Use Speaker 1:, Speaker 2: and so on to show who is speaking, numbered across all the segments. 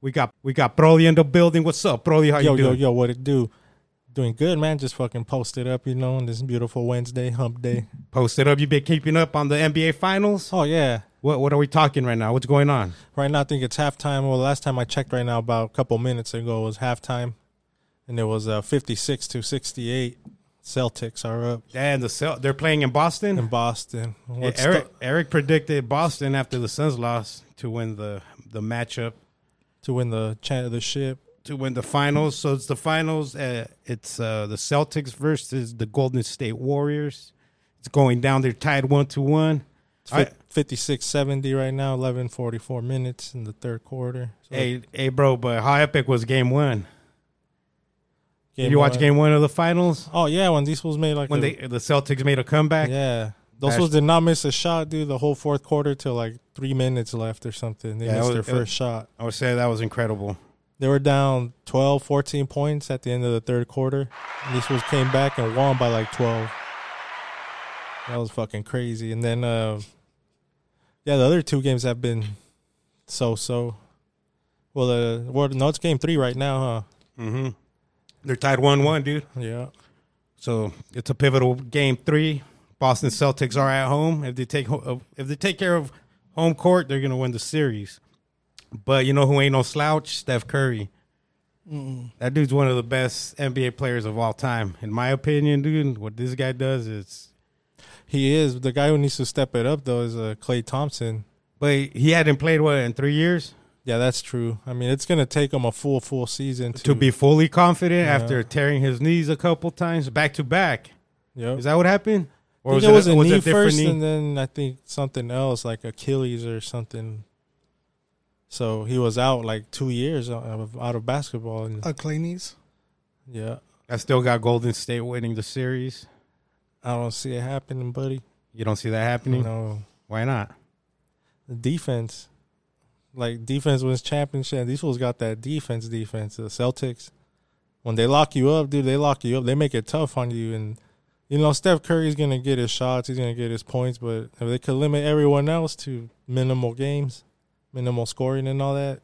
Speaker 1: We got we got Brody in the building. What's up, Brody? How
Speaker 2: yo,
Speaker 1: you doing?
Speaker 2: yo, yo, what it do? Doing good, man. Just fucking post it up, you know, on this beautiful Wednesday, hump day.
Speaker 1: Posted up. You been keeping up on the NBA finals?
Speaker 2: Oh, yeah.
Speaker 1: What what are we talking right now? What's going on?
Speaker 2: Right now, I think it's halftime. Well, last time I checked right now, about a couple minutes ago, was halftime. And it was uh, 56 to 68. Celtics are up
Speaker 1: Damn, the Cel- they're playing in Boston.
Speaker 2: in Boston. What's
Speaker 1: Eric
Speaker 2: the-
Speaker 1: Eric predicted Boston after the Suns lost to win the the matchup
Speaker 2: to win the cha- the ship.
Speaker 1: to win the finals. So it's the finals. Uh, it's uh, the Celtics versus the Golden State Warriors. It's going down. They're tied one to one.
Speaker 2: It's
Speaker 1: I-
Speaker 2: fif- 56-70 right now, 11:44 minutes in the third quarter. So
Speaker 1: Hey, hey, bro, but how epic was game one?
Speaker 2: game
Speaker 1: Did you watch
Speaker 2: one-
Speaker 1: game one of the finals
Speaker 2: Oh yeah, when these fools made like
Speaker 1: when
Speaker 2: the-
Speaker 1: they the Celtics made a comeback?
Speaker 2: Yeah. Those
Speaker 1: Bash-
Speaker 2: fools did not miss a shot, dude, the whole fourth quarter till like three minutes left or something. They
Speaker 1: Yeah, it
Speaker 2: missed
Speaker 1: was-
Speaker 2: their
Speaker 1: it was-
Speaker 2: first shot.
Speaker 1: I would say that was incredible.
Speaker 2: They were down 12, 14 points at the end of the third quarter. And these fools came back and won by like 12. That was fucking crazy. And then, uh, yeah, the other two games have been so so. Well, uh, well, no, it's game three right now,
Speaker 1: Mm-hmm. They're tied one one, dude.
Speaker 2: huh? Yeah.
Speaker 1: So it's a pivotal game three. Boston Celtics are at home. If they take ho- uh, if they take care of home court, they're gonna win the series. But you know who ain't no slouch? Steph Curry. That dude's one of the best NBA players of all time, in my opinion, dude. What this guy does is,
Speaker 2: He is. The guy who needs to step it up, though, is uh, Clay Thompson.
Speaker 1: but he hadn't played what in three years
Speaker 2: Yeah, that's true. I mean, it's going to take him a full, full season to,
Speaker 1: to be fully confident
Speaker 2: Yeah.
Speaker 1: after tearing his knees a couple times back to back.
Speaker 2: Yep.
Speaker 1: Is that what happened?
Speaker 2: I
Speaker 1: Or
Speaker 2: think it was a
Speaker 1: was
Speaker 2: knee
Speaker 1: different
Speaker 2: first,
Speaker 1: knee?
Speaker 2: and then I think something else like Achilles or something. So he was out like two years out of, out of basketball. And,
Speaker 3: A clay knees.
Speaker 2: yeah,
Speaker 1: I still got Golden State winning the series.
Speaker 2: I don't see it happening, buddy.
Speaker 1: You don't see that happening.
Speaker 2: You know,
Speaker 1: Why not?
Speaker 2: the defense, like defense wins championship. These fools got that defense. Defense. The Celtics, when they lock you up, dude, they lock you up. They make it tough on you, and you know Steph Curry's gonna get his shots. He's gonna get his points, but if they could limit everyone else to minimal games, minimal scoring, and all that,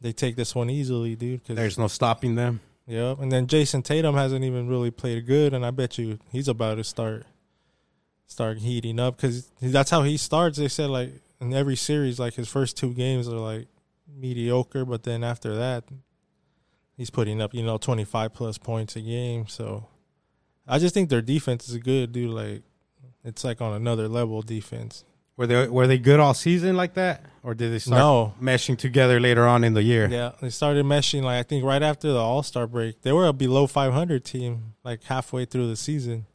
Speaker 2: they take this one easily, dude. 'cause-
Speaker 1: There's no stopping them.
Speaker 2: Yep. And then Jason Tatum hasn't even really played good, and I bet you he's about to start start heating up because that's how he starts. They said like in every series, like his first two games are like mediocre, but then after that, he's putting up you know twenty five plus points a game. So I just think their defense is good, dude. Like it's like on another level defense.
Speaker 1: Were they were they good all season like that, or did they start
Speaker 2: No,
Speaker 1: meshing together later on in the year?
Speaker 2: Yeah, they started meshing. Like I think right after the All Star break, they were a below 500 team, like halfway through the season.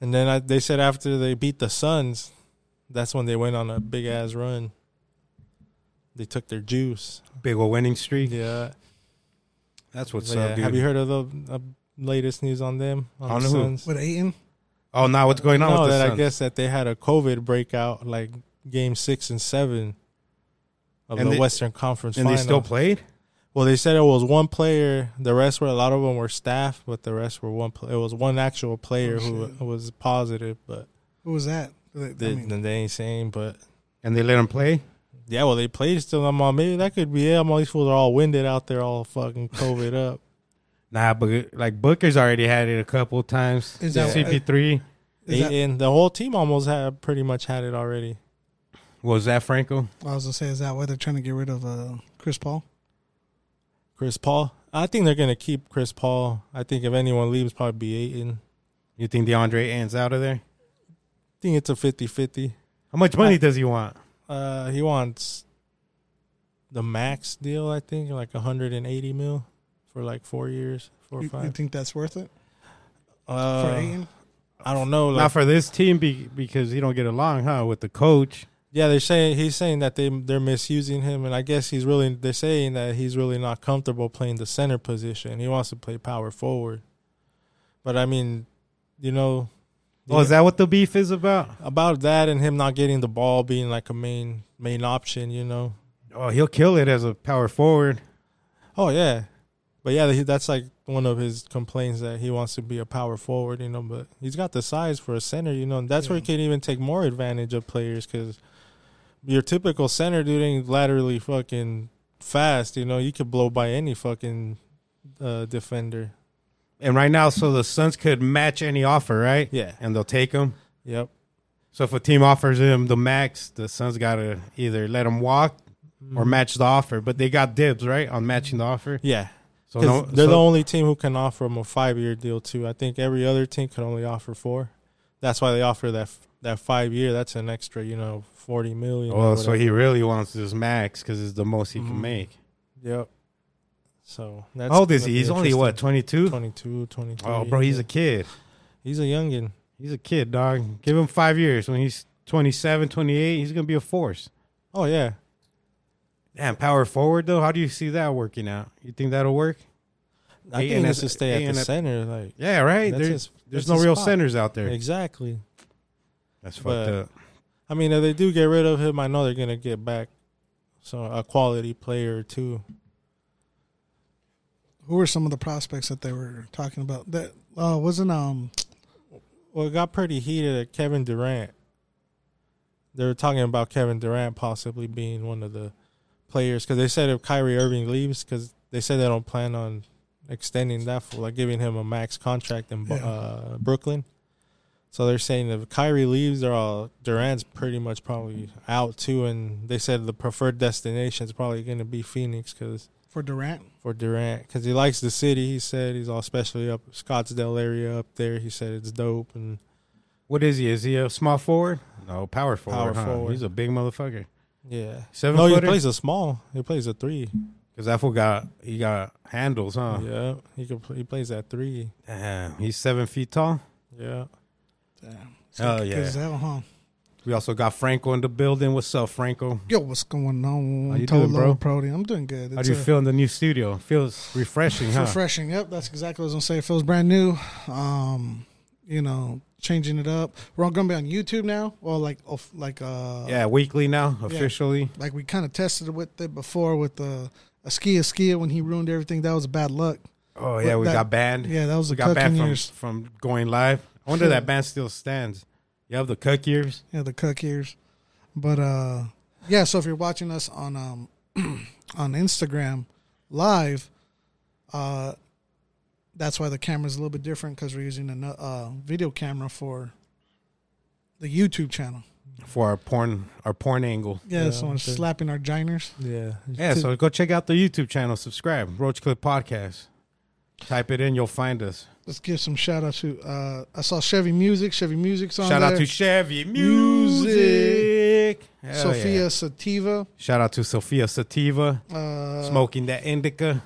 Speaker 2: And then I, they said after they beat the Suns, that's when they went on a big ass run. They took their juice.
Speaker 1: Big old winning streak.
Speaker 2: Yeah.
Speaker 1: That's what's
Speaker 2: But
Speaker 1: up,
Speaker 2: yeah,
Speaker 1: dude.
Speaker 2: Have you heard of the uh, latest news on them on,
Speaker 1: On
Speaker 2: the
Speaker 1: who?
Speaker 2: Suns?
Speaker 3: With Aiden.
Speaker 1: oh, now what's going on
Speaker 2: no,
Speaker 1: with the
Speaker 2: that I
Speaker 1: Suns?
Speaker 2: guess that they had a COVID breakout, like game six and seven of
Speaker 1: And
Speaker 2: the
Speaker 1: they-
Speaker 2: Western Conference.
Speaker 1: and they still
Speaker 2: Finals.
Speaker 1: played.
Speaker 2: Well, they said it was one player. The rest were a lot of them were staff, but the rest were one. Pl- it was one actual player
Speaker 3: Oh,
Speaker 2: who
Speaker 3: shit.
Speaker 2: was positive, but
Speaker 3: Who was that? They- I
Speaker 2: they,
Speaker 3: mean,
Speaker 2: they ain't saying. But
Speaker 1: And they let them play.
Speaker 2: yeah, well, they played still. I'm all maybe that could be it. I'm all these fools are all winded out there, all fucking COVID up.
Speaker 1: Nah, but like Booker's already had it a couple times.
Speaker 3: Is
Speaker 2: that- uh,
Speaker 1: CP3
Speaker 3: is that-
Speaker 2: and the whole team almost had pretty much had it already.
Speaker 1: was that Franco?
Speaker 3: I was gonna say, is that why they're trying to get rid of uh, Chris Paul?
Speaker 2: Chris Paul, I think they're gonna keep Chris Paul. I think if anyone leaves, probably be Aiton. I
Speaker 1: You think DeAndre ends out of there?
Speaker 2: think it's a 50-50.
Speaker 1: How much money does he want?
Speaker 2: Uh, he wants the max deal, I think, like 180 mil for like four years, four or
Speaker 3: You, you
Speaker 2: five.
Speaker 3: think that's worth it for
Speaker 2: Uh,
Speaker 3: Aiden?
Speaker 2: I don't know. Like,
Speaker 1: Not for this team be, because he don't get along, huh? With the coach.
Speaker 2: yeah, they're saying he's saying that they they're misusing him, and I guess he's really they're saying that he's really not comfortable playing the center position. He wants to play power forward, but I mean, you know,
Speaker 1: Oh, is that what the beef is about?
Speaker 2: about that and him not getting the ball being like a main main option? You know,
Speaker 1: Oh, he'll kill it as a power forward.
Speaker 2: Oh yeah, but yeah, he, that's like one of his complaints that he wants to be a power forward, you know. But he's got the size for a center, you know, and that's where he
Speaker 3: Yeah.
Speaker 2: can even take more advantage of players because your typical center dude ain't laterally fucking fast. You know, you could blow by any fucking uh, defender.
Speaker 1: And right now, so the Suns could match any offer, right?
Speaker 2: Yeah.
Speaker 1: And they'll take him.
Speaker 2: Yep.
Speaker 1: So if a team offers him the max, the Suns got to either let him walk or
Speaker 2: Mm-hmm.
Speaker 1: match the offer. But they got dibs, right, on matching the offer.
Speaker 2: Yeah.
Speaker 1: So
Speaker 2: 'Cause
Speaker 1: no,
Speaker 2: they're
Speaker 1: so-
Speaker 2: the only team who can offer them a five-year deal too. I think every other team can only offer four. That's why they offer that f- that five-year. That's an extra, you know, forty million. or
Speaker 1: Well, oh, so
Speaker 2: whatever.
Speaker 1: he really wants this max because it's the most he can
Speaker 2: Mhm.
Speaker 1: make.
Speaker 2: Yep. So that's
Speaker 1: How old is
Speaker 2: gonna
Speaker 1: he?
Speaker 2: be
Speaker 1: He's only what
Speaker 2: interesting.
Speaker 1: 22?
Speaker 2: 22, 23.
Speaker 1: Oh, bro, he's a kid.
Speaker 2: he's a youngin.
Speaker 1: He's a kid, dog. Give him five years when he's 27, 28. He's gonna be a force.
Speaker 2: Oh yeah.
Speaker 1: Damn, power forward though. How do you see that working out? You think that'll work? A
Speaker 2: I
Speaker 1: and
Speaker 2: think he
Speaker 1: S-
Speaker 2: needs to stay
Speaker 1: A
Speaker 2: at
Speaker 1: and
Speaker 2: the
Speaker 1: S-
Speaker 2: center. Like
Speaker 1: Yeah, right.
Speaker 2: that's
Speaker 1: There's
Speaker 2: his-
Speaker 1: there's
Speaker 2: that's
Speaker 1: no
Speaker 2: his
Speaker 1: real
Speaker 2: spot.
Speaker 1: centers out there.
Speaker 2: Exactly.
Speaker 1: That's fucked
Speaker 2: But-
Speaker 1: up.
Speaker 2: I mean, if they do get rid of him, I know they're gonna get back so a quality player too.
Speaker 3: Who were some of the prospects that they were talking about? That uh, wasn't um
Speaker 2: Well, it got pretty heated at Kevin Durant. They were talking about Kevin Durant possibly being one of the players because they said if Kyrie Irving leaves, because they said they don't plan on extending that for like giving him a max contract in Bu-
Speaker 3: Yeah.
Speaker 2: uh, Brooklyn. So they're saying if Kyrie leaves, they're all Durant's pretty much probably out too, and they said the preferred destination is probably going to be Phoenix because
Speaker 3: for Durant.
Speaker 2: for Durant because he likes the city. He said he's all especially up Scottsdale area up there. He said it's dope and.
Speaker 1: What is he? Is he a small forward? No, power forward.
Speaker 2: Power
Speaker 1: huh?
Speaker 2: forward.
Speaker 1: He's a big motherfucker.
Speaker 2: Yeah.
Speaker 1: Seven
Speaker 2: no,
Speaker 1: footer?
Speaker 2: he plays a small. He plays a three.
Speaker 1: Cause that fool got he got handles, huh?
Speaker 2: Yeah. He can play, he plays that three.
Speaker 1: Damn, he's seven feet tall.
Speaker 2: Yeah.
Speaker 3: Damn. It's
Speaker 1: Hell
Speaker 3: like a
Speaker 1: Oh, yeah.
Speaker 3: Gazelle, huh?
Speaker 1: We also got Franco in the building. What's up, Franco?
Speaker 3: Yo, what's going on?
Speaker 1: How you doing,
Speaker 3: Tolo,
Speaker 1: bro?
Speaker 3: Prody? I'm doing good.
Speaker 1: How
Speaker 3: It's
Speaker 1: do you
Speaker 3: a-
Speaker 1: feel in the new studio? Feels refreshing,
Speaker 3: It's
Speaker 1: huh?
Speaker 3: refreshing. Yep, that's exactly what I was gonna say. It feels brand new. Um, you know, changing it up. We're all gonna be on YouTube now, or like, of- like, uh,
Speaker 1: yeah, weekly now, officially.
Speaker 3: like we kind of tested it with it before with the uh, Askia Askia when he ruined everything. That was bad luck.
Speaker 1: Oh yeah,
Speaker 3: But
Speaker 1: we
Speaker 3: that-
Speaker 1: got banned.
Speaker 3: Yeah, that was
Speaker 1: we
Speaker 3: the
Speaker 1: got
Speaker 3: Cook
Speaker 1: banned from,
Speaker 3: years.
Speaker 1: from going live. I wonder if that ban still stands. You have the Cook years.
Speaker 3: Yeah, the Cook years. But uh, yeah, so if you're watching us on um on Instagram live, uh, that's why the camera's a little bit different because we're using a uh, video camera for the YouTube channel.
Speaker 1: for our porn our porn angle.
Speaker 3: Yeah,
Speaker 2: Yeah,
Speaker 3: someone's
Speaker 2: okay.
Speaker 3: slapping our giners.
Speaker 2: Yeah.
Speaker 1: Yeah, so go check out the YouTube channel. Subscribe, Roach Clip Podcast. Type it in, you'll find us.
Speaker 3: Let's give some shout outs to. Uh, I saw Chevy Music. Chevy Music's on
Speaker 1: Shout
Speaker 3: there.
Speaker 1: out to Chevy
Speaker 3: Music.
Speaker 1: Music. Hell yeah.
Speaker 3: Sophia Sativa.
Speaker 1: Shout out to Sophia Sativa,
Speaker 3: Uh,
Speaker 1: smoking that indica.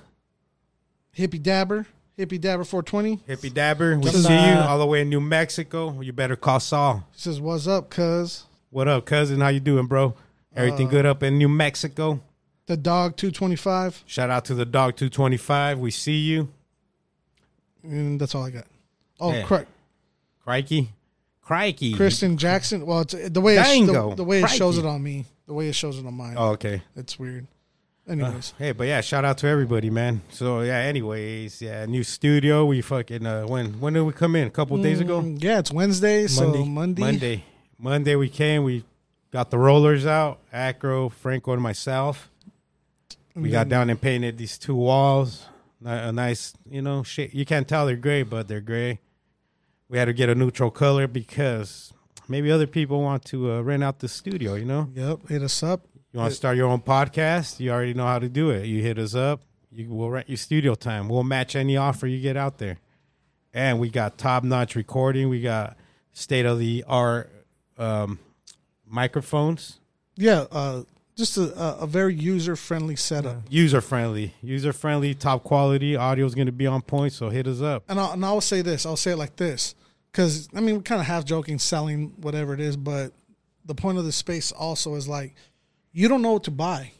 Speaker 3: Hippie Dabber. Hippie Dabber 420. He
Speaker 1: Hippie Dabber, we
Speaker 2: What's
Speaker 1: see you
Speaker 2: up?
Speaker 1: all the way in New Mexico. You better call Saul.
Speaker 3: says, What's up, cuz?
Speaker 1: What up, cousin? How you doing, bro? Everything
Speaker 3: Uh,
Speaker 1: good up in New Mexico?
Speaker 3: The Dog 225.
Speaker 1: Shout out to the dog 225. We see you.
Speaker 3: And that's all I got. Oh,
Speaker 1: Yeah.
Speaker 3: correct.
Speaker 1: Crikey. Crikey.
Speaker 3: Kristen Jackson. Well, it's, the way it, sh-
Speaker 1: Dango.
Speaker 3: the, the way it shows it
Speaker 1: Crikey.
Speaker 3: on me, the way it shows it on mine,
Speaker 1: Oh, Uh, okay.
Speaker 3: it's weird. Anyways,
Speaker 1: Hey, but yeah, shout out to everybody, man. So yeah, anyways, yeah, new studio. We fucking uh when when did we come in? A couple days ago?
Speaker 3: Mm, yeah, it's Wednesday, so
Speaker 2: Monday.
Speaker 3: Monday.
Speaker 1: Monday. Monday we came, we got the rollers out, Acro, Franco, and myself. We got down and painted these two walls. Ni- A nice, you know, shit. You can't tell they're gray, but they're gray. We had to get a neutral color because maybe other people want to uh, rent out the studio, you know?
Speaker 3: Yep, hit us up.
Speaker 1: You want to start your own podcast? You already know how to do it. You hit us up. You will rent your studio time. We'll match any offer you get out there. And we got top notch recording. We got state of the art um, microphones.
Speaker 3: Yeah, uh, just a, a, a very user friendly setup.
Speaker 1: User friendly, user friendly, top quality. Audio is going to be on point. So hit us up.
Speaker 3: and I'll, and I'll say this, I'll say it like this, because I mean, we're kind of half joking, selling whatever it is, but the point of the space also is like, you don't know what to buy.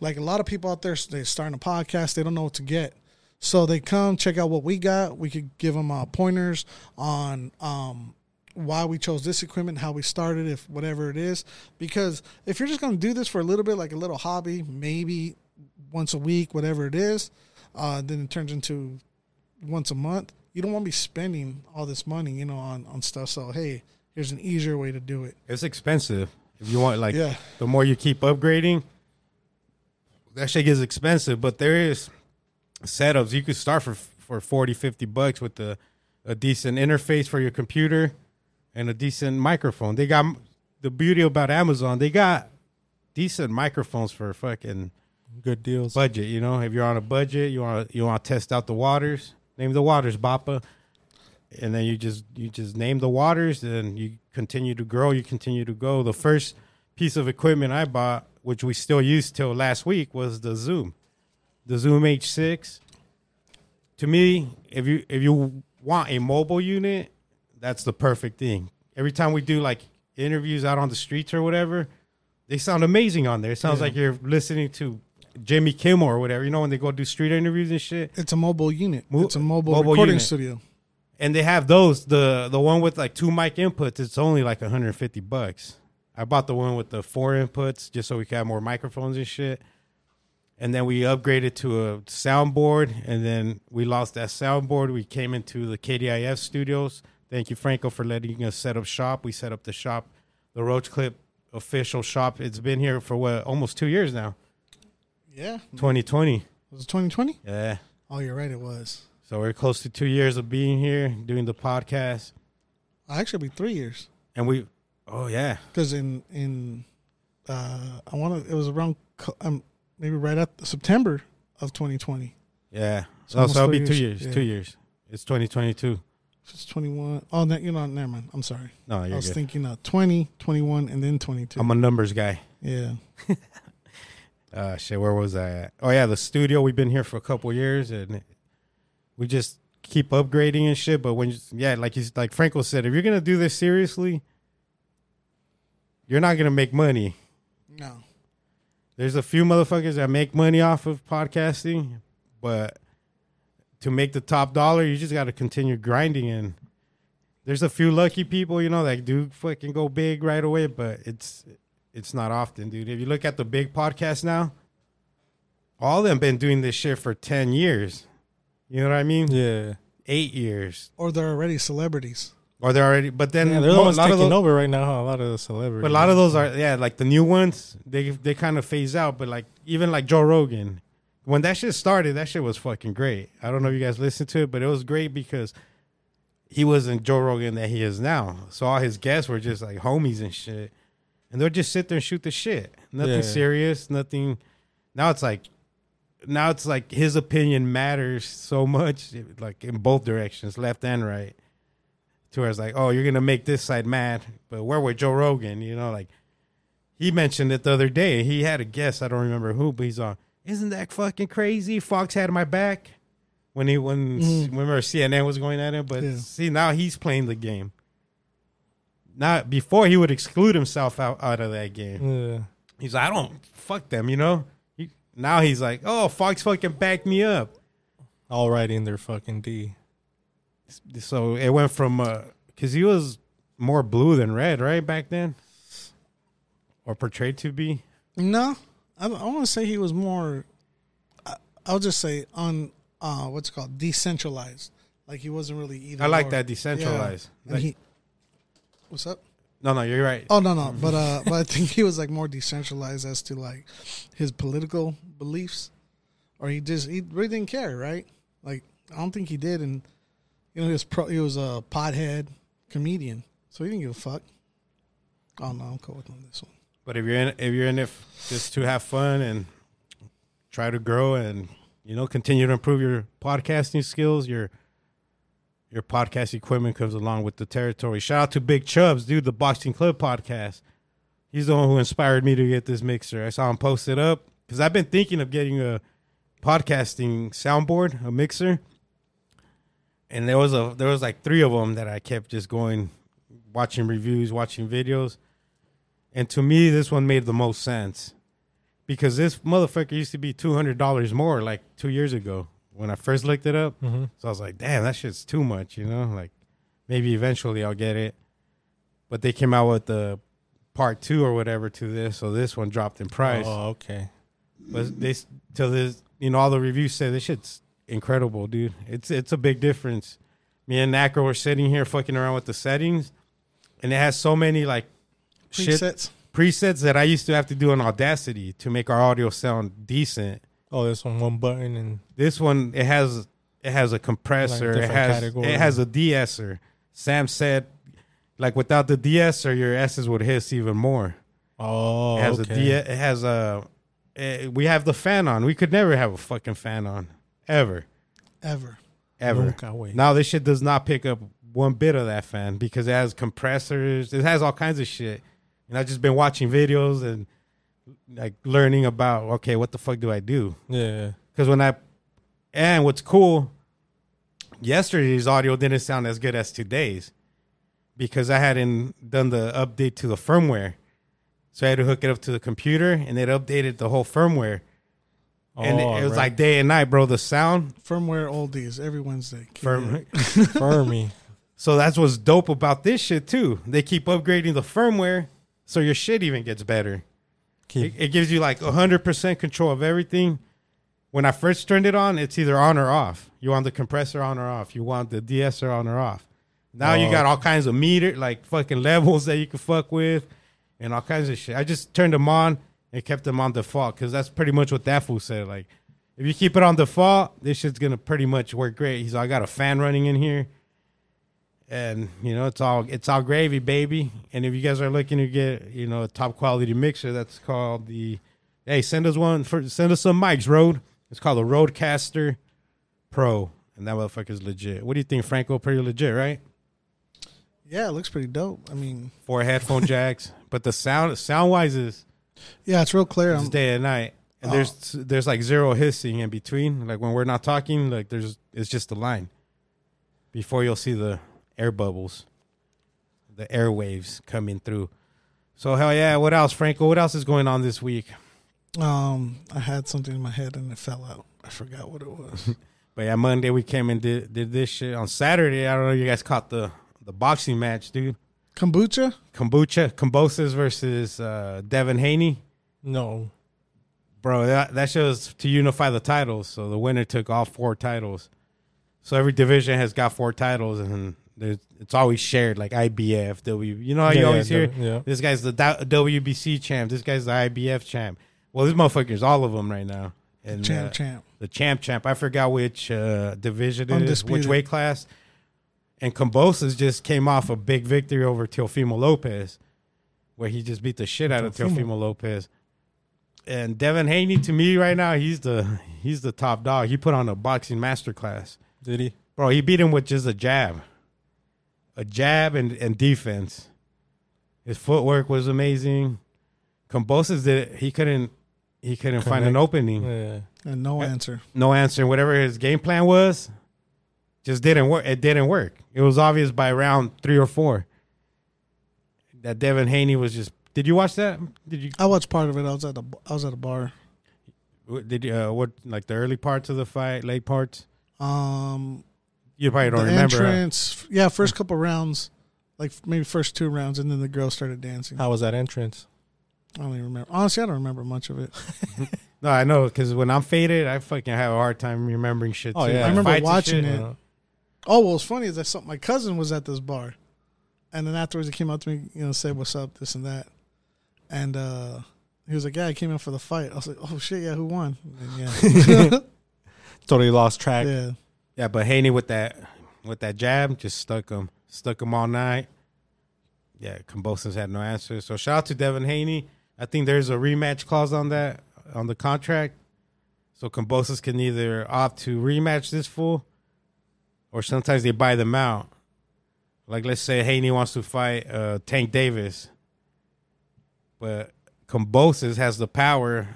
Speaker 3: Like a lot of people out there, they're starting a podcast, they don't know what to get. So they come check out what we got. We could give them uh, pointers on um, why we chose this equipment, how we started, if whatever it is. Because if you're just going to do this for a little bit, like a little hobby, maybe once a week, whatever it is, uh, then it turns into once a month, you don't want to be spending all this money, you know, on, on stuff. So hey, here's an easier way to do it.
Speaker 1: It's expensive. If you want, like,
Speaker 3: Yeah.
Speaker 1: the more you keep upgrading, that shit gets expensive. But there is setups you could start for for 40, 50 bucks with a, a decent interface for your computer and a decent microphone. They got the beauty about Amazon. They got decent microphones for fucking
Speaker 2: Good deals.
Speaker 1: budget. You know, if you're on a budget, you want to you want to test out the waters. Name the waters, Bappa, and then you just you just name the waters, and you continue to grow. You continue to go. The first piece of equipment I bought, which we still use till last week, was the Zoom, the Zoom H6. To me, if you if you want a mobile unit, that's the perfect thing. Every time we do like interviews out on the streets or whatever, they sound amazing on there. It sounds like you're listening to Jimmy Kimmel or whatever. You know when they go do street interviews and shit,
Speaker 3: It's a mobile unit.
Speaker 1: Mo-
Speaker 3: it's a mobile,
Speaker 1: mobile
Speaker 3: recording
Speaker 1: unit.
Speaker 3: studio.
Speaker 1: and they have those the the one with like two mic inputs. It's only like 150 bucks. I bought the one with the four inputs just so we could have more microphones and shit. And then we upgraded to a soundboard, and then we lost that soundboard. We came into the KDIF studios. Thank you, Franco, for letting us set up shop. We set up the shop, the Roach Clip official shop. It's been here for what almost two years now,
Speaker 3: Yeah.
Speaker 1: 2020.
Speaker 3: Was it 2020?
Speaker 1: Yeah.
Speaker 3: Oh, you're right. It was.
Speaker 1: So we're close to two years of being here doing the podcast,
Speaker 3: I actually be three years
Speaker 1: and we, oh yeah,
Speaker 3: because in in uh, I want to. It was around co- um, maybe right at September of 2020.
Speaker 1: yeah.
Speaker 3: It's
Speaker 1: So, so
Speaker 3: almost
Speaker 1: it'll
Speaker 3: three
Speaker 1: be two
Speaker 3: years.
Speaker 1: years.
Speaker 3: Yeah.
Speaker 1: Two years. It's 2022.
Speaker 3: It's 21. Oh, no, you know, never mind. I'm sorry.
Speaker 1: No,
Speaker 3: I
Speaker 1: you're
Speaker 3: was
Speaker 1: good. Um,
Speaker 3: thinking uh, 20, 21, and then 22.
Speaker 1: I'm a numbers guy.
Speaker 3: yeah.
Speaker 1: Uh, shit, where was I at? Oh yeah, the studio. We've been here for a couple years, and we just keep upgrading and shit. But when, you, yeah, like you, like Franco said, if you're gonna do this seriously, you're not gonna make money.
Speaker 3: No.
Speaker 1: There's a few motherfuckers that make money off of podcasting, but to make the top dollar, you just got to continue grinding. And there's a few lucky people, you know, that do fucking go big right away, but it's it's not often, dude. If you look at the big podcasts now, all of them been doing this shit for ten years. You know what I mean?
Speaker 2: yeah.
Speaker 1: Eight years,
Speaker 3: Or they're already celebrities.
Speaker 1: or they're already. But then
Speaker 2: Yeah, they're
Speaker 1: mo-
Speaker 2: the ones
Speaker 1: a lot
Speaker 2: taking
Speaker 1: of those,
Speaker 2: over right now. Huh? A lot of the celebrities.
Speaker 1: but a lot of those are yeah, like the new ones, they they kind of phase out. But like even like Joe Rogan, when that shit started, that shit was fucking great. I don't know if you guys listened to it, but it was great because he wasn't Joe Rogan that he is now. So all his guests were just like homies and shit, and they'll just sit there and shoot the shit. Nothing
Speaker 2: Yeah.
Speaker 1: serious, nothing. Now it's like. Now it's like his opinion matters so much, like in both directions, left and right to where it's like, oh, you're gonna make this side mad, but where with Joe Rogan, you know, like he mentioned it the other day. He had a guest, I don't remember who, but he's on. Isn't that fucking crazy? Fox had my back when he when remember CNN was going at him, but
Speaker 3: Yeah.
Speaker 1: see now he's playing the game. Now before he would exclude himself out, out of that game.
Speaker 2: Yeah.
Speaker 1: He's like, I don't fuck them, you know. He, now he's like, oh, Fox fucking backed me up.
Speaker 2: All right in their fucking D.
Speaker 1: So it went from because he was more blue than red, right back then, or portrayed to be.
Speaker 3: No, I, I want to say he was more. I, I'll just say on uh, what's it called decentralized. Like he wasn't really either.
Speaker 1: I like
Speaker 3: or.
Speaker 1: that decentralized.
Speaker 3: Yeah. And
Speaker 1: Like-
Speaker 3: he, what's up?
Speaker 1: No, no, you're right.
Speaker 3: Oh no no, but uh, but I think he was like more decentralized as to like his political beliefs, or he just he really didn't care, right? Like I don't think he did, and you know he was pro, he was a pothead comedian, so he didn't give a fuck. Oh no, I'm cool with him on this one.
Speaker 1: But if you're in, if you're in it f- just to have fun and try to grow and you know continue to improve your podcasting skills, your your podcast equipment comes along with the territory. Shout out to Big Chubbs, dude, the Boxing Club podcast. He's the one who inspired me to get this mixer. I saw him post it up because I've been thinking of getting a podcasting soundboard, a mixer. And there was a there was like three of them that I kept just going, watching reviews, watching videos. And to me, this one made the most sense because this motherfucker used to be two hundred dollars more like two years ago when I first looked it up. So I was like, damn, that shit's too much, you know. Like maybe eventually I'll get it, but they came out with the part two or whatever to this, so this one dropped in price.
Speaker 2: Oh, okay.
Speaker 1: But they s- till this, you know, all the reviews say this shit's incredible, dude. It's it's a big difference. Me and Nacro were sitting here fucking around with the settings, and it has so many like shit
Speaker 3: Presets.
Speaker 1: presets that I used to have to do in Audacity to make our audio sound decent.
Speaker 2: Oh, it's on one button and
Speaker 1: This one it has it has a compressor, it
Speaker 2: different
Speaker 1: has
Speaker 2: category.
Speaker 1: it has a de-esser. Sam said, like without the de-esser, your s's would hiss even more.
Speaker 2: oh,
Speaker 1: It has
Speaker 2: okay.
Speaker 1: a e-, de- it has a. eh, we have the fan on. We could never have a fucking fan on ever,
Speaker 3: ever.
Speaker 1: ever.
Speaker 2: Nunca, güey.
Speaker 1: Now this shit does not pick up one bit of that fan because it has compressors. It has all kinds of shit. And I've just been watching videos and like learning about okay, what the fuck do I do?
Speaker 2: yeah,
Speaker 1: Because when I and what's cool, yesterday's audio didn't sound as good as today's because I hadn't done the update to the firmware. So I had to hook it up to the computer and it updated the whole firmware. And
Speaker 2: Oh,
Speaker 1: it, it was
Speaker 2: right.
Speaker 1: like day and night, bro. The sound
Speaker 3: Firmware oldies every Wednesday. Keep it.
Speaker 1: firm,
Speaker 2: Fermi.
Speaker 1: So that's what's dope about this shit too. They keep upgrading the firmware, so your shit even gets better. It,
Speaker 2: Keep
Speaker 1: it gives you like hundred percent control of everything. When I first turned it on, it's either on or off. You want the compressor on or off. You want the de-esser on or off. Now you
Speaker 2: Oh.
Speaker 1: got all kinds of meter, like fucking levels that you can fuck with, and all kinds of shit. I just turned them on and kept them on default because that's pretty much what that fool said. Like, if you keep it on default, this shit's gonna pretty much work great. He's, I got a fan running in here and you know it's all it's all gravy baby and if you guys are looking to get you know a top quality mixer that's called the hey send us one for send us some mics road it's called the roadcaster pro and that motherfucker's legit what do you think franco pretty legit right
Speaker 3: Yeah, it looks pretty dope. I mean,
Speaker 1: four headphone jacks but the sound sound wise is
Speaker 3: yeah, it's real clear.
Speaker 1: is
Speaker 3: I'm,
Speaker 1: day and night and there's there's like zero hissing in between like when we're not talking like there's it's just a line before you'll see the air bubbles the airwaves coming through so hell yeah what else franco what else is going on this week
Speaker 3: um, I had something in my head and it fell out. I forgot what it was.
Speaker 1: but yeah monday we came and did, did this shit on saturday i don't know if you guys caught the the boxing match dude
Speaker 3: Kombucha.
Speaker 1: kombucha kombosas versus uh devin haney
Speaker 2: no.
Speaker 1: bro that, that shows to unify the titles so the winner took all four titles so every division has got four titles and there's, it's always shared like ibf w you know how
Speaker 2: Yeah,
Speaker 1: you
Speaker 2: yeah,
Speaker 1: Oh, always hear
Speaker 2: W- yeah.
Speaker 1: this guy's the W- wbc champ this guy's the ibf champ well this motherfucker's all of them right now and
Speaker 3: Champ,
Speaker 1: uh,
Speaker 3: champ.
Speaker 1: the champ champ i forgot which uh, division it is, which
Speaker 3: Undisputed.
Speaker 1: weight class and Combosas just came off a big victory over Teofimo Lopez, where he just beat the shit out of
Speaker 2: Teofimo.
Speaker 1: Teofimo Lopez. And Devin Haney, to me right now, he's the he's the top dog. He put on a boxing masterclass,
Speaker 2: Did he?
Speaker 1: bro. He beat him with just a jab, a jab and and defense. His footwork was amazing. Combosas did he couldn't he couldn't find an
Speaker 2: Connect.
Speaker 1: opening
Speaker 2: Yeah.
Speaker 3: And no answer.
Speaker 1: no answer. Whatever his game plan was, just didn't work. It didn't work. It was obvious by round three or four that Devin Haney was just. Did you watch that? Did you?
Speaker 3: I watched part of it. I was at the I was at a bar.
Speaker 1: what- Did you? Uh, what like the early parts of the fight, late parts?
Speaker 3: Um,
Speaker 1: You probably don't
Speaker 3: the
Speaker 1: remember. huh?
Speaker 3: entrance. f- Yeah, first couple rounds, like maybe first two rounds, and then the girl started dancing. I
Speaker 2: How was that entrance?
Speaker 3: don't even remember. Honestly, I don't remember much of it.
Speaker 1: No, I know because when I'm faded, I fucking have a hard time remembering shit.
Speaker 2: Oh,
Speaker 1: too.
Speaker 2: yeah.
Speaker 1: Like
Speaker 2: I
Speaker 3: remember
Speaker 1: fights and
Speaker 3: watching
Speaker 1: shit.
Speaker 3: it.
Speaker 2: Uh,
Speaker 3: Oh, well, what's funny is that some, my cousin was at this bar, and then afterwards he came up to me, you know, said what's up, this and that, and uh he was like, "Yeah, I came in for the fight." I was like, "Oh shit, yeah, who won?" And yeah,
Speaker 2: totally lost track.
Speaker 3: yeah,
Speaker 1: Yeah, but Haney with that with that jab just stuck him, stuck him all night. Yeah, Combosas had no answer. So shout out to Devin Haney. I think there's a rematch clause on that on the contract. So Combosas can either opt to rematch this fool, or sometimes they buy them out. Like let's say Haney wants to fight uh, Tank Davis, but Combosas has the power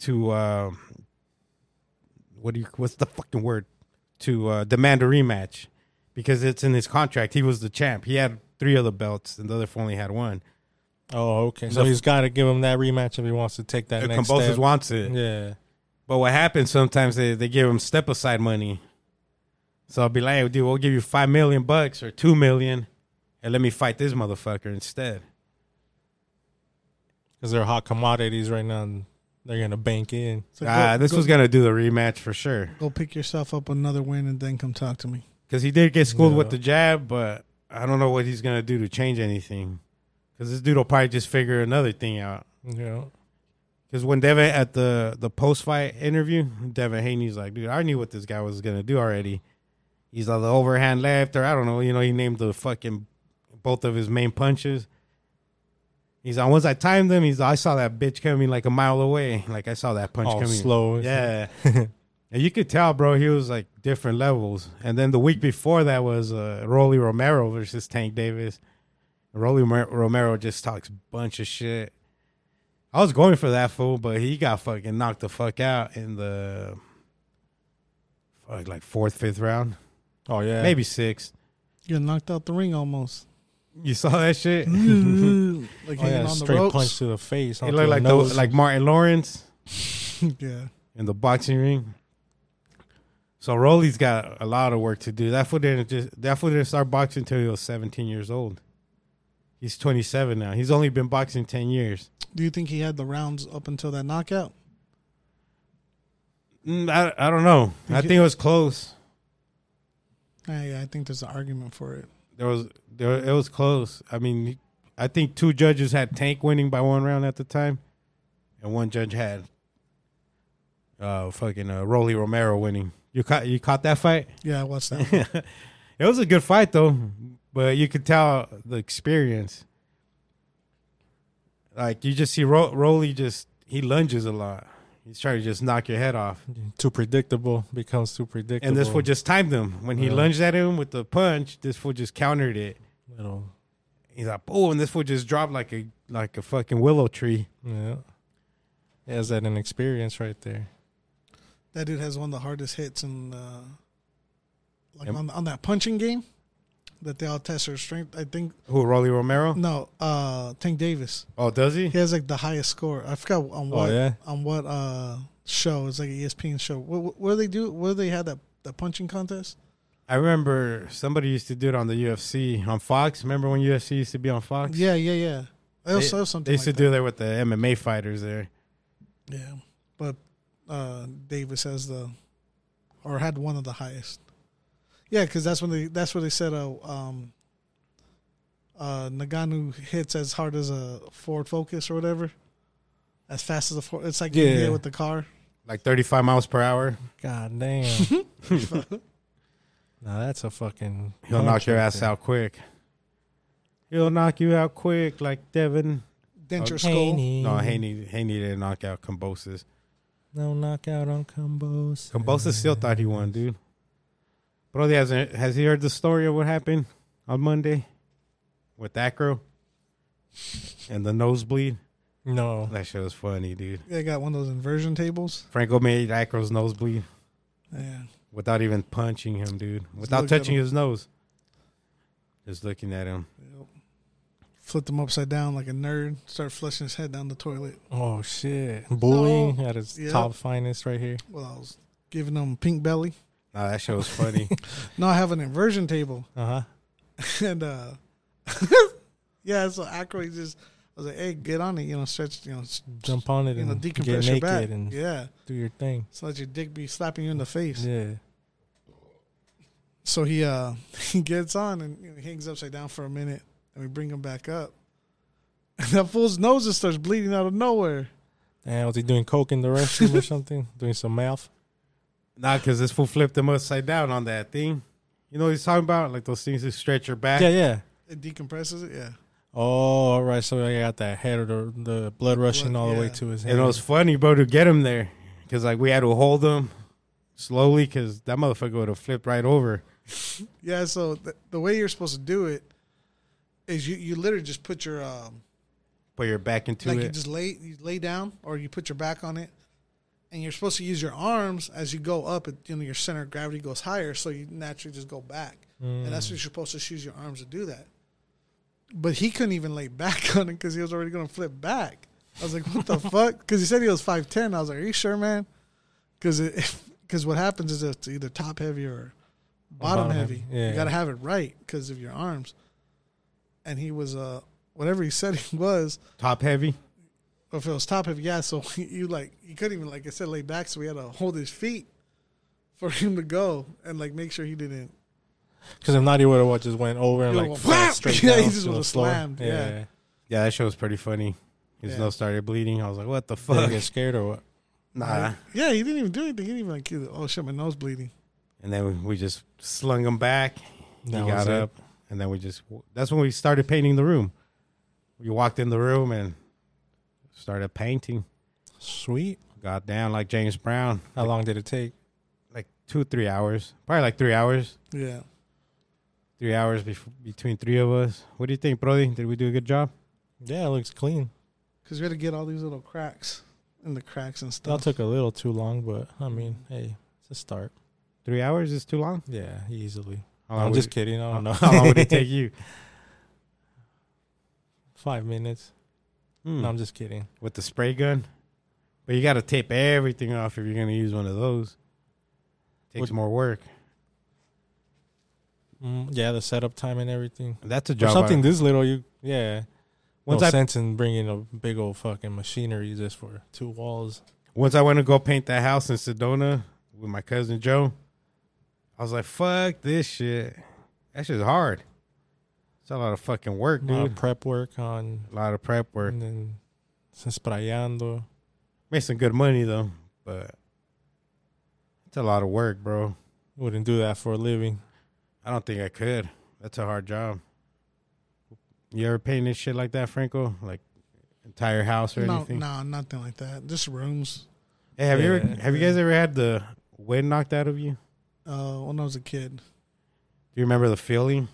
Speaker 1: to uh, what do you what's the fucking word to uh, demand a rematch because it's in his contract. He was the champ. He had three other belts, and the other fool only had one.
Speaker 2: Oh, okay. So
Speaker 1: The-
Speaker 2: he's got to give him that rematch if he wants to take that
Speaker 1: And
Speaker 2: next
Speaker 1: Cambosis
Speaker 2: step.
Speaker 1: wants it,
Speaker 2: yeah.
Speaker 1: but what happens sometimes they, they give him step aside money. So I'll be like, hey, dude, we'll give you five million bucks or two million, and let me fight this motherfucker instead.
Speaker 2: Because they're hot commodities right now. And they're going to bank in.
Speaker 3: It's like,
Speaker 1: ah,
Speaker 3: go,
Speaker 1: this
Speaker 3: go-
Speaker 1: was gonna do the rematch for sure
Speaker 3: go pick yourself up another win and then come talk to me.
Speaker 1: because he did get schooled with
Speaker 2: Yeah.
Speaker 1: the jab, but I don't know what he's gonna do to change anything. Because this dude will probably just figure another thing out.
Speaker 2: You know,
Speaker 1: Because when Devin at the the post fight interview, Devin Haney's like, dude, I knew what this guy was gonna do already. He's like the overhand left, or I don't know. You know, he named the fucking both of his main punches. He's like, once I timed them, he's like, I saw that bitch coming like a mile away. Like I saw that punch
Speaker 2: all
Speaker 1: coming.
Speaker 2: slow.
Speaker 1: Yeah. and you could tell, bro, he was like different levels. And then the week before that was uh, Rolly Romero versus Tank Davis. Rolly Mer- Romero just talks bunch of shit. I was going for that fool, but he got fucking knocked the fuck out in the fuck, like fourth, fifth round,
Speaker 2: Oh yeah.
Speaker 1: maybe sixth.
Speaker 3: You knocked out the ring almost.
Speaker 1: You saw that shit?
Speaker 2: Mm-hmm.
Speaker 3: like hanging
Speaker 2: Oh, yeah,
Speaker 3: on the
Speaker 2: straight
Speaker 3: ropes.
Speaker 2: punch to the face.
Speaker 1: It
Speaker 2: onto
Speaker 1: looked like the,
Speaker 2: nose.
Speaker 1: like Martin Lawrence.
Speaker 3: yeah.
Speaker 1: in the boxing ring. So Rolly's got a lot of work to do. That fool didn't just that fool didn't start boxing until he was seventeen years old. He's twenty seven now. He's only been boxing ten years.
Speaker 3: Do you think he had the rounds up until that knockout?
Speaker 1: Mm, I I don't know. I think it was close.
Speaker 3: Yeah, yeah, I think there's an argument for it.
Speaker 1: There was there it was close. I mean, he- I think two judges had Tank winning by one round at the time, and one judge had uh fucking uh, Rolly Romero winning. You caught you caught that fight.
Speaker 3: Yeah, I watched that.
Speaker 1: It was a good fight though, but you could tell the experience. Like you just see Ro- Rolly just he lunges a lot. He's trying to just knock your head off,
Speaker 2: too predictable becomes too predictable.
Speaker 1: and this fool just timed him when he
Speaker 2: Yeah.
Speaker 1: lunged at him with the punch. This fool just countered it.
Speaker 2: you know,
Speaker 1: He's like, oh, and this fool just dropped like a like a fucking willow tree.
Speaker 2: yeah. Yeah, is that an experience right there?
Speaker 3: that dude has one of the hardest hits in uh, like
Speaker 1: Yep.
Speaker 3: on, on that punching game that they all test her strength. I think
Speaker 1: Who Rolly Romero?
Speaker 3: no, uh, Tank Davis.
Speaker 1: Oh, does he?
Speaker 3: He has like the highest score. I forgot on
Speaker 2: Oh,
Speaker 3: what
Speaker 2: yeah?
Speaker 3: on what uh, show. It's like E an ESPN show. Where, where they do where they had that the punching contest.
Speaker 1: I remember somebody used to do it on the UFC on Fox. Remember when UFC used to be on Fox?
Speaker 3: Yeah, yeah, yeah. It was,
Speaker 1: They-
Speaker 3: it was something
Speaker 1: They used
Speaker 3: like
Speaker 1: to do that with the MMA fighters there.
Speaker 3: that. Yeah, but uh, Davis has the or had one of the highest. Yeah, because that's when they that's where they said uh, um, uh, Nagano hits as hard as a Ford Focus or whatever, as fast as a Ford. It's like yeah.
Speaker 2: Yeah.
Speaker 3: hit with the car.
Speaker 1: like 35 miles per hour.
Speaker 2: God damn. now that's a fucking.
Speaker 1: He'll knock your ass out quick. Oh, He'll knock you out quick, like Devin.
Speaker 3: Dent your
Speaker 1: Okay.
Speaker 3: skull.
Speaker 1: No, Haney, Haney didn't knock out Cambosis.
Speaker 2: No knockout on combos.
Speaker 1: Cambosis still thought he won, dude. Brody hasn't. Has he heard the story of what happened on Monday with Acro and the nosebleed?
Speaker 2: No.
Speaker 1: That shit was funny, dude.
Speaker 3: Yeah, I got one of those inversion tables.
Speaker 1: Franco made Acro's nosebleed
Speaker 3: Yeah,
Speaker 1: without even punching him, dude. Without
Speaker 3: looked at
Speaker 1: touching
Speaker 3: him.
Speaker 1: his nose, just looking at him.
Speaker 3: flipped him upside down like a nerd. Started flushing his head down the toilet.
Speaker 2: Oh shit! Bullying at his
Speaker 3: Yep.
Speaker 2: top finest right here.
Speaker 3: Well, I was giving him pink belly.
Speaker 1: Nah, that shit was funny.
Speaker 3: No, I have an inversion table.
Speaker 2: Uh huh.
Speaker 3: and uh yeah, so Aykroyd just I was like, hey, get on it, you know, stretch, you know, s-
Speaker 2: Jump on it
Speaker 3: you know,
Speaker 2: and get
Speaker 3: decompress your
Speaker 2: naked
Speaker 3: back,
Speaker 2: and
Speaker 3: yeah,
Speaker 2: do your thing.
Speaker 3: so let your dick be slapping you in the face.
Speaker 2: Yeah.
Speaker 3: So he uh he gets on and you know, hangs upside down for a minute, and we bring him back up. And that fool's nose just starts bleeding out of nowhere.
Speaker 2: And was he doing coke in the restroom or something? Doing some mouth?
Speaker 1: Nah, because this fool flipped him upside down on that thing. You know what he's talking about? Like those things that stretch your back.
Speaker 2: Yeah, yeah.
Speaker 3: It decompresses it, yeah.
Speaker 2: Oh, all right. So I got that head or the, the blood rushing all the way
Speaker 3: yeah.
Speaker 2: to his head.
Speaker 1: And it was funny, bro, to get him there. Because, like, we had to hold him slowly because that motherfucker would have flipped right over.
Speaker 3: Yeah, so th- the way you're supposed to do it is you, you literally just put your um
Speaker 1: Put your back into
Speaker 3: like
Speaker 1: it.
Speaker 3: you just lay you lay down or you put your back on it and you're supposed to use your arms as you go up it, you know your center of gravity goes higher so you naturally just go back
Speaker 2: Mm.
Speaker 3: and that's what you're supposed to use your arms to do that but he couldn't even lay back on it because he was already going to flip back i was like what the fuck because he said he was 510 i was like are you sure man because because what happens is it's either top heavy or bottom,
Speaker 2: bottom
Speaker 3: heavy,
Speaker 2: heavy. Yeah.
Speaker 3: you got to have it right because of your arms and he was uh whatever he said he was
Speaker 1: Top heavy.
Speaker 3: if it was top heavy, yeah. So you like he couldn't even like I said lay back, so we had to hold his feet for him to go and like make sure he didn't.
Speaker 2: Because if not, he would have just went over and
Speaker 3: He
Speaker 2: like
Speaker 3: would've
Speaker 2: fell
Speaker 3: went whap!
Speaker 2: straight
Speaker 3: Yeah,
Speaker 2: down
Speaker 3: he just
Speaker 2: to the
Speaker 3: would've
Speaker 2: floor.
Speaker 3: slammed, yeah.
Speaker 1: Yeah, that show was pretty funny. His
Speaker 3: Yeah.
Speaker 1: nose started bleeding. I was like, "What the
Speaker 2: Did
Speaker 1: fuck?"
Speaker 2: he get scared or what?
Speaker 1: Nah.
Speaker 3: Yeah, he didn't even do anything. He didn't even like, oh shit, my nose bleeding.
Speaker 1: And then we- we just slung him back. He
Speaker 2: That was
Speaker 1: got
Speaker 2: it.
Speaker 1: up, and then we just. That's when we started painting the room. We walked in the room and started painting.
Speaker 2: Sweet.
Speaker 1: Got down like James Brown,
Speaker 2: How long did it take?
Speaker 1: like two, three hours, probably like three hours.
Speaker 3: Yeah.
Speaker 1: Three hours bef- between three of us. What do you think, Brody? Did we do a good job?
Speaker 2: Yeah, it looks clean.
Speaker 3: Because we had to get all these little cracks in the cracks and
Speaker 2: That
Speaker 3: stuff.
Speaker 2: took a little too long, but I mean, hey, it's a start.
Speaker 1: Three hours is too long.
Speaker 2: Yeah, easily.
Speaker 1: How
Speaker 2: I'm
Speaker 1: would
Speaker 2: just
Speaker 1: it-
Speaker 2: kidding. Oh, I don't know.
Speaker 1: How long would it take you?
Speaker 2: Five minutes.
Speaker 1: Hmm.
Speaker 2: No, I'm just kidding.
Speaker 1: with the spray gun. But you got to tape everything off if you're going to use one of those. Takes
Speaker 2: What-
Speaker 1: more work.
Speaker 2: Mm, yeah, the setup time and everything.
Speaker 1: That's a
Speaker 2: For
Speaker 1: job.
Speaker 2: something
Speaker 1: I,
Speaker 2: this little, you yeah.
Speaker 1: once
Speaker 2: no
Speaker 1: I
Speaker 2: sense in bringing a big old fucking machinery just for two walls.
Speaker 1: once I went to go paint that house in Sedona with my cousin Joe, I was like, "Fuck this shit. That shit's hard. It's a lot of fucking work,
Speaker 2: A lot of
Speaker 1: dude.
Speaker 2: prep work on,
Speaker 1: A lot of prep work.
Speaker 2: and then sprayando.
Speaker 1: Made some good money though, but it's a lot of work, bro.
Speaker 2: Wouldn't do that for a living.
Speaker 1: I don't think I could. That's a hard job. You ever painted shit like that, Franco? Like entire house or
Speaker 3: no,
Speaker 1: anything?
Speaker 3: no, nothing like that. Just rooms.
Speaker 1: Hey, have you ever
Speaker 2: Yeah.
Speaker 1: have you guys ever had the wind knocked out of you?
Speaker 3: Uh, when I was a kid,
Speaker 1: Do you remember the feeling?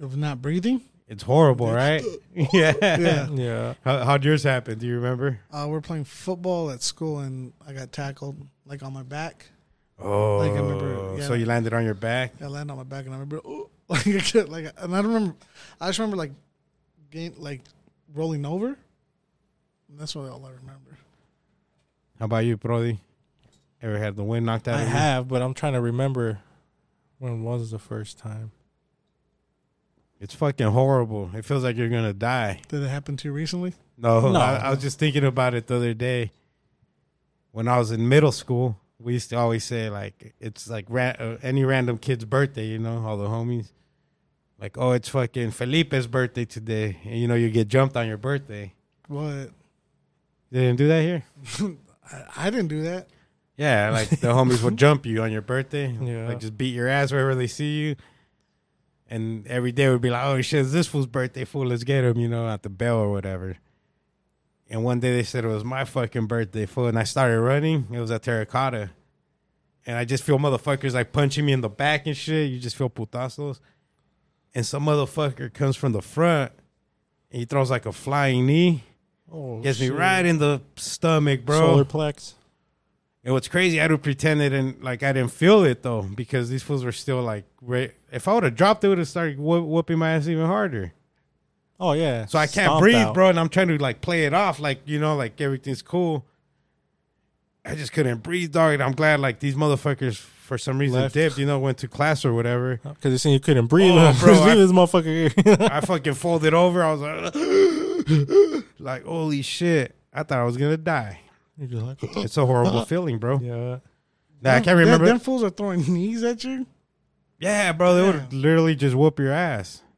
Speaker 3: of not breathing.
Speaker 1: It's horrible, right? yeah.
Speaker 3: Yeah.
Speaker 2: Yeah.
Speaker 1: How, how'd yours happen? Do you remember?
Speaker 3: Uh, we we're playing football at school, and I got tackled like on my back.
Speaker 1: Oh,
Speaker 3: Like, I remember, yeah.
Speaker 1: so you landed on your back.
Speaker 3: I landed on my back, and I remember "Ooh," like a kid, like, and I don't remember. I just remember like, gain, like rolling over. And that's what all I remember.
Speaker 1: How about you, Brody? Ever had the wind knocked out
Speaker 2: I
Speaker 1: of
Speaker 2: have, but I'm trying to remember when was the first time.
Speaker 1: you? It's fucking horrible. It feels like you're gonna die.
Speaker 3: Did it happen to you recently?
Speaker 1: No,
Speaker 2: No.
Speaker 1: I, I was just thinking about it the other day. When I was in middle school, we used to always say like it's like ra- uh, any random kid's birthday, you know, all the homies. Like, oh, it's fucking Felipe's birthday today, and you know you get jumped on your birthday.
Speaker 3: What?
Speaker 1: They didn't do that here.
Speaker 3: I, I didn't do that.
Speaker 1: Yeah, like the homies would jump you on your birthday,
Speaker 2: Yeah.
Speaker 1: like just beat your ass wherever they see you. And every day would be like, oh shit, it's this fool's birthday, fool, let's get him, you know, at the bell or whatever. And one day they said it was my fucking birthday, fool, and I started running. It was at Terracotta. And I just feel motherfuckers like punching me in the back and shit. You just feel putazos. And some motherfucker comes from the front and he throws like a flying knee,
Speaker 2: Oh,
Speaker 1: gets me
Speaker 2: shit.
Speaker 1: right in the stomach, bro.
Speaker 2: Solar plex.
Speaker 1: And what's crazy, I would pretend it and like I didn't feel it though, because these fools were still like, right. If I would have dropped, they would have started whoop, whooping my ass even harder.
Speaker 2: Oh yeah.
Speaker 1: So I can't
Speaker 2: Stomped
Speaker 1: breathe,
Speaker 2: out.
Speaker 1: bro. And I'm trying to like play it off, like you know, like everything's cool. I just couldn't breathe, dog. And I'm glad like these motherfuckers for some reason
Speaker 2: Left.
Speaker 1: dipped, you know, went to class or whatever.
Speaker 2: Because it seemed you couldn't breathe.
Speaker 1: Oh, bro, I-
Speaker 2: this motherfucker. here.
Speaker 1: I fucking folded over. I was like, like holy shit. I thought I was gonna die.
Speaker 2: You're just like,
Speaker 1: It's a horrible feeling, bro.
Speaker 2: yeah.
Speaker 1: Nah, I
Speaker 3: Them-
Speaker 1: can't remember.
Speaker 3: Them, them fools are throwing knees at you.
Speaker 1: Yeah, bro, they would
Speaker 3: Yeah.
Speaker 1: literally just whoop your ass.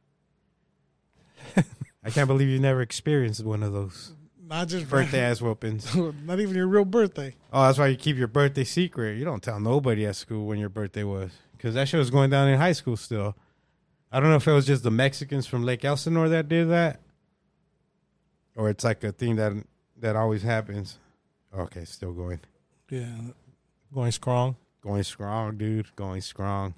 Speaker 1: I can't believe you never experienced one of those
Speaker 3: Not just
Speaker 1: birthday ass whoopings.
Speaker 3: Not even your real birthday.
Speaker 1: Oh, that's why you keep your birthday secret. You don't tell nobody at school when your birthday was, because that shit was going down in high school still. I don't know if it was just the Mexicans from Lake Elsinore that did that, or it's like a thing that that always happens. Okay, still going,
Speaker 3: Yeah.
Speaker 2: Going strong.
Speaker 1: going strong, dude, going strong.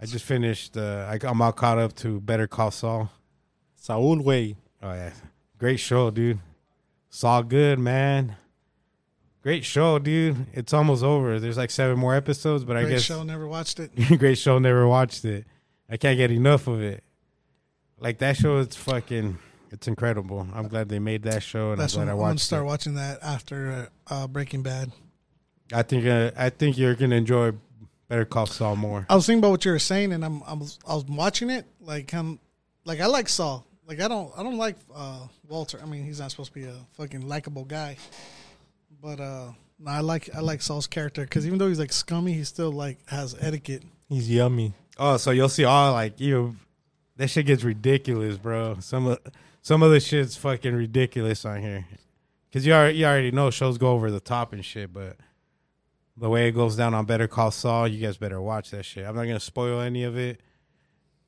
Speaker 1: I just finished. Uh, I, I'm all caught up to Better Call Saul.
Speaker 2: Saul way.
Speaker 1: Oh yeah, great show, dude. Saw good, man. Great show, dude. It's almost over. There's like seven more episodes, but I
Speaker 3: Great
Speaker 1: guess
Speaker 3: show. Never watched it.
Speaker 1: great show. Never watched it. I can't get enough of it. Like that show, it's fucking, it's incredible. I'm glad they made that show, and
Speaker 3: That's
Speaker 1: I'm
Speaker 3: when
Speaker 1: glad I
Speaker 3: I'm gonna
Speaker 1: watched
Speaker 3: start
Speaker 1: it.
Speaker 3: watching that after uh, uh, Breaking Bad.
Speaker 1: I think, uh, I think you're gonna enjoy Better Call Saul more.
Speaker 3: I was thinking about what you were saying, and I'm, I'm I was watching it like I'm like I like Saul. Like I don't I don't like uh, Walter. I mean, he's not supposed to be a fucking likable guy, but uh, no, I like I like Saul's character because even though he's like scummy, he still like has etiquette.
Speaker 2: He's yummy.
Speaker 1: Oh, so you'll see all like you. That shit gets ridiculous, bro. Some of Some of the shit's fucking ridiculous on here, because you already you already know shows go over the top and shit. But the way it goes down on Better Call Saul, you guys better watch that shit. I'm not gonna spoil any of it,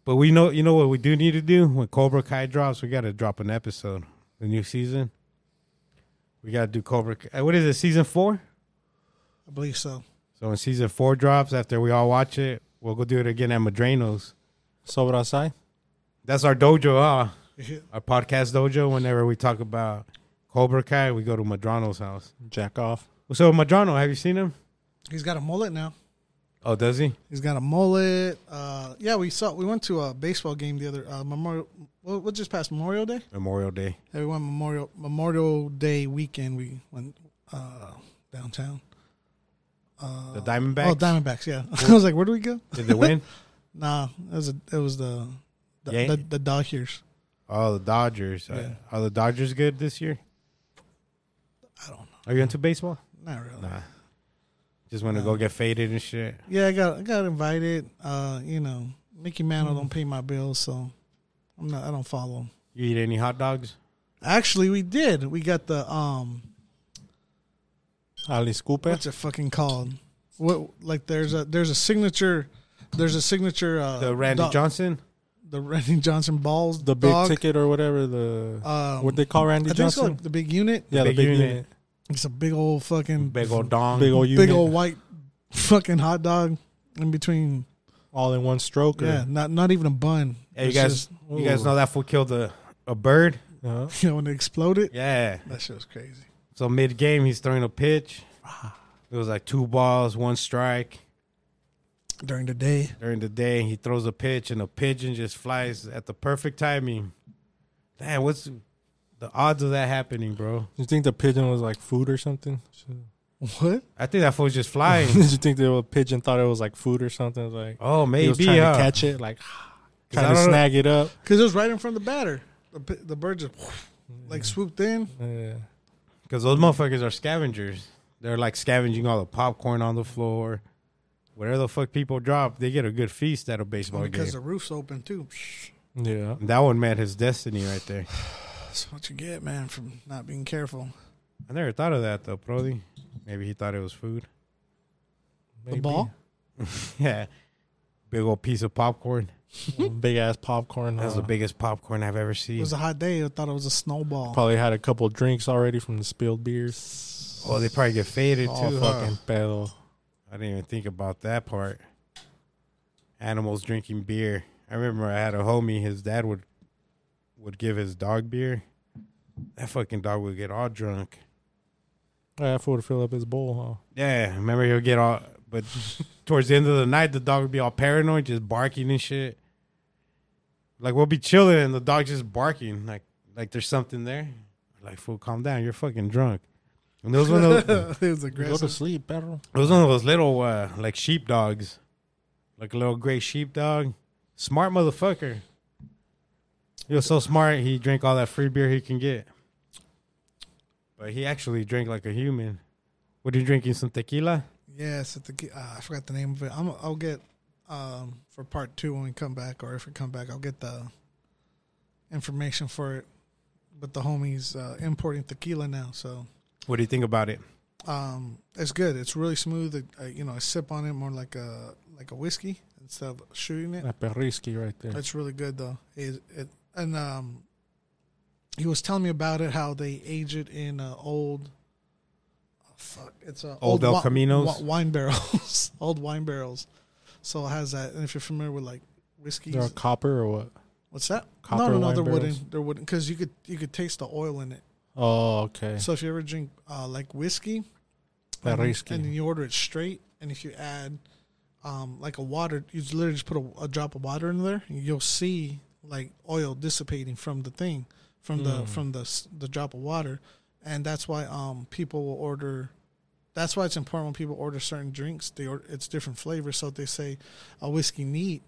Speaker 1: but we know you know what we do need to do when Cobra Kai drops. We got to drop an episode, the new season. We got to do Cobra. Kai. What is it? Season four.
Speaker 3: I believe so.
Speaker 1: So when season four drops, after we all watch it, we'll go do it again at Madreno's.
Speaker 2: So what I say?
Speaker 1: That's our dojo, huh? Our podcast dojo. Whenever we talk about Cobra Kai, we go to Madrano's house.
Speaker 2: Jack off.
Speaker 1: So Madrano, have you seen him?
Speaker 3: He's got a mullet now.
Speaker 1: Oh, does he?
Speaker 3: He's got a mullet. Uh, yeah, we saw. We went to a baseball game the other uh, Memorial. What what just passed Memorial Day?
Speaker 1: Memorial Day.
Speaker 3: Yeah, we went Memorial Memorial Day weekend. We went uh, downtown.
Speaker 1: the Diamondbacks.
Speaker 3: Oh, Diamondbacks. Yeah, I was like, where do we go?
Speaker 1: Did they win?
Speaker 3: Nah, it was a, it was the the,
Speaker 1: Yeah.
Speaker 3: the the Dodgers.
Speaker 1: Oh, the Dodgers. Uh, are the Dodgers good this year?
Speaker 3: I don't know.
Speaker 1: Are you into baseball?
Speaker 3: Not really.
Speaker 1: Nah. Just want to go get faded and shit.
Speaker 3: Yeah, I got I got invited. Uh, you know, Mickey Mantle
Speaker 1: Mm-hmm.
Speaker 3: don't pay my bills, so I'm not. I don't follow him.
Speaker 1: You eat any hot dogs?
Speaker 3: Actually, we did. We got the um.
Speaker 2: Ali Scupe.
Speaker 3: What's it fucking called? What like there's a there's a signature, there's a signature. Uh,
Speaker 1: The Randy
Speaker 3: dog-
Speaker 1: Johnson.
Speaker 3: the Randy Johnson balls,
Speaker 2: The big
Speaker 3: dog.
Speaker 2: ticket or whatever. The
Speaker 3: Um,
Speaker 2: what they call Randy
Speaker 3: I think it's
Speaker 2: Johnson.
Speaker 3: called the big unit.
Speaker 2: yeah, the
Speaker 1: big
Speaker 2: big
Speaker 1: unit.
Speaker 2: unit.
Speaker 3: It's a big old fucking
Speaker 1: Big old dong.
Speaker 2: Big old unit.
Speaker 3: Mm. big old white fucking hot dog in between.
Speaker 2: all in one stroke. Or,
Speaker 3: Yeah, not not even a bun.
Speaker 1: Hey, you
Speaker 3: It's
Speaker 1: guys.
Speaker 3: just,
Speaker 1: You guys know that fool killed a a bird.
Speaker 2: Uh-huh.
Speaker 3: you know, when it exploded,
Speaker 1: Yeah.
Speaker 3: that shit was crazy.
Speaker 1: So mid game, he's throwing a pitch.
Speaker 2: Ah.
Speaker 1: It was like two balls, one strike.
Speaker 3: During the day,
Speaker 1: During the day, he throws a pitch, and a pigeon just flies at the perfect timing. Damn, what's the odds of that happening, bro?
Speaker 2: You think the pigeon was like food or something?
Speaker 3: what?
Speaker 1: I think that fool's just flying.
Speaker 2: Did you think the pigeon thought it was like food or something? Like
Speaker 1: oh,
Speaker 2: he was
Speaker 1: maybe.
Speaker 2: trying
Speaker 1: huh?
Speaker 3: uh,
Speaker 2: to catch it, like
Speaker 1: 'Cause
Speaker 2: trying
Speaker 1: I
Speaker 2: to
Speaker 1: don't know-
Speaker 2: snag it up.
Speaker 3: Because it was right in front of the batter. The, pi- the bird just like
Speaker 1: Mm.
Speaker 3: swooped in.
Speaker 2: Yeah.
Speaker 1: Because those motherfuckers are scavengers. They're like scavenging all the popcorn on the floor. Whatever the fuck people drop, they get a good feast at a baseball
Speaker 3: because
Speaker 1: game.
Speaker 3: the roof's open too.
Speaker 2: Yeah.
Speaker 1: that one met his destiny right there.
Speaker 3: That's what you get, man, from not being careful.
Speaker 1: I never thought of that though, Brody. Maybe he thought it was food.
Speaker 2: Maybe.
Speaker 3: The ball.
Speaker 1: Yeah. Big old piece of popcorn.
Speaker 2: big ass popcorn.
Speaker 1: That's
Speaker 2: uh,
Speaker 1: the biggest popcorn I've ever
Speaker 3: It
Speaker 1: seen.
Speaker 3: was a hot day. I thought it was a snowball.
Speaker 2: Probably had a couple drinks already from the spilled beers.
Speaker 1: oh, they probably get faded
Speaker 2: All
Speaker 1: too. huh?
Speaker 2: fucking pedo.
Speaker 1: I didn't even think about that part. Animals drinking beer. I remember I had a homie. His dad would would give his dog beer. That fucking dog would get all drunk.
Speaker 2: I have to fill up his bowl,
Speaker 1: Yeah, I remember he'll get all. But towards the end of the night, the dog would be all paranoid, just barking and shit. Like we'll be chilling and the dog just barking, like like there's something there. Like fool, calm down. You're fucking drunk. And those one of those,
Speaker 3: it was
Speaker 2: huh? Go to
Speaker 3: aggressive.
Speaker 2: sleep, pedo.
Speaker 1: It was one of those little uh, like sheepdogs, like a little gray sheepdog. Smart motherfucker. He was so smart. He drank all that free beer he can get. But he actually drank like a human. What are you drinking? Some tequila?
Speaker 3: Yes, at the ge- uh, I forgot the name of it. I'm, I'll get um, for part two when we come back, or if we come back, I'll get the information for it. But the homies uh, importing tequila now, so
Speaker 1: What do you think about it?
Speaker 3: um, it's good. It's really smooth. Uh, you know, I sip on it more like a like a whiskey instead of shooting it.
Speaker 2: That perrisky right there.
Speaker 3: It's really good though. It, it and um, he was telling me about it how they age it in uh, old. oh, fuck, it's uh,
Speaker 1: Old El
Speaker 3: wi-
Speaker 1: Caminos?
Speaker 3: wi- wine barrels, old wine barrels. So it has that, and if you're familiar with like whiskeys,
Speaker 2: They're a copper or what?
Speaker 3: what's that?
Speaker 2: copper
Speaker 3: no, no, no,
Speaker 2: wine
Speaker 3: they're
Speaker 2: barrels?
Speaker 3: wooden. They're wooden because you could you could taste the oil in it.
Speaker 2: Oh, okay.
Speaker 3: So if you ever drink uh, like whiskey, and,
Speaker 2: Perrisky.
Speaker 3: and you order it straight, and if you add um, like a water, you just literally just put a, a drop of water in there, and you'll see like oil dissipating from the thing, from
Speaker 2: Hmm.
Speaker 3: the from the s- the drop of water, and that's why um people will order. That's why it's important when people order certain drinks. They order, it's different flavors. So if they say a whiskey neat,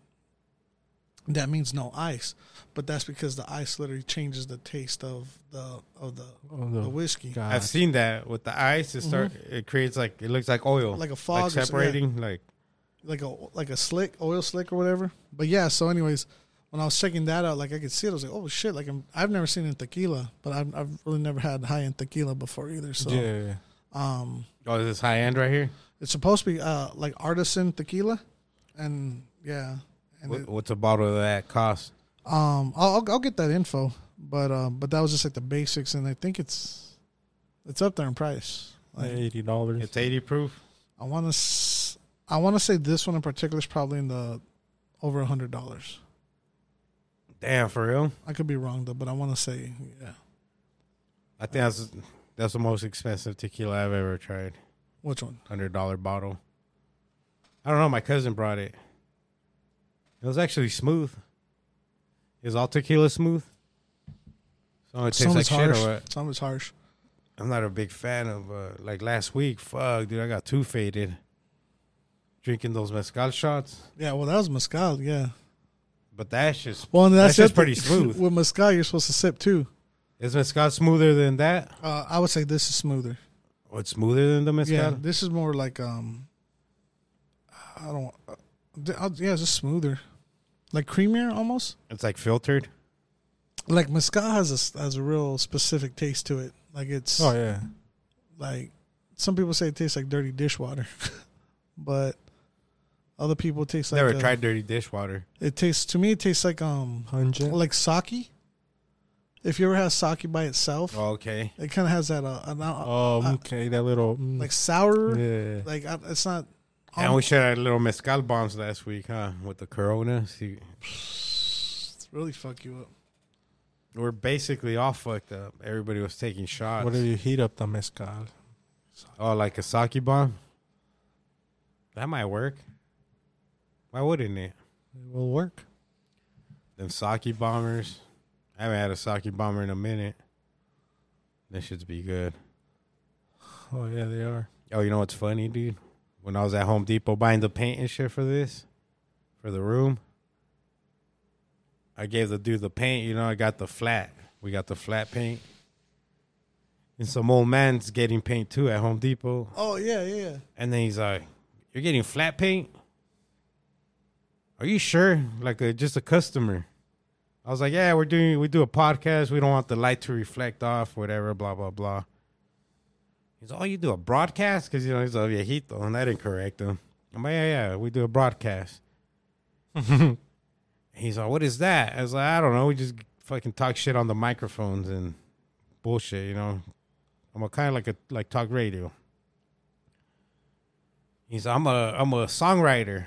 Speaker 3: that means no ice, but that's because the ice literally changes the taste of the of the
Speaker 2: Oh, the
Speaker 3: the whiskey.
Speaker 2: God.
Speaker 1: I've seen that with the ice. It start. It creates like it looks like oil,
Speaker 3: Mm-hmm. Like a fog or so- yeah.
Speaker 1: separating. Like
Speaker 3: like a like a slick oil slick or whatever. But yeah, so anyways, when I was checking that out, like I could see it. I was like, oh shit! Like I'm, I've never seen it in tequila, but I've, I've really never had high end tequila before either. So
Speaker 2: yeah,
Speaker 3: um,
Speaker 1: Oh, is this high end right here?
Speaker 3: it's supposed to be uh like artisan tequila, and yeah, and
Speaker 1: What,
Speaker 3: it-
Speaker 1: what's a bottle of that cost?
Speaker 3: um, I'll, I'll I'll get that info, but um, but that was just like the basics, and I think it's it's up there in price.
Speaker 2: like
Speaker 3: Like
Speaker 2: eighty dollars.
Speaker 1: It's 80 proof.
Speaker 3: I want to s- I want to say this one in particular is probably in the over a hundred dollars.
Speaker 1: Damn, for real?
Speaker 3: I could be wrong though, but I want to say yeah.
Speaker 1: I think that's that's the most expensive tequila I've ever tried.
Speaker 3: Which one?
Speaker 1: Hundred dollar bottle. I don't know. My cousin brought it. It was actually smooth. Is all tequila smooth? So it tastes
Speaker 3: Some
Speaker 1: like
Speaker 3: is
Speaker 1: shit
Speaker 3: harsh.
Speaker 1: or what?
Speaker 3: Some is harsh.
Speaker 1: I'm not a big fan of uh, like last week. Fuck, dude, I got too faded. Drinking those mezcal shots,
Speaker 3: Yeah, well, that was mezcal. Yeah.
Speaker 1: but that's just
Speaker 3: Well, and
Speaker 1: that's
Speaker 3: that's,
Speaker 1: just
Speaker 3: the-
Speaker 1: pretty smooth.
Speaker 3: With mezcal, you're supposed to sip too.
Speaker 1: Is mezcal smoother than that?
Speaker 3: Uh, I would say this is smoother.
Speaker 1: Or it's smoother than the mezcal?
Speaker 3: yeah, this is more like um, I don't. Uh, th- I'll- yeah, it's just smoother, like creamier almost.
Speaker 1: It's like filtered.
Speaker 3: Like mezcal has a s- has a real specific taste to it. Like it's
Speaker 2: Oh yeah,
Speaker 3: like some people say it tastes like dirty dishwater, but other people it tastes like
Speaker 1: Never
Speaker 3: uh,
Speaker 1: tried dirty dishwater.
Speaker 3: It tastes to me. It tastes like um
Speaker 2: pungent.
Speaker 3: like sake. If you ever have sake by itself,
Speaker 1: Oh, okay.
Speaker 3: it kind of has that uh, an, uh,
Speaker 2: Oh,
Speaker 3: uh,
Speaker 2: okay, that little mm,
Speaker 3: like sour.
Speaker 2: yeah.
Speaker 3: Like I, it's not.
Speaker 1: And we should have had little mezcal bombs last week, huh? With the corona. See,
Speaker 3: It's really fuck you up.
Speaker 1: we're basically all fucked up. Everybody was taking shots.
Speaker 2: What do you heat up the mezcal?
Speaker 1: oh, like a sake bomb? That might work. Why wouldn't it?
Speaker 2: It will work.
Speaker 1: Them sake bombers. I haven't had a sake bomber in a minute. This should be good.
Speaker 2: Oh yeah, they are.
Speaker 1: Oh, you know what's funny, dude? When I was at Home Depot buying the paint and shit for this, for the room, I gave the dude the paint. You know, I got the flat. We got the flat paint. And some old man's getting paint too at Home Depot.
Speaker 3: Oh yeah, yeah, yeah.
Speaker 1: And then he's like, You're getting flat paint? Are you sure? Like a, just a customer. I was like, Yeah, we're doing, we do a podcast. We don't want the light to reflect off, whatever, blah, blah, blah. He's like, Oh, you do a broadcast? Because, you know, he's "Oh, a viejito. And I didn't correct him. I'm like, Yeah, yeah, we do a broadcast. he's like, What is that? I was like, I don't know. We just fucking talk shit on the microphones and bullshit, you know? I'm a kind of like a like talk radio. He's I'm a I'm a songwriter.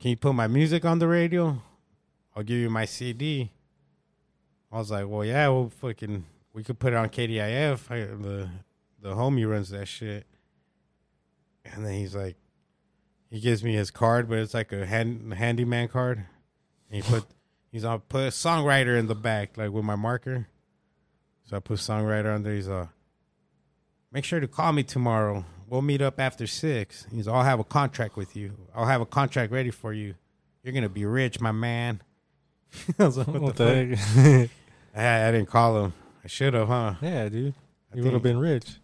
Speaker 1: Can you put my music on the radio? I'll give you my CD. I was like, well, yeah, we'll fucking we could put it on KDIF. I, the the homie runs that shit. And then he's like, he gives me his card, but it's like a hand, handyman card. And he put he's on put songwriter in the back, like with my marker. So I put songwriter under. He's uh, make sure to call me tomorrow. We'll meet up after six. He's, I'll have a contract with you. I'll have a contract ready for you. You're gonna be rich, my man. I was like, what,
Speaker 2: What
Speaker 1: the, fuck?
Speaker 2: the heck?
Speaker 1: I, I didn't call him. I should have, huh?
Speaker 2: yeah, dude,
Speaker 1: I
Speaker 2: you would
Speaker 1: think-
Speaker 2: have been rich.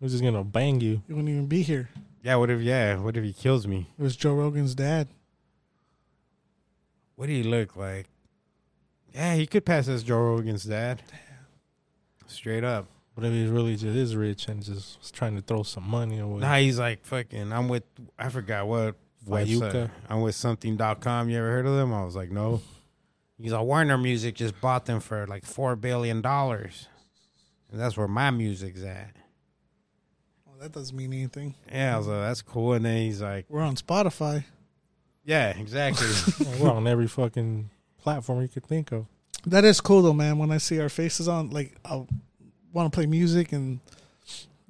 Speaker 2: We're just gonna bang you.
Speaker 3: You wouldn't even be here.
Speaker 1: Yeah, what if? Yeah, what if he kills me?
Speaker 3: It was Joe Rogan's dad.
Speaker 1: What do he look like? Yeah, he could pass as Joe Rogan's dad. Straight up.
Speaker 2: What if he really just is rich and just was trying to throw some money away?
Speaker 1: Nah, he's like fucking. I'm with. I forgot what website.
Speaker 2: Fayuca.
Speaker 1: I'm with something.com. You ever heard of them? I was like, no. He's like Warner Music just bought them for like four billion dollars, and that's where my music's at.
Speaker 3: Oh, that doesn't mean anything.
Speaker 1: Yeah, I was like, that's cool. And then he's like,
Speaker 3: We're on Spotify.
Speaker 1: yeah, exactly.
Speaker 2: We're on every fucking platform you could think of.
Speaker 3: That is cool though, man. When I see our faces on, like I want to play music and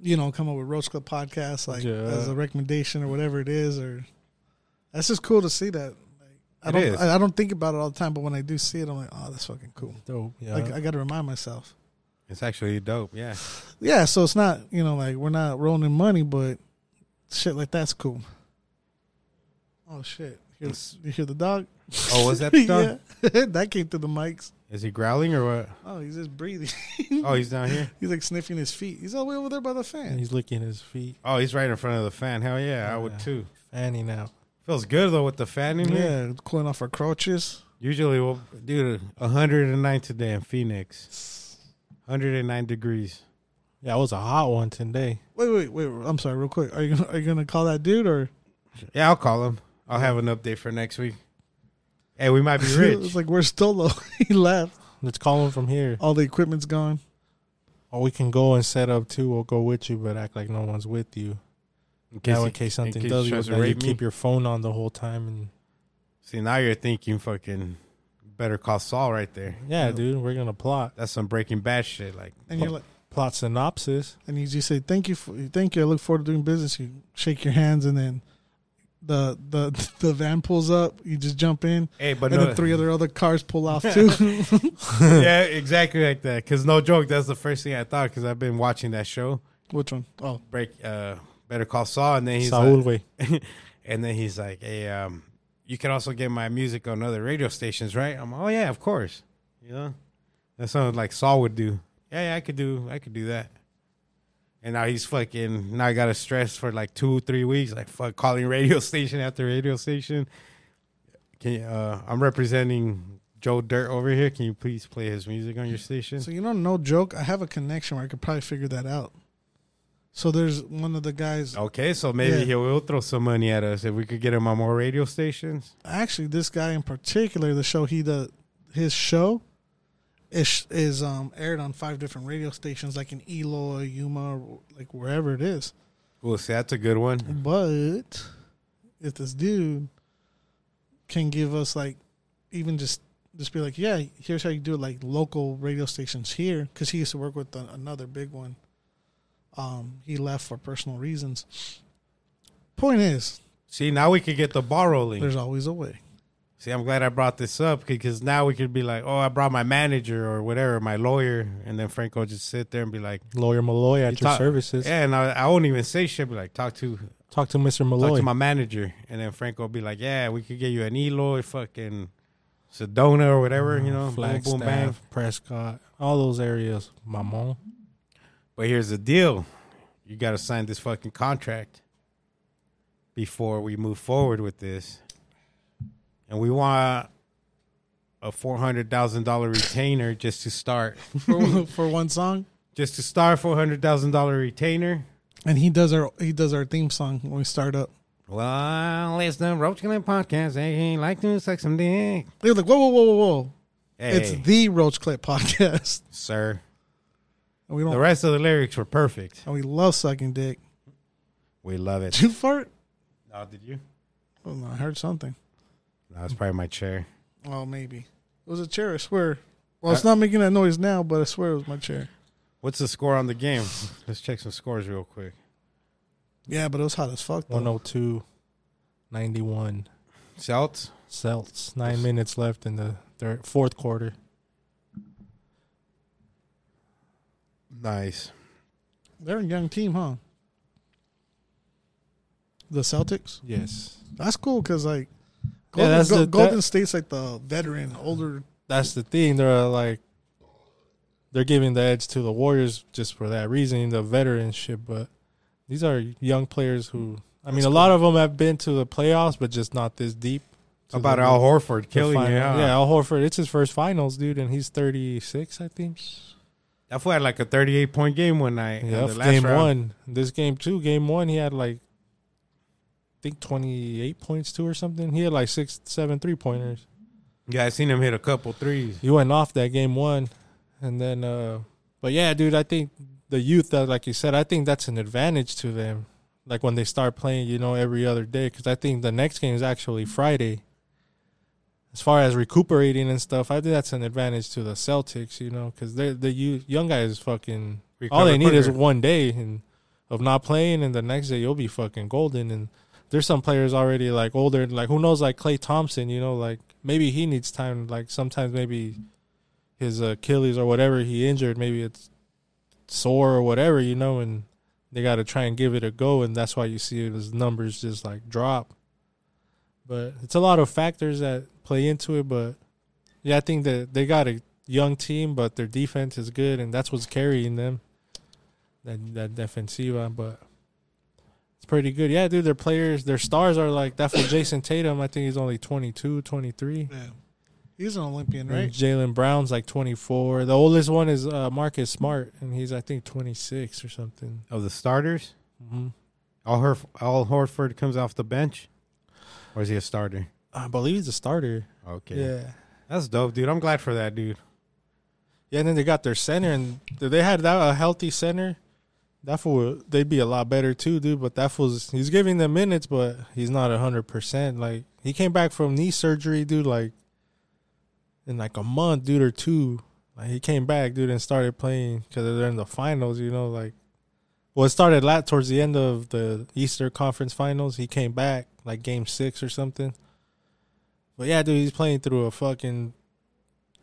Speaker 3: you know come up with Roach Club podcast, like
Speaker 2: Yeah.
Speaker 3: as a recommendation or whatever it is. Or that's just cool to see that. Like, I
Speaker 1: It
Speaker 3: don't.
Speaker 1: is.
Speaker 3: I, I don't think about it all the time, but when I do see it, I'm like, oh, that's fucking cool.
Speaker 2: Dope. Yeah.
Speaker 3: Like I got to remind myself.
Speaker 1: it's actually dope. Yeah.
Speaker 3: Yeah, so it's not you know like we're not rolling in money, but shit like that's cool. Oh shit! Hear,
Speaker 1: It's-
Speaker 3: you hear the dog?
Speaker 1: Oh, was that the dog?
Speaker 3: yeah, that came through the mics.
Speaker 1: Is he growling or what?
Speaker 3: Oh, he's just breathing.
Speaker 1: Oh, he's down here.
Speaker 3: He's like sniffing his feet. He's all the way over there by the fan.
Speaker 2: and he's licking his feet,
Speaker 1: Oh, he's right in front of the fan. Hell yeah, I would
Speaker 2: Yeah.
Speaker 1: too.
Speaker 2: fanning out.
Speaker 1: Feels good though with the fan in here.
Speaker 3: yeah, cooling off our crotches.
Speaker 1: Usually, we'll dude, 109 today in Phoenix, 109 degrees.
Speaker 2: Yeah, it was a hot one today.
Speaker 3: Wait, wait, wait. I'm sorry, real quick. Are you gonna, are you gonna call that dude or
Speaker 1: Yeah, I'll call him. I'll have an update for next week. Hey, we might be
Speaker 3: it's
Speaker 1: rich.
Speaker 3: like where's Stolo? he left.
Speaker 2: Let's call him from here.
Speaker 3: All the equipment's gone.
Speaker 2: Or we can go and set up too. We'll go with you, but act like no one's with you.
Speaker 1: in
Speaker 2: That
Speaker 1: he-
Speaker 2: way, in case something
Speaker 1: case
Speaker 2: does,
Speaker 1: he
Speaker 2: you,
Speaker 1: tries to
Speaker 2: that you
Speaker 1: rape me.
Speaker 2: keep your phone on the whole time. And
Speaker 1: See, now you're thinking fucking better call Saul right there.
Speaker 2: yeah, dude, we're gonna plot
Speaker 1: That's some Breaking Bad shit. Like,
Speaker 3: And you're like,
Speaker 2: plot synopsis.
Speaker 3: and you just say thank you, for, thank you. I look forward to doing business. You shake your hands, and then the the the van pulls up. You just jump in,
Speaker 1: hey, but
Speaker 3: and
Speaker 1: no,
Speaker 3: then three other other cars pull off too.
Speaker 1: yeah, exactly like that. Because no joke, that's the first thing I thought. Because I've been watching that show,
Speaker 3: Which one? Oh,
Speaker 1: Break uh, Better Call Saul, and then he's
Speaker 2: Saul,
Speaker 1: like,
Speaker 2: way.
Speaker 1: and then he's like, hey, um, you can also get my music on other radio stations, right? I'm, oh yeah, of course. You know, that's something like Saul would do. Yeah, yeah, I could do, I could do that. And now he's fucking. Now I got to stress for like two, three weeks. Like fuck, calling radio station after radio station. Can you, uh, I'm representing Joe Dirt over here. Can you please play his music on your station?
Speaker 3: so you know, no joke. I have a connection where I could probably figure that out. So there's one of the guys.
Speaker 1: Okay, so maybe
Speaker 3: Yeah.
Speaker 1: he will throw some money at us if we could get him on more radio stations.
Speaker 3: actually this guy in particular the show he does his show is is um aired on five different radio stations like in Eloy, Yuma, like wherever it is.
Speaker 1: Well, see, that's a good one.
Speaker 3: Mm-hmm. But if this dude can give us like even just just be like, yeah, here's how you do it, like local radio stations here, because he used to work with an another big one. Um, he left for personal reasons. Point is,
Speaker 1: See, now we could get the ball rolling.
Speaker 3: there's always a way.
Speaker 1: See, I'm glad I brought this up because now we could be like, oh, I brought my manager or whatever, my lawyer, and then Franco just sit there and be like,
Speaker 2: Lawyer Malloy at
Speaker 1: You
Speaker 2: your
Speaker 1: talk-
Speaker 2: services.
Speaker 1: yeah, and I, I won't even say shit. Be like, talk to
Speaker 2: Talk to Mr.
Speaker 1: talk
Speaker 2: Malloy.
Speaker 1: to my manager, and then Franco will be like, yeah, we could get you an Eloy, fucking Sedona or whatever, you know, boom, boom, bang.
Speaker 2: Mm, Flagstaff, Prescott, all those areas. Mamon.
Speaker 1: But here's the deal. You got to sign this fucking contract before we move forward with this. And we want a $400,000 retainer just to start.
Speaker 3: for, for one song.
Speaker 1: Just to start, $400,000 retainer.
Speaker 3: And he does our he does our theme song when we start up.
Speaker 1: Well, it's the Roach Clip Podcast. Hey, like to suck some dick.
Speaker 3: They're like, whoa, whoa, whoa, whoa, whoa!
Speaker 1: Hey,
Speaker 3: It's the Roach Clip podcast,
Speaker 1: sir.
Speaker 3: and we
Speaker 1: The
Speaker 3: don't
Speaker 1: rest of the lyrics were perfect.
Speaker 3: and we love sucking dick.
Speaker 1: We love it.
Speaker 3: Did you fart?
Speaker 1: Oh, did you?
Speaker 3: Oh, no, I heard something.
Speaker 1: That was probably my chair.
Speaker 3: Oh, maybe it was a chair. I swear. Well,
Speaker 2: Uh,
Speaker 3: it's not making that noise now, but I swear it was my chair.
Speaker 1: What's the score on the game? Let's check some scores real quick.
Speaker 3: Yeah, but it was hot as fuck.
Speaker 2: Oh,
Speaker 3: Though.
Speaker 2: 102, 91.
Speaker 1: Celts?
Speaker 2: Celts. Nine minutes left in the third, fourth quarter.
Speaker 1: Nice.
Speaker 3: They're a young team, huh? The Celtics.
Speaker 2: Yes.
Speaker 3: That's cool because like,
Speaker 2: Yeah,
Speaker 3: Golden,
Speaker 2: that's
Speaker 3: Go-
Speaker 2: the-
Speaker 3: Golden
Speaker 2: that-
Speaker 3: State's like the veteran, older.
Speaker 2: That's the thing. They're uh, like, they're giving the edge to the Warriors just for that reason, the veteran shit. But these are young players who, I mean, a lot of them have been to the playoffs, but just not this deep. to
Speaker 1: About
Speaker 2: the-
Speaker 1: Al Horford
Speaker 2: the
Speaker 1: killing you.
Speaker 2: final-
Speaker 1: Yeah.
Speaker 2: Yeah, Al Horford. It's his first finals, dude, and he's 36, I think.
Speaker 1: That fool had like a 38 point game one night. in
Speaker 2: Yeah,
Speaker 1: the last
Speaker 2: game
Speaker 1: round.
Speaker 2: one. This game two, game one, he had like, I think twenty eight points two or something. He had like six, seven three pointers.
Speaker 1: Yeah, I seen him hit a couple threes.
Speaker 2: He went off that game one, and then, uh but yeah, dude, I think the youth that, like you said, I think that's an advantage to them. Like when they start playing, you know, every other day, because I think the next game is actually Friday. As far as recuperating and stuff, I think that's an advantage to the Celtics, you know, because they the you- young guys fucking all they need
Speaker 1: Recovered
Speaker 2: is
Speaker 1: quicker.
Speaker 2: one day and of not playing, and the next day you'll be fucking golden. And there's some players already like older, like who knows, like Clay Thompson, you know, like maybe he needs time. Like sometimes maybe his Achilles or whatever he injured, maybe it's sore or whatever, you know, and they got to try and give it a go, and that's why you see his numbers just like drop. But it's a lot of factors that play into it, but yeah, I think that they got a young team, but their defense is good, and that's what's carrying them that that defensiva, but it's pretty good. Yeah, dude, their players, their stars are like that for Jason Tatum. I think he's only 22, 23.
Speaker 3: Yeah. He's an Olympian,
Speaker 2: And
Speaker 3: right?
Speaker 2: Jalen Brown's like 24. The oldest one is uh, Marcus Smart, and he's I think 26 or something.
Speaker 1: of the starters. All her, all Horford comes off the bench, or is he a starter?
Speaker 2: I believe he's a starter.
Speaker 1: Okay,
Speaker 2: Yeah.
Speaker 1: that's dope, dude. I'm glad for that, dude.
Speaker 2: Yeah, and then they got their center, and if they had that a healthy center, that fool they'd be a lot better too, dude. But that fool's he's giving them minutes, but he's not hundred percent. Like he came back from knee surgery, dude. Like in like a month, dude, or two. Like he came back, dude, and started playing because they're in the finals. You know, like well, it started lat towards the end of the Easter Conference Finals. He came back like game six or something. But yeah, dude, he's playing through a fucking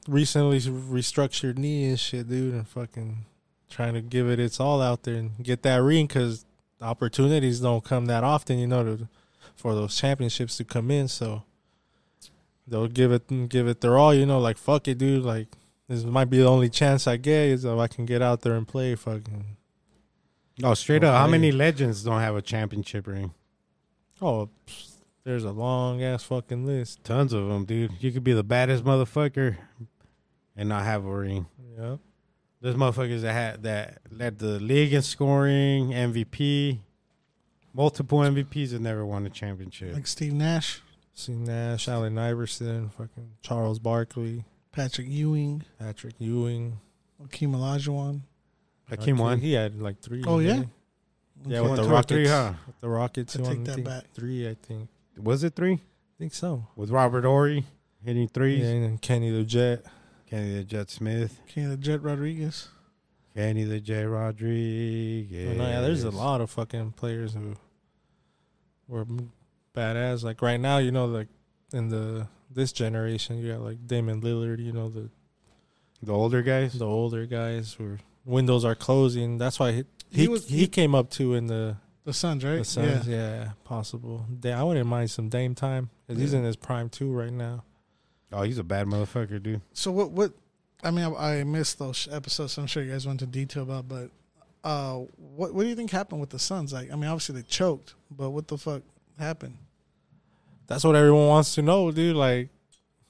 Speaker 2: recently restructured knee and shit, dude, and fucking trying to give it its all out there and get that ring because opportunities don't come that often, you know, to, for those championships to come in. So they'll give it give it their all, you know, like fuck it, dude. Like this might be the only chance I get is if I can get out there and play fucking.
Speaker 1: No, Oh, straight up. How
Speaker 2: Okay.
Speaker 1: many legends don't have a championship ring?
Speaker 2: Oh, psh, there's a long ass fucking list.
Speaker 1: Tons of them, dude. You could be the baddest motherfucker and not have a ring.
Speaker 2: Yeah.
Speaker 1: There's motherfuckers that had that led the league in scoring, MVP, multiple MVPs, and never won a championship.
Speaker 3: Like Steve Nash,
Speaker 2: See Nash, Allen Iverson, fucking Charles Barkley,
Speaker 3: Patrick Ewing,
Speaker 2: Patrick Ewing.
Speaker 3: Hakeem Olajuwon.
Speaker 1: Hakeem won.
Speaker 2: He had like three.
Speaker 3: Oh, yeah?
Speaker 2: didn't he? Yeah,
Speaker 1: He
Speaker 2: with
Speaker 1: won
Speaker 2: the
Speaker 1: two or
Speaker 2: Rockets.
Speaker 1: three, huh?
Speaker 2: With the Rockets.
Speaker 3: I
Speaker 2: he
Speaker 3: take
Speaker 2: won, I
Speaker 3: that
Speaker 2: think,
Speaker 3: back.
Speaker 2: Three, I think.
Speaker 1: Was it three
Speaker 2: I think so.
Speaker 1: with Robert Ory hitting threes?
Speaker 2: Yeah, and then Kenny the Jet.
Speaker 1: Kenny the Jet Smith,
Speaker 3: Okay, the Jet Rodriguez.
Speaker 1: Kenny the J Rodriguez.
Speaker 2: Oh, no, yeah, there's a lot of fucking players who were badass. Like right now, you know, like in the this generation, you got like Damon Lillard. You know, the
Speaker 1: The older guys.
Speaker 2: the older guys who are- windows are closing. That's why he he,
Speaker 3: He was-
Speaker 2: he,
Speaker 3: he-
Speaker 2: came up too in the
Speaker 3: The Suns, right?
Speaker 2: The Suns, yeah. possible. Da- I wouldn't mind some Dame time 'cause he's
Speaker 3: Yeah.
Speaker 2: in his prime too right now.
Speaker 1: Oh, he's a bad motherfucker, dude.
Speaker 3: So what? What? I mean, I, I missed those sh- episodes. So I'm sure you guys went into detail about, but uh, what what do you think happened with the Suns? Like, I mean, obviously they choked, but what the fuck happened?
Speaker 2: That's what everyone wants to know, dude. Like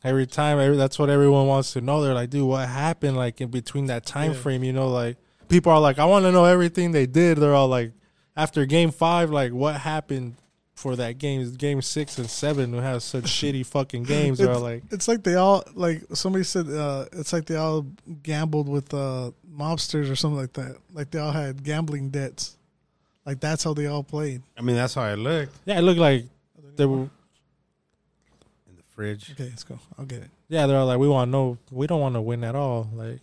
Speaker 2: every time, every, that's what everyone wants to know. They're like, dude, what happened? Like in between that time
Speaker 3: Yeah.
Speaker 2: frame, you know, like people are like, I want to know everything they did. They're all like, after game five, like what happened for that game? Game six and seven who have such shitty fucking games. They're all like,
Speaker 3: It's like they all like somebody said. Uh, it's like they all gambled with uh, mobsters or something like that. Like they all had gambling debts. Like that's how they all played.
Speaker 1: I mean, that's how I looked
Speaker 2: yeah, it looked like they were.
Speaker 1: in the fridge.
Speaker 3: Okay, let's go. I'll get it.
Speaker 2: Yeah, they're all like, we want no, we don't want to win at all. Like,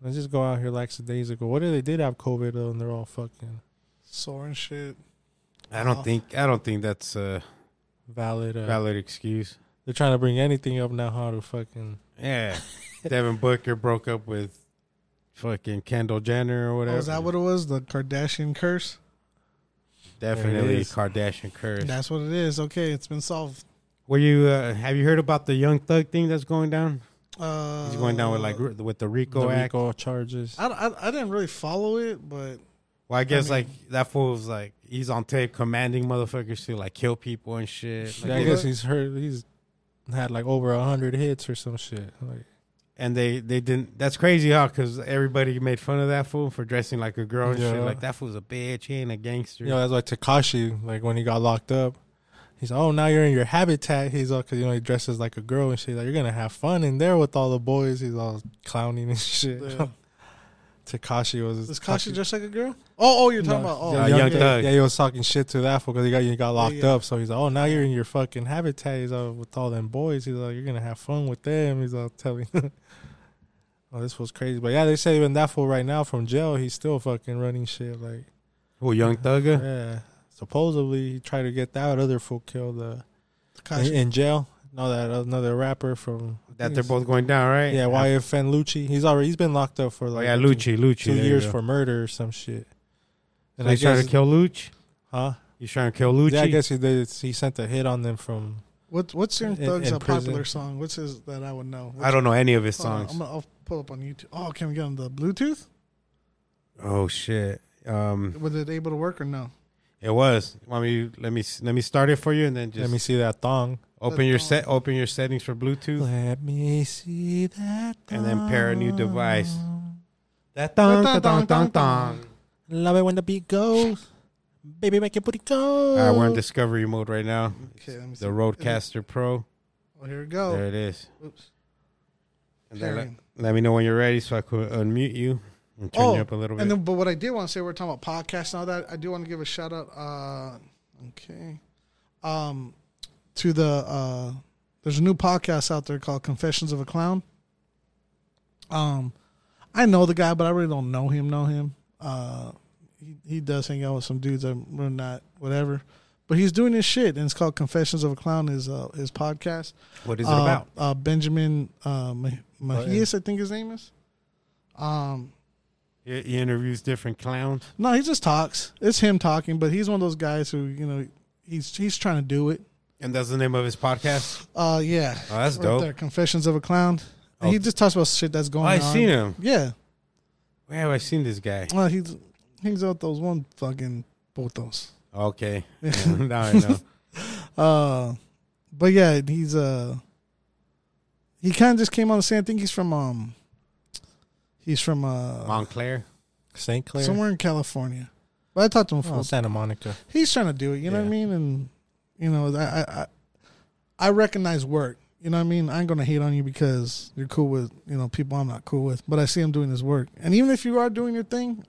Speaker 2: let's just go out here like some days ago. What if they did have COVID though, and they're all fucking
Speaker 3: Sore and shit.
Speaker 1: I don't
Speaker 3: Oh.
Speaker 1: think I don't think that's a
Speaker 2: valid? Uh,
Speaker 1: valid excuse.
Speaker 2: They're trying to bring anything up now. How to fucking
Speaker 1: Yeah, Devin Booker broke up with fucking Kendall Jenner or whatever.
Speaker 3: Oh, is that what it was? The Kardashian curse.
Speaker 2: There it
Speaker 1: Definitely
Speaker 2: is.
Speaker 1: Kardashian curse.
Speaker 3: That's what it is. Okay, it's been solved.
Speaker 1: Were you? Uh, have you heard about the Young Thug thing that's going down?
Speaker 3: Uh,
Speaker 1: He's going down with like r- with the Rico
Speaker 2: the
Speaker 1: Act.
Speaker 2: Rico charges.
Speaker 3: I, I, I didn't really follow it, but
Speaker 1: Well, I guess
Speaker 3: mean-
Speaker 1: like that fool was like he's on tape commanding motherfuckers to like kill people and shit. Like,
Speaker 2: Yeah, I
Speaker 1: they-
Speaker 2: guess he's heard he's had like over a hundred hits or some shit. Like,
Speaker 1: and they they didn't. That's crazy, huh? Because everybody made fun of that fool for dressing like a girl and
Speaker 2: Yeah.
Speaker 1: shit. Like that fool's a bitch. He ain't a gangster.
Speaker 2: you know, that's like Takashi. Like when he got locked up, he's oh now you're in your habitat. He's all because you know he dresses like a girl and shit. Like you're gonna have fun in there with all the boys. He's all clowning and shit.
Speaker 3: Yeah.
Speaker 2: Takashi was
Speaker 3: is Kasha just like a girl? Oh, oh, you're talking
Speaker 2: No.
Speaker 3: about oh,
Speaker 1: Uh,
Speaker 2: yeah,
Speaker 1: Young
Speaker 2: yeah,
Speaker 1: Thug.
Speaker 2: Yeah, he was talking shit to that because he got you got locked
Speaker 3: yeah.
Speaker 2: up. So he's like, "Oh, now you're in your fucking habitat." He's like, with all them boys. He's like, "You're gonna have fun with them." He's all telling. oh, this was crazy, but yeah, they say even that fool right now from jail, he's still fucking running shit. Like,
Speaker 1: Who Young Thugger?
Speaker 2: yeah, supposedly he tried to get that other fool killed uh, in,
Speaker 3: Tekashi.
Speaker 2: in jail. No, that another rapper from
Speaker 1: That they're both going down, right?
Speaker 2: yeah, YFN Lucci. He's already he's been locked up for
Speaker 1: Oh
Speaker 2: like
Speaker 1: yeah,
Speaker 2: I think,
Speaker 1: Lucci, Lucci.
Speaker 2: two
Speaker 1: there you
Speaker 2: years
Speaker 1: go.
Speaker 2: for murder or some shit.
Speaker 1: So he's trying to kill Luch.
Speaker 2: huh?
Speaker 1: He's trying to kill Lucci.
Speaker 2: Yeah, I guess he did. He sent a hit on them from.
Speaker 3: What, what's your
Speaker 2: in-
Speaker 3: Thug's
Speaker 2: in
Speaker 3: a
Speaker 2: prison.
Speaker 3: popular song? What's his that I would know?
Speaker 1: I don't know any of his
Speaker 3: Hold on,
Speaker 1: songs.
Speaker 3: I'm gonna, I'll pull up on YouTube. Oh, can we get on the Bluetooth?
Speaker 1: Oh shit. Um,
Speaker 3: Was it able to work or no?
Speaker 1: it was. Want me? Let me. Let me start it for you, and then just.
Speaker 2: Let me see that thong.
Speaker 1: Open your set. Open your settings for Bluetooth,
Speaker 2: Let me see that.
Speaker 1: and then pair a new device. That
Speaker 3: Dun,
Speaker 1: dun dun
Speaker 3: dun,
Speaker 1: dun
Speaker 3: dun,
Speaker 1: dun.
Speaker 3: dun.
Speaker 2: Love it when the beat goes. Baby, make your booty
Speaker 1: All
Speaker 2: go.
Speaker 1: right, we're in discovery mode right now.
Speaker 3: Okay, let me see.
Speaker 1: The Roadcaster Pro.
Speaker 3: Oh, here we go.
Speaker 1: There it is.
Speaker 3: Oops.
Speaker 1: And then let,
Speaker 3: Sharing.
Speaker 1: let me know when you're ready so I could unmute you and turn
Speaker 3: oh,
Speaker 1: you up a little bit.
Speaker 3: And then, but what I did want to say, we we're talking about podcasts and all that. I do want to give a shout out. Uh, okay, um, to the uh, there's a new podcast out there called Confessions of a Clown. Um, I know the guy, but I really don't know him. Know him. Uh, he he does hang out with some dudes. I'm really not whatever. But he's doing his shit, and it's called Confessions of a Clown. His uh, his podcast.
Speaker 1: what is it
Speaker 3: uh,
Speaker 1: about?
Speaker 3: Uh, Benjamin uh, Ma- Mahias, I think his name is. Um,
Speaker 1: He, he interviews different clowns.
Speaker 3: no, he just talks. It's him talking, but he's one of those guys who you know he's he's trying to do it.
Speaker 1: And that's the name of his podcast.
Speaker 3: Uh, yeah,
Speaker 1: Oh, that's dope.
Speaker 3: Confessions of a Clown. And He
Speaker 1: Oh.
Speaker 3: just talks about shit that's
Speaker 1: Oh,
Speaker 3: going.
Speaker 1: i
Speaker 3: on.
Speaker 1: seen him.
Speaker 3: Yeah,
Speaker 1: Where have I seen this guy?
Speaker 3: well, he's hangs out with those one fucking botos.
Speaker 1: Okay. now I know.
Speaker 3: Uh, but yeah, he's uh, he kind of just came on the scene. I think he's from um, he's from uh,
Speaker 1: Montclair.
Speaker 2: St. Clair.
Speaker 3: somewhere in California. But I talked to him for
Speaker 2: Oh, Santa Monica.
Speaker 3: he's trying to do it. You know what I
Speaker 2: Yeah.
Speaker 3: mean? And you know, I, I I- I recognize work. You know what I mean? I ain't gonna hate on you because you're cool with you know people I'm not cool with. But I see him doing his work, and even if you are doing your thing,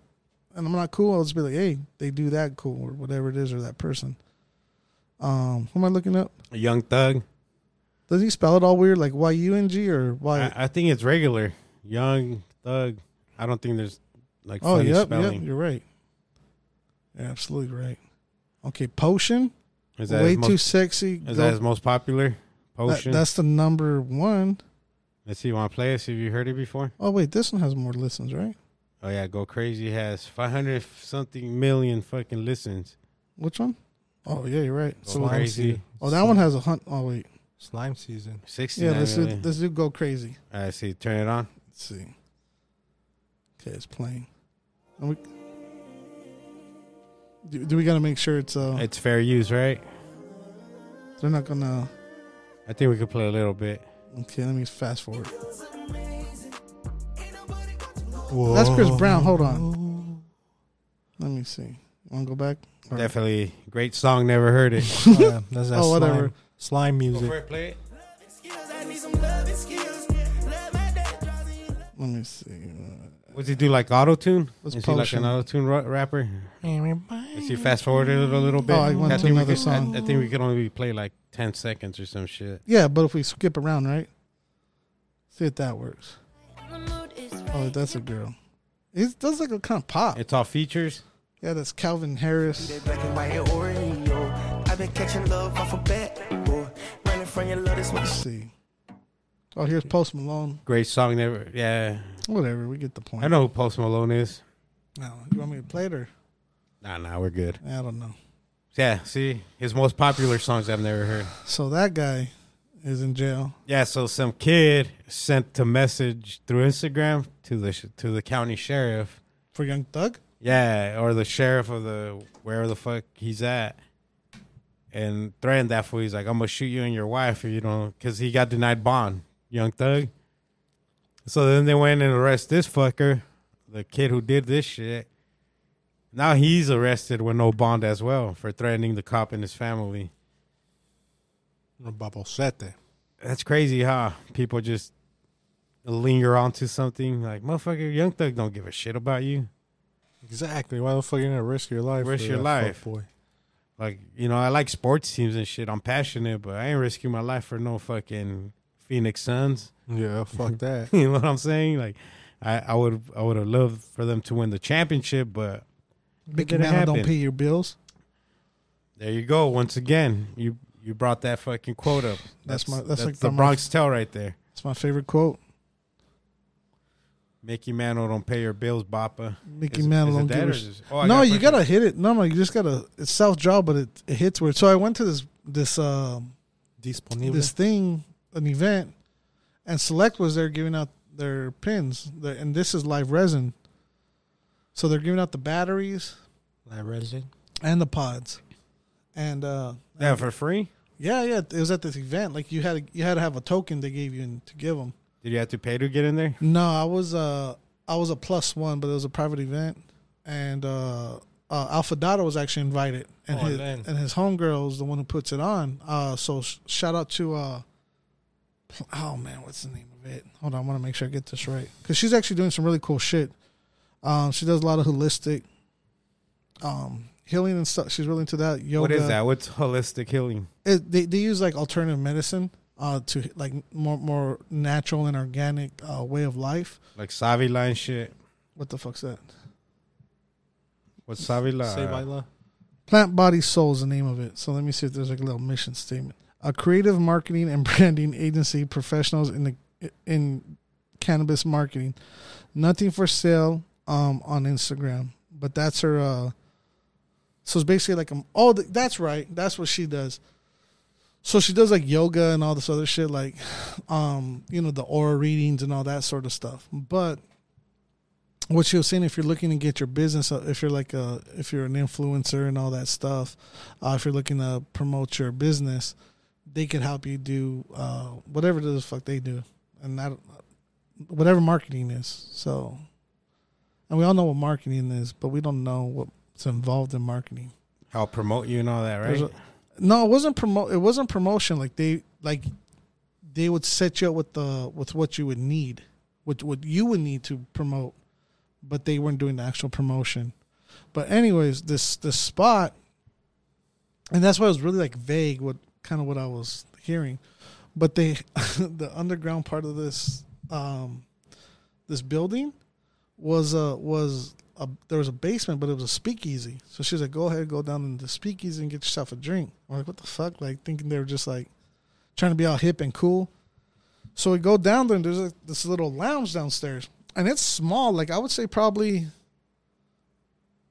Speaker 3: and I'm not cool, I'll just be like, hey, they do that cool or whatever it is or that person. Um, who am I looking up?
Speaker 1: Young Thug.
Speaker 3: Does he spell it all weird like Y U N G or Y?
Speaker 1: I, I think it's regular. Young Thug. I don't think there's like
Speaker 3: oh,
Speaker 1: funny
Speaker 3: yep,
Speaker 1: spelling.
Speaker 3: yep, you're right. You're absolutely right. Okay, potion.
Speaker 1: Is that
Speaker 3: Way
Speaker 1: his most,
Speaker 3: too sexy.
Speaker 1: Is
Speaker 3: Go-
Speaker 1: that his most popular
Speaker 3: that,
Speaker 1: potion?
Speaker 3: that's the number one.
Speaker 1: Let's see. Want to play it? See if you heard it before.
Speaker 3: Oh wait, this one has more listens, right?
Speaker 1: Oh yeah, Go Crazy has 500 something million fucking listens.
Speaker 3: Which one? Oh yeah, you're right.
Speaker 1: Go
Speaker 3: So
Speaker 2: Slime
Speaker 1: Crazy.
Speaker 2: season.
Speaker 3: oh, that one has a hunt. Oh wait,
Speaker 2: Slime season.
Speaker 1: 69
Speaker 3: yeah. Let's do,
Speaker 1: million.
Speaker 3: let's do go crazy.
Speaker 1: All right, see, turn it on.
Speaker 3: Let's see. Okay, it's playing. And we, do, do we gotta make sure it's uh
Speaker 1: It's fair use, right?
Speaker 3: they're not gonna.
Speaker 1: I think we could play a little bit.
Speaker 3: Okay, let me fast forward. That's Chris Brown. Hold on. Let me see. Want to go back? Or-
Speaker 1: Definitely great song. Never heard it.
Speaker 2: oh, yeah, that's that
Speaker 3: Oh,
Speaker 2: slime,
Speaker 3: whatever.
Speaker 2: slime music.
Speaker 1: play it.
Speaker 3: Let me see. Uh,
Speaker 1: What's he do? Like auto tune?
Speaker 3: What's
Speaker 1: Is he like
Speaker 3: Potion?
Speaker 1: an auto tune rapper? Is he
Speaker 2: Everybody.
Speaker 1: fast forwarded it a little bit?
Speaker 3: Oh, I went to
Speaker 1: think we
Speaker 3: another
Speaker 1: could-
Speaker 3: song.
Speaker 1: I, I think we could only play like ten seconds or some shit.
Speaker 3: Yeah, but if we skip around, right? See if that works. Oh, that's a girl. It does like a kind of pop.
Speaker 1: It's all features.
Speaker 3: Yeah, that's Calvin Harris.
Speaker 4: Black and white and orange, yo. I've been catching love off a bat, boy. Running from your love, that's what
Speaker 3: Let's see. Oh, here's Post Malone.
Speaker 1: Great song. Never. Yeah,
Speaker 3: Whatever, we get the point.
Speaker 1: I know who Post Malone is.
Speaker 3: Now, you want me to play it or?
Speaker 1: Nah, nah, we're good.
Speaker 3: I don't know.
Speaker 1: Yeah, see, his most popular songs I've never heard.
Speaker 3: So that guy is in jail.
Speaker 1: Yeah, so some kid sent a message through Instagram to the sh- to the county sheriff.
Speaker 3: For Young Thug?
Speaker 1: Yeah, or the sheriff of the wherever the fuck he's at, and threatened that fool. He's like, "I'm gonna shoot you and your wife if you don't," because he got denied bond. Young thug. So then they went and arrest this fucker, the kid who did this shit. Now he's arrested with no bond as well for threatening the cop and his family.
Speaker 2: Bubble Sete.
Speaker 1: That's crazy, huh? People just linger onto something like, "Motherfucker, Young Thug don't give a shit about you."
Speaker 2: Exactly. Why the fuck you gonna risk your life?
Speaker 1: Risk
Speaker 2: for
Speaker 1: your
Speaker 2: that
Speaker 1: life.
Speaker 2: fuck boy?
Speaker 1: Like, you know, I like sports teams and shit. I'm passionate, but I ain't risking my life for no fucking Phoenix Suns.
Speaker 2: Yeah, fuck that.
Speaker 1: you know what I'm saying? Like, I, I would I would have loved for them to win the championship, but
Speaker 3: Big
Speaker 1: didn't
Speaker 3: man don't
Speaker 1: happen.
Speaker 3: pay your bills.
Speaker 1: there you go. Once again, you you brought that fucking quote up.
Speaker 3: That's my- that's like
Speaker 1: the
Speaker 3: my-
Speaker 1: Bronx tell right there.
Speaker 3: That's my favorite quote.
Speaker 1: Mickey Mantle don't pay your bills, Bappa.
Speaker 3: Mickey
Speaker 1: Is it-
Speaker 3: Mantle
Speaker 1: is it
Speaker 3: don't
Speaker 1: that
Speaker 3: give a
Speaker 1: or
Speaker 3: sh-
Speaker 1: is it- oh, I
Speaker 3: no,
Speaker 1: got
Speaker 3: you
Speaker 1: fucking-
Speaker 3: gotta hit it. No, no, you just gotta. It's self draw, but it, it hits where. So I went to this this um
Speaker 2: Disponible.
Speaker 3: this thing, an event, and Select was there giving out their pins, the- and this is live resin. So they're giving out the batteries
Speaker 2: Like resin.
Speaker 3: and the pods, and uh,
Speaker 1: Yeah, for free.
Speaker 3: Yeah, yeah. It was at this event. Like you had you had to have a token they gave you and to give them.
Speaker 1: Did you have to pay to get in there?
Speaker 3: No, I was uh I was a plus one, but it was a private event, and uh, uh Alfadado was actually invited, and
Speaker 2: Oh,
Speaker 3: his
Speaker 2: man.
Speaker 3: and his homegirl is the one who puts it on. Uh, so sh- shout out to uh, pl- oh man, what's the name of it? Hold on, I want to make sure I get this right because she's actually doing some really cool shit. Um, she does a lot of holistic, um, healing and stuff. She's really into that yoga.
Speaker 1: What is that? What's holistic healing?
Speaker 3: It, they they use like alternative medicine. Uh, to like more more natural and organic uh, way of life.
Speaker 1: Like Savila and shit.
Speaker 3: What the fuck's that?
Speaker 1: What's Savila?
Speaker 2: Say by law.
Speaker 3: Plant Body Soul is the name of it. So let me see if there's like a little mission statement. A creative marketing and branding agency professionals in the in cannabis marketing. Nothing for sale um on Instagram, but that's her uh so it's basically like um oh th- that's right. That's what she does. So she does like yoga and all this other shit like um you know the aura readings and all that sort of stuff. But what she was saying if you're looking to get your business uh, if you're like a if you're an influencer and all that stuff uh, if you're looking to promote your business they could help you do uh, whatever the fuck they do and that whatever marketing is so and we all know what marketing is but we don't know what's involved in marketing
Speaker 1: How promote you and all that,
Speaker 3: There's
Speaker 1: right?
Speaker 3: a- no, it wasn't promo. It wasn't promotion. Like they like they would set you up with the with what you would need, with what you would need to promote, but they weren't doing the actual promotion. But anyways, this this spot, and that's why it was really like vague. What kind of what I was hearing, but they the underground part of this um this building was a was a there was a basement, but it was a speakeasy. So she's like, "Go ahead, go down in the speakeasy and get yourself a drink." I'm like, "What the fuck?" Like thinking they were just like trying to be all hip and cool. So we go down there, and there's a, this little lounge downstairs, and it's small. Like I would say, probably,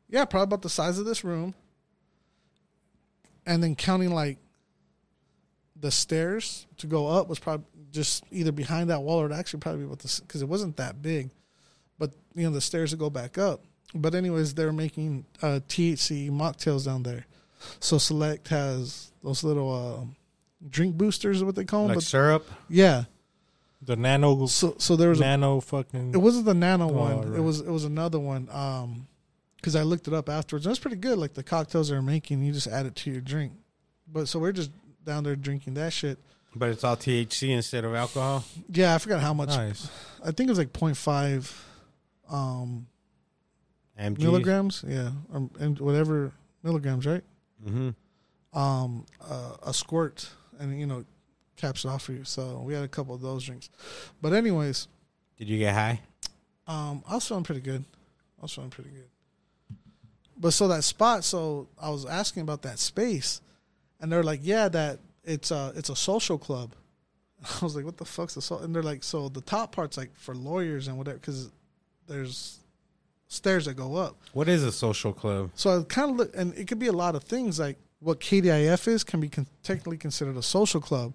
Speaker 3: yeah, probably about the size of this room. And then counting like the stairs to go up was probably just either behind that wall or it actually probably about this because it wasn't that big but you know the stairs to go back up. But anyways, they're making uh, THC mocktails down there. So Select has those little um drink boosters, is what they call them.
Speaker 1: Like
Speaker 3: but
Speaker 1: syrup.
Speaker 3: yeah,
Speaker 2: The nano,
Speaker 3: so so there was a,
Speaker 2: nano
Speaker 3: it
Speaker 2: fucking.
Speaker 3: wasn't the Nano
Speaker 2: Oh,
Speaker 3: one.
Speaker 2: right.
Speaker 3: It was it was another one. Um, because I looked it up afterwards. And it's pretty good. Like the cocktails they're making, you just add it to your drink. But so we're just down there drinking that shit.
Speaker 1: But it's all THC instead of alcohol.
Speaker 3: Yeah, I forgot how much.
Speaker 2: Nice.
Speaker 3: I think it was like 0.5 um,
Speaker 1: MG.
Speaker 3: milligrams. Yeah, or, and whatever milligrams, right?
Speaker 1: Mm-hmm.
Speaker 3: um, uh, a squirt and you know caps it off for you. So we had a couple of those drinks. But anyways,
Speaker 1: Did you get high?
Speaker 3: um, I was feeling pretty good. I was feeling pretty good. But so that spot, so I was asking about that space, and they're like, "Yeah, that it's a it's a social club." I was like, "What the fuck's the so?" And they're like, "So the top part's like for lawyers and whatever, because there's stairs that go up."
Speaker 1: What is a social club?
Speaker 3: So I kind of look, and it could be a lot of things. Like what KDIF is can be con- technically considered a social club,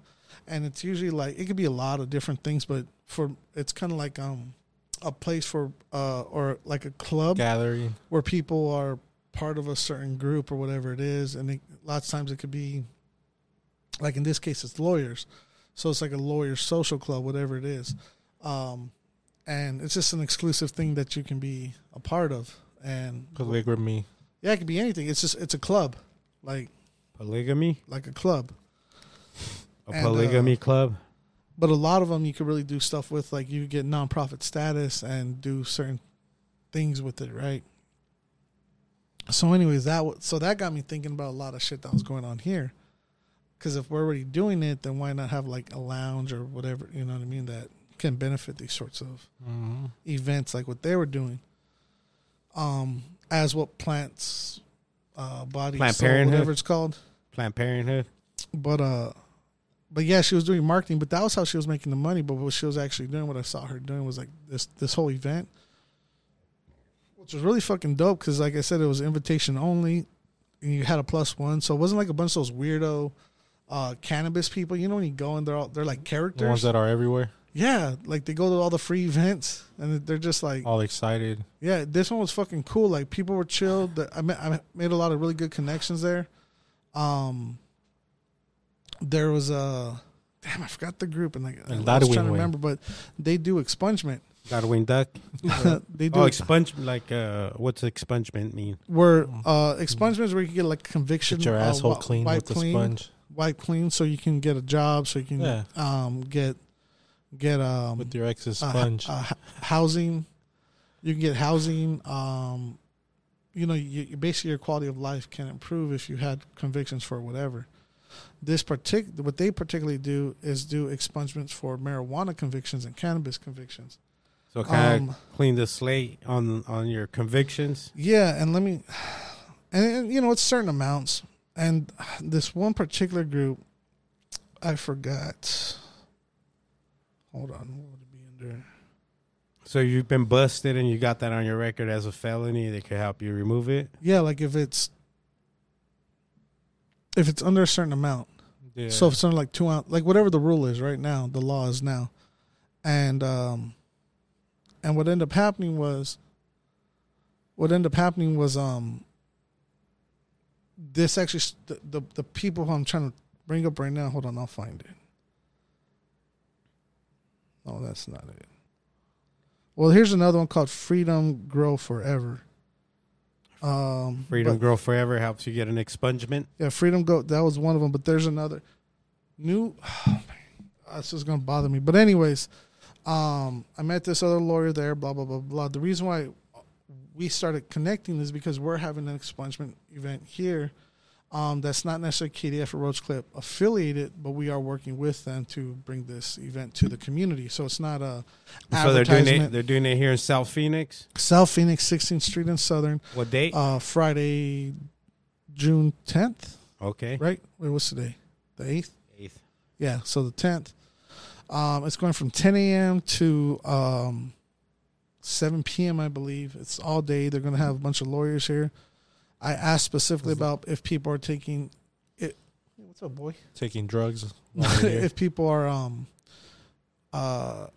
Speaker 3: and it's usually like it could be a lot of different things. But for it's kind of like um a place for uh or like a club
Speaker 2: Gathering.
Speaker 3: where people are part of a certain group or whatever it is, and it, lots of times it could be like in this case it's lawyers, so it's like a lawyers social club, whatever it is, um, and it's just an exclusive thing that you can be a part of. And
Speaker 2: Polygamy.
Speaker 3: yeah, it could be anything. It's just it's a club, like
Speaker 1: Polygamy?
Speaker 3: like a club.
Speaker 1: A
Speaker 3: And, uh,
Speaker 1: polygamy club?
Speaker 3: But a lot of them you could really do stuff with, like you get nonprofit status and do certain things with it, right? So, anyways, that wa- so that got me thinking about a lot of shit that was going on here. Because if we're already doing it, then why not have like a lounge or whatever? You know what I mean? That can benefit these sorts of
Speaker 1: Mm-hmm.
Speaker 3: events like what they were doing, um, as what plants, uh, body,
Speaker 1: Planned
Speaker 3: soul,
Speaker 1: Parenthood?
Speaker 3: whatever it's called.
Speaker 1: Planned Parenthood?
Speaker 3: but uh but yeah she was doing marketing but that was how she was making the money but what she was actually doing what i saw her doing was like this this whole event which was really fucking dope because like i said it was invitation only and you had a plus one so it wasn't like a bunch of those weirdo uh cannabis people you know when you go and they're all they're like
Speaker 2: The ones
Speaker 3: characters
Speaker 2: that are everywhere.
Speaker 3: yeah like they go to all the free events and they're just like
Speaker 2: All excited.
Speaker 3: yeah, this one was fucking cool. Like people were chilled. The- I ma- I made a lot of really good connections there. Um, there was a damn, I forgot the group, and like I was
Speaker 2: Darwin
Speaker 3: trying to
Speaker 2: way.
Speaker 3: remember, but they do expungement.
Speaker 1: Got a wing duck.
Speaker 3: they do
Speaker 1: Oh,
Speaker 3: ex-
Speaker 1: expunge. Like, uh, what's expungement mean?
Speaker 3: where uh, expungement is where you can get like conviction,
Speaker 2: oh. Get your
Speaker 3: uh,
Speaker 2: asshole
Speaker 3: wi-
Speaker 2: clean
Speaker 3: wipe
Speaker 2: with the sponge.
Speaker 3: wipe clean, so you can get a job, so you can
Speaker 2: Yeah.
Speaker 3: um get get um
Speaker 2: With your ex's
Speaker 3: uh,
Speaker 2: sponge.
Speaker 3: uh, h- housing. You can get housing. Um, you know, you, you- basically your quality of life can improve if you had convictions for whatever. This partic- what they particularly do is do expungements for marijuana convictions and cannabis convictions.
Speaker 1: So kind of
Speaker 3: Um,
Speaker 1: clean the slate on on your convictions.
Speaker 3: Yeah, and let me, and, and, you know, it's certain amounts. And this one particular group, I forgot. Hold on, what would it be under?
Speaker 1: So you've been busted and you got that on your record as a felony. They could help you remove it.
Speaker 3: Yeah, like if it's if it's under a certain amount.
Speaker 2: yeah.
Speaker 3: So if it's under like two ounce, like whatever the rule is right now, the law is now, and um, and what ended up happening was, what ended up happening was um. This actually, s- the the, the people who I'm trying to bring up right now. Hold on, I'll find it. No, that's not it. Well, here's another one called "Freedom Grow Forever." Um,
Speaker 1: Freedom
Speaker 3: but-
Speaker 1: Grow Forever helps you get an expungement.
Speaker 3: yeah, Freedom Go. That was one of them, but there's another new. oh, this is gonna bother me, but anyways, um, I met this other lawyer there. Blah blah blah blah. The reason why we started connecting is because we're having an expungement event here. Um, that's not necessarily KDF or Roach Clip affiliated, but we are working with them to bring this event to the community. So it's not a
Speaker 1: So they're doing it.
Speaker 3: advertisement.
Speaker 1: They're doing it here in South Phoenix.
Speaker 3: South Phoenix, 16th Street in Southern,
Speaker 1: What date?
Speaker 3: uh, Friday, June 10th.
Speaker 1: okay,
Speaker 3: Right? Wait, what's today? The eighth.
Speaker 1: eighth.
Speaker 3: Yeah, so the tenth. Um, it's going from ten a.m. to um, seven p.m. I believe. It's all day. They're going to have a bunch of lawyers here. I asked specifically about if people are taking it. What's up, boy?
Speaker 2: Taking drugs. while you're here.
Speaker 3: if people are um, uh,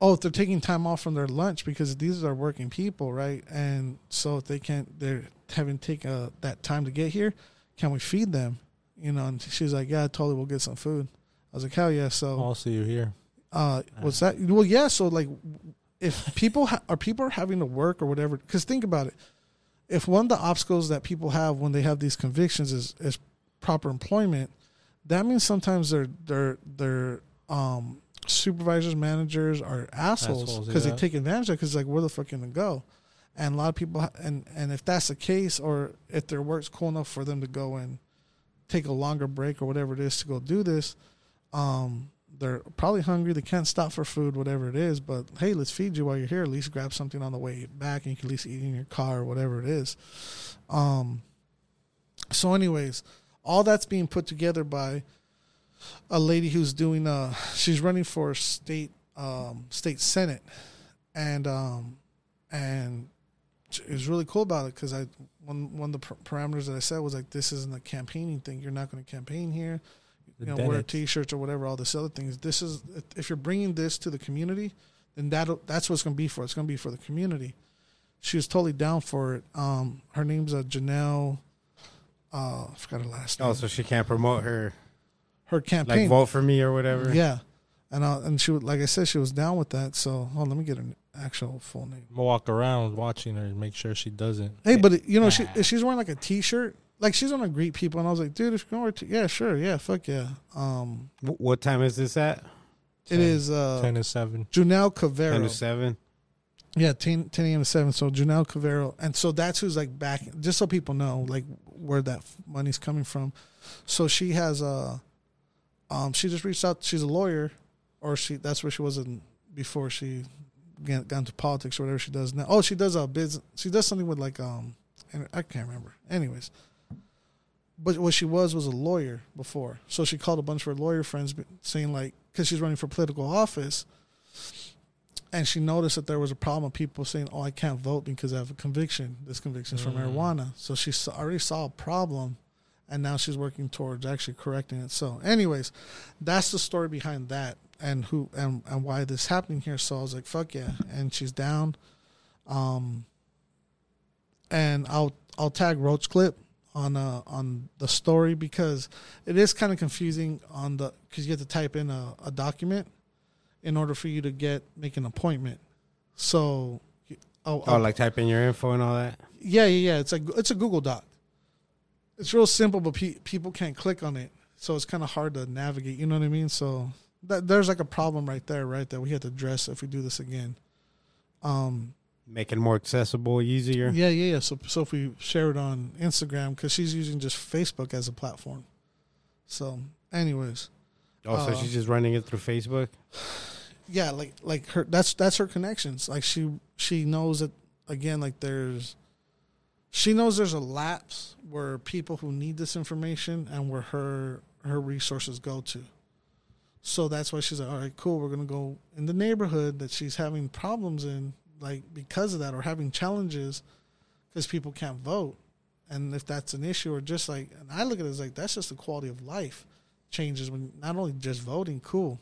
Speaker 3: oh, if they're taking time off from their lunch because these are working people, right? And so if they can't, they're having taken uh, that time to get here. Can we feed them? You know, and she's like, "Yeah, totally. We'll get some food." I was like, "Hell yeah!" So
Speaker 2: also, you're here.
Speaker 3: uh, what's that? Well, yeah. So like, if people ha- are people are having to work or whatever, because think about it. If one of the obstacles that people have when they have these convictions is is proper employment, that means sometimes their their their um supervisors managers are assholes
Speaker 2: Assholes,
Speaker 3: because
Speaker 2: yeah.
Speaker 3: they take advantage of because like where the fuck can they go, and a lot of people ha- and and if that's the case or if their work's cool enough for them to go and take a longer break or whatever it is to go do this, um, they're probably hungry. They can't stop for food, whatever it is. But hey, let's feed you while you're here. At least grab something on the way back, and you can at least eat in your car or whatever it is. Um, so, anyways, all that's being put together by a lady who's doing. Uh, she's running for state um, state senate, and um, and it was really cool about it because I one one of the par- parameters that I said was like this isn't a campaigning thing. You're not going to campaign here. You know, wear
Speaker 2: Bennett.
Speaker 3: t-shirts or whatever. All this other things. This is if- if you're bringing this to the community, then that that's what it's going to be for. It's going to be for the community. She was totally down for it. Um, her name's uh, Janelle. Uh, I forgot her last name.
Speaker 1: Oh, so she can't promote her
Speaker 3: her
Speaker 1: like
Speaker 3: campaign.
Speaker 1: vote for me or whatever.
Speaker 3: yeah, and uh, and she would like I said she was down with that. So oh, let me get her actual full name.
Speaker 2: I'm gonna walk around watching her and make sure she doesn't.
Speaker 3: Hey, but you know, she if she's wearing like a t-shirt. Like she's gonna greet people, and I was like, dude, if you're gonna wear, t- yeah, sure, yeah, fuck yeah. Um,
Speaker 1: Wh- What time is this at?
Speaker 3: it is uh,
Speaker 2: Ten and seven.
Speaker 3: Junel
Speaker 1: Ten to
Speaker 3: Cavero.
Speaker 1: seven.
Speaker 3: Yeah, 10, 10 a.m. to seven. So Janelle Cavero, and so that's who's like back, just so people know like where that f- money's coming from. So she has a, um, she just reached out. She's a lawyer, or she that's where she was in before she got, got into politics or whatever she does now. Oh, she does a business. She does something with like um, and I can't remember. Anyways, but what she was was a lawyer before. So she called a bunch of her lawyer friends, b- saying like, because she's running for political office and she noticed that there was a problem of people saying, "Oh, I can't vote because I have a conviction. This conviction's for marijuana." So she s- already saw a problem, and now she's working towards actually correcting it. So, anyways, that's the story behind that and who and and why this happening here. So I was like, "Fuck yeah!" And she's down. Um, and I'll I'll tag Roach Clip on uh, on the story because it is kind of confusing on the because you have to type in a, a document in order for you to get make an appointment. So, you- oh,
Speaker 1: Oh, like type in your info and all that.
Speaker 3: yeah, yeah, yeah. It's a it's a Google Doc. It's real simple, but pe- people can't click on it, so it's kind of hard to navigate. You know what I mean? So that, there's like a problem right there, right? That we have to address if we do this again. Um,
Speaker 1: Make it more accessible, easier.
Speaker 3: yeah, yeah, yeah. So, so if we share it on Instagram, because she's using just Facebook as a platform. So, anyways,
Speaker 1: Oh, so
Speaker 3: Uh,
Speaker 1: she's just running it through Facebook.
Speaker 3: yeah, like like her that's that's her connections. Like she she knows that again. Like there's, she knows there's a lapse where people who need this information and where her her resources go to. So that's why she's like, all right, cool. We're gonna go in the neighborhood that she's having problems in, like because of that, or having challenges because people can't vote, and if that's an issue, or just like, and I look at it as like that's just the quality of life changes when not only just voting, cool,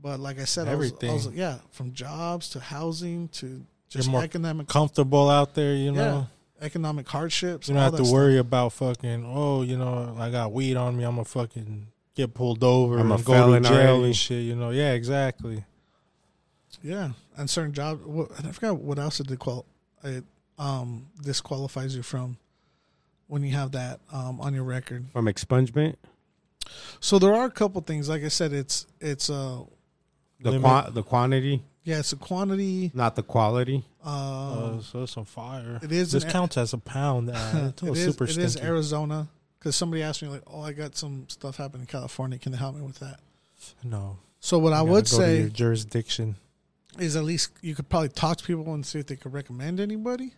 Speaker 3: but like I said, I was, I was,
Speaker 2: Everything.
Speaker 3: yeah, from jobs to housing to just
Speaker 2: You're more
Speaker 3: economic,
Speaker 2: comfortable out there, you know.
Speaker 3: yeah, economic hardships.
Speaker 2: You don't
Speaker 3: all
Speaker 2: have
Speaker 3: that
Speaker 2: to
Speaker 3: stuff.
Speaker 2: worry about fucking. Oh, you know, I got weed on me. I'm gonna fucking get pulled over
Speaker 1: I'm a
Speaker 2: and go to
Speaker 1: felon
Speaker 2: jail
Speaker 1: already.
Speaker 2: and shit. You know, yeah, exactly.
Speaker 3: Yeah, and certain jobs. I forgot what else it, disqual- it um, disqualifies you from when you have that um, on your record.
Speaker 1: From expungement,
Speaker 3: So there are a couple things. Like I said, it's it's uh
Speaker 1: the
Speaker 2: Limit.
Speaker 1: qua- the quantity,
Speaker 3: yeah, it's a quantity.
Speaker 1: not the quality.
Speaker 3: Uh,
Speaker 2: Oh, so it's on fire.
Speaker 3: it is
Speaker 2: This
Speaker 3: an-
Speaker 2: counts as a pound. Uh, it's
Speaker 3: it is,
Speaker 2: super
Speaker 3: it is
Speaker 2: stinky.
Speaker 3: Arizona because somebody asked me like, oh, I got some stuff happening in California. Can you help me with that?
Speaker 2: no,
Speaker 3: So what I
Speaker 2: You gotta
Speaker 3: would
Speaker 2: go to
Speaker 3: say
Speaker 2: your jurisdiction.
Speaker 3: is at least you could probably talk to people and see if they could recommend anybody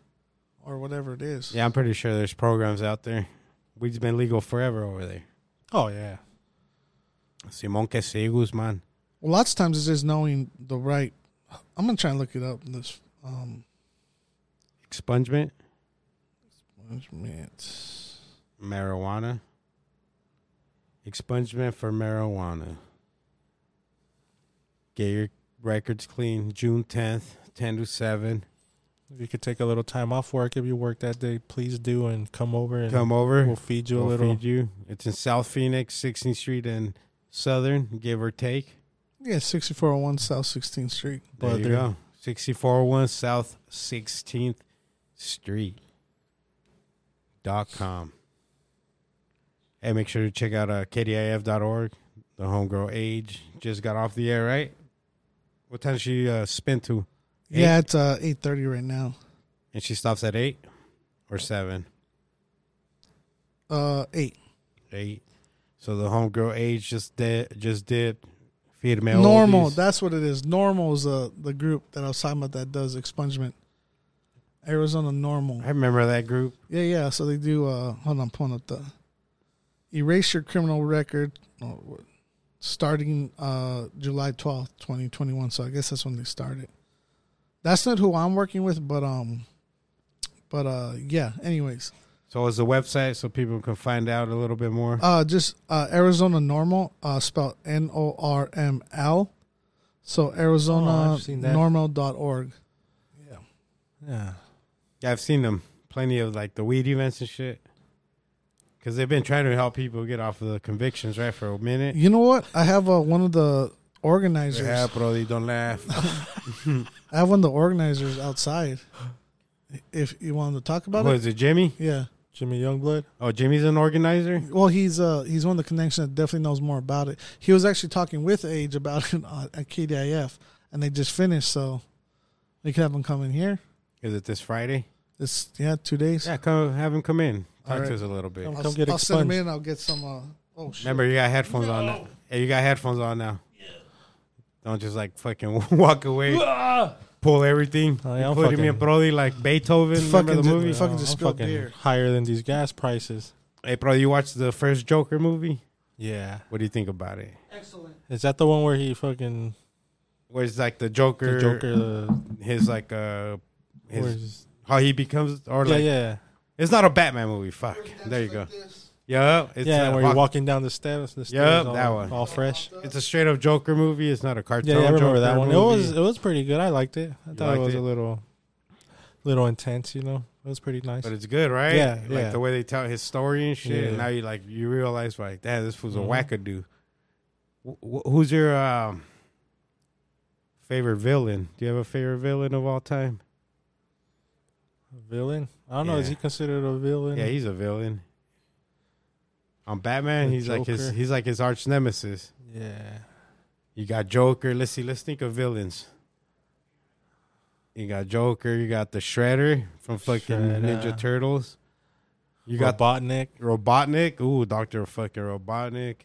Speaker 3: or whatever it is.
Speaker 1: Yeah, I'm pretty sure there's programs out there. Weed's been legal forever over there.
Speaker 2: Oh yeah,
Speaker 1: Simon que se Guzman.
Speaker 3: Well, lots of times it's just knowing the right. I'm gonna try and look it up. in This um,
Speaker 1: Expungement,
Speaker 3: management.
Speaker 1: marijuana. Expungement for marijuana. Get your records clean. June 10th, 10 to 7.
Speaker 2: if you could take a little time off work if you work that day, please do and come over and
Speaker 1: Come over.
Speaker 2: we'll feed you a
Speaker 1: We'll
Speaker 2: little.
Speaker 1: feed you. It's in South Phoenix, 16th Street and Southern, give or take.
Speaker 3: Yeah, 6401 South 16th Street.
Speaker 1: There you
Speaker 2: Brother.
Speaker 1: go. 6401 South 16th Street. Dot com. Hey, make sure to check out uh, KDIF.org, the homegirl age. Just got off the air, right? What time she uh, spin to? Eight?
Speaker 3: Yeah, it's uh, 8:30 right now.
Speaker 1: And she stops at 8 or 7?
Speaker 3: Uh, eight.
Speaker 1: Eight. So the homegirl age just did just did female
Speaker 3: Normal.
Speaker 1: oldies.
Speaker 3: That's what it is. Normal is uh, the group that I was talking about that does expungement. Arizona Normal.
Speaker 1: I remember that group.
Speaker 3: Yeah, yeah. So they do. Uh, hold on, I'm pulling up the erase your criminal record oh, wh- starting uh, July 12th, 2021. So I guess that's when they started. That's not who I'm working with, but um, but uh, yeah. Anyways,
Speaker 1: So it's a website so people can find out a little bit more.
Speaker 3: uh, just uh, Arizona Normal, uh, spelled N O R M L. So Arizona
Speaker 2: Oh, I've seen that.
Speaker 3: normal.org.
Speaker 2: Yeah,
Speaker 1: Yeah, I've seen them. Plenty of like the weed events and shit. Because they've been trying to help people get off of the convictions, right, for a minute.
Speaker 3: You know what? I have uh, one of the organizers.
Speaker 1: Yeah, bro, they don't laugh.
Speaker 3: I have one of the organizers outside. If you want to talk about
Speaker 1: What
Speaker 3: it,
Speaker 1: is it, Jimmy?
Speaker 3: yeah.
Speaker 2: Jimmy Youngblood.
Speaker 1: Oh, Jimmy's an organizer?
Speaker 3: Well, he's uh he's one of the connections that definitely knows more about it. He was actually talking with Age about it on, at KDIF, and they just finished, so we could have him come in here.
Speaker 1: Is it this Friday?
Speaker 3: It's yeah, two days.
Speaker 1: Yeah, come have him come in. Talk
Speaker 3: All right.
Speaker 1: to us a little bit.
Speaker 2: Come
Speaker 3: I'll,
Speaker 2: get
Speaker 3: I'll send him
Speaker 2: expunged.
Speaker 3: in. I'll get some. Uh, oh shit!
Speaker 1: Remember, you got headphones on now. Hey, you got headphones on now. Don't just like fucking walk away, pull everything,
Speaker 2: Oh, yeah, I'm
Speaker 1: including me
Speaker 2: fucking-
Speaker 1: and Brody, like Beethoven. Remember
Speaker 3: Fucking
Speaker 1: the
Speaker 3: ju-
Speaker 1: movie?
Speaker 3: fucking
Speaker 2: Uh,
Speaker 3: just
Speaker 2: I'm
Speaker 3: spilled beer.
Speaker 2: higher than these gas prices.
Speaker 1: Hey, bro, you watched the first Joker movie?
Speaker 2: Yeah,
Speaker 1: What do you think about it?
Speaker 2: is that the one where he fucking
Speaker 1: Where it's like the Joker,
Speaker 2: the Joker? Uh,
Speaker 1: his like uh,
Speaker 2: where
Speaker 1: his
Speaker 2: is-
Speaker 1: how he becomes or
Speaker 2: yeah,
Speaker 1: like
Speaker 2: yeah,
Speaker 1: it's not a Batman movie. Fuck, there you go. Yeah, it's
Speaker 2: yeah.
Speaker 1: a
Speaker 2: where
Speaker 1: walk-
Speaker 2: you're walking down the steps. The stairs all,
Speaker 1: that one.
Speaker 2: all fresh.
Speaker 1: It's a straight up Joker movie. It's not a cartoon.
Speaker 2: Yeah, yeah, I remember
Speaker 1: Joker
Speaker 2: that one. It
Speaker 1: movie.
Speaker 2: was it was pretty good. I liked it. I thought it
Speaker 1: liked
Speaker 2: was
Speaker 1: it?
Speaker 2: a little little intense, you know. It was pretty nice.
Speaker 1: But it's good, right?
Speaker 2: Yeah,
Speaker 1: like
Speaker 2: yeah.
Speaker 1: the way they tell his story and shit.
Speaker 2: Yeah.
Speaker 1: And now you like you realize like, damn, this was a
Speaker 2: Mhm.
Speaker 1: wackadoo. Wh- wh- who's your um, favorite villain? Do you have a favorite villain of all time?
Speaker 2: villain? I don't know. Is
Speaker 1: Yeah.
Speaker 2: he considered a villain?
Speaker 1: Yeah, he's a villain. On Batman,
Speaker 2: The
Speaker 1: he's like his
Speaker 2: Joker.
Speaker 1: he's like his arch nemesis.
Speaker 2: yeah.
Speaker 1: You got Joker. Let's see. Let's think of villains. You got Joker. You got the Shredder from fucking Ninja
Speaker 2: Shredder.
Speaker 1: Turtles. You got
Speaker 2: Robotnik.
Speaker 1: Robotnik. Ooh, Doctor fucking Robotnik.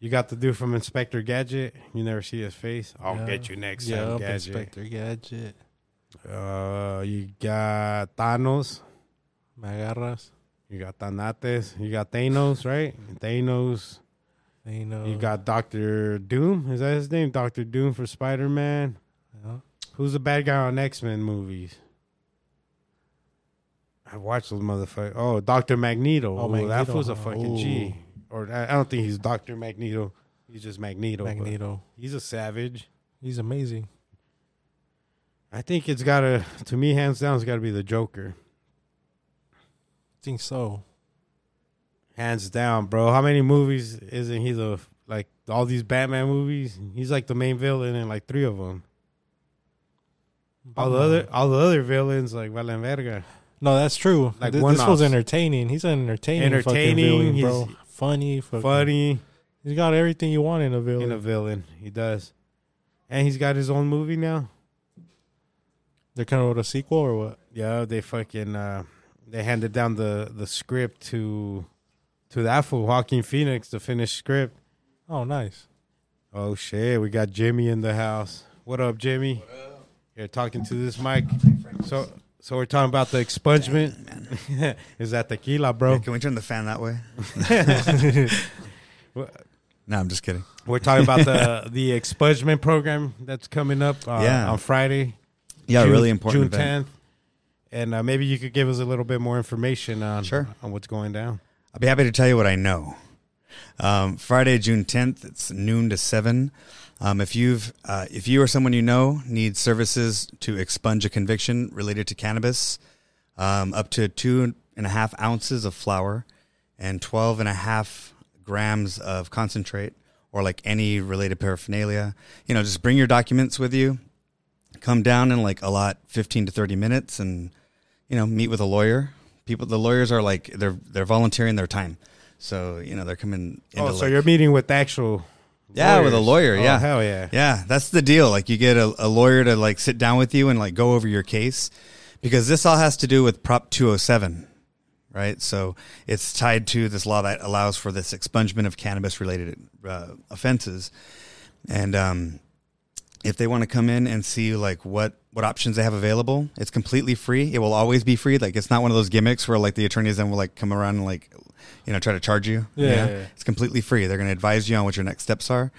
Speaker 1: You got the dude from Inspector Gadget. You never see his face. I'll
Speaker 2: Yeah.
Speaker 1: get you next time,
Speaker 2: Yup,
Speaker 1: Gadget.
Speaker 2: Inspector Gadget.
Speaker 1: Uh, you got Thanos.
Speaker 2: Me agarras.
Speaker 1: You got Thanates. You got Thanos, right? Thanos.
Speaker 2: You know.
Speaker 1: You got Doctor Doom. Is that his name? Doctor Doom for Spider Man.
Speaker 2: Yeah.
Speaker 1: Who's the bad guy on X Men movies? I watched those motherfuckers. Oh, Doctor Magneto.
Speaker 2: Oh,
Speaker 1: Oh, that
Speaker 2: Magneto,
Speaker 1: fool's a
Speaker 2: huh?
Speaker 1: fucking G. Or I I don't think he's Doctor Magneto. He's just Magneto. but
Speaker 2: Magneto.
Speaker 1: He's a savage.
Speaker 2: He's amazing.
Speaker 1: I think it's gotta. To me, hands down, it's gotta be the Joker.
Speaker 2: think so.
Speaker 1: Hands down, bro. How many movies isn't he the like all these Batman movies? He's like the main villain in like three of them. All Oh, the other, all the other villains like Valen Verga.
Speaker 2: No, that's true.
Speaker 1: Like
Speaker 2: Like this,
Speaker 1: one-offs.
Speaker 2: was entertaining. He's an entertaining,
Speaker 1: Entertaining,
Speaker 2: entertaining villain,
Speaker 1: he's
Speaker 2: bro. Funny, fucking.
Speaker 1: Funny.
Speaker 2: He's got everything you want in a villain.
Speaker 1: in a villain. He does, and he's got his own movie now.
Speaker 2: They're coming with a sequel or what?
Speaker 1: Yeah, they fucking uh, they handed down the the script to to that fool Joaquin Phoenix, the finished script.
Speaker 2: Oh, nice.
Speaker 1: Oh shit, we got Jimmy in the house. What up, Jimmy? What up? You're talking to this mic. So so we're talking about the expungement. Is that tequila, bro?
Speaker 5: Yeah, can we turn the fan that way? No, I'm just kidding.
Speaker 1: We're talking about the the expungement program that's coming up uh,
Speaker 5: Yeah.
Speaker 1: on Friday.
Speaker 5: Yeah,
Speaker 1: June-
Speaker 5: really important
Speaker 1: June
Speaker 5: event.
Speaker 1: 10th. And uh, maybe you could give us a little bit more information on
Speaker 5: Sure.
Speaker 1: on what's going down.
Speaker 5: I'll be happy to tell you what I know. Um, Friday, June 10th, it's noon to seven. Um, if you've, uh, if you or someone you know needs services to expunge a conviction related to cannabis, um, up to two and a half ounces of flour and 12 and a half grams of concentrate or like any related paraphernalia, you know, just bring your documents with you. Come down in like a lot, 15 to 30 minutes and you know, meet with a lawyer. People, the lawyers are like they're they're volunteering their time, so you know they're coming.
Speaker 1: Oh,
Speaker 5: into,
Speaker 1: so
Speaker 5: like-
Speaker 1: you're meeting with the actual
Speaker 5: Yeah, with a lawyer,
Speaker 1: Oh,
Speaker 5: yeah.
Speaker 1: hell yeah.
Speaker 5: yeah, that's the deal. Like you get a, a lawyer to like sit down with you and like go over your case, because this all has to do with Prop 207, right? So it's tied to this law that allows for this expungement of cannabis related uh, offenses, and um, if they want to come in and see like what what options they have available it's completely free it will always be free like it's not one of those gimmicks where like the attorneys then will like come around and like you know try to charge you you
Speaker 2: Yeah.
Speaker 5: know? it's completely free they're going to advise you on what your next steps are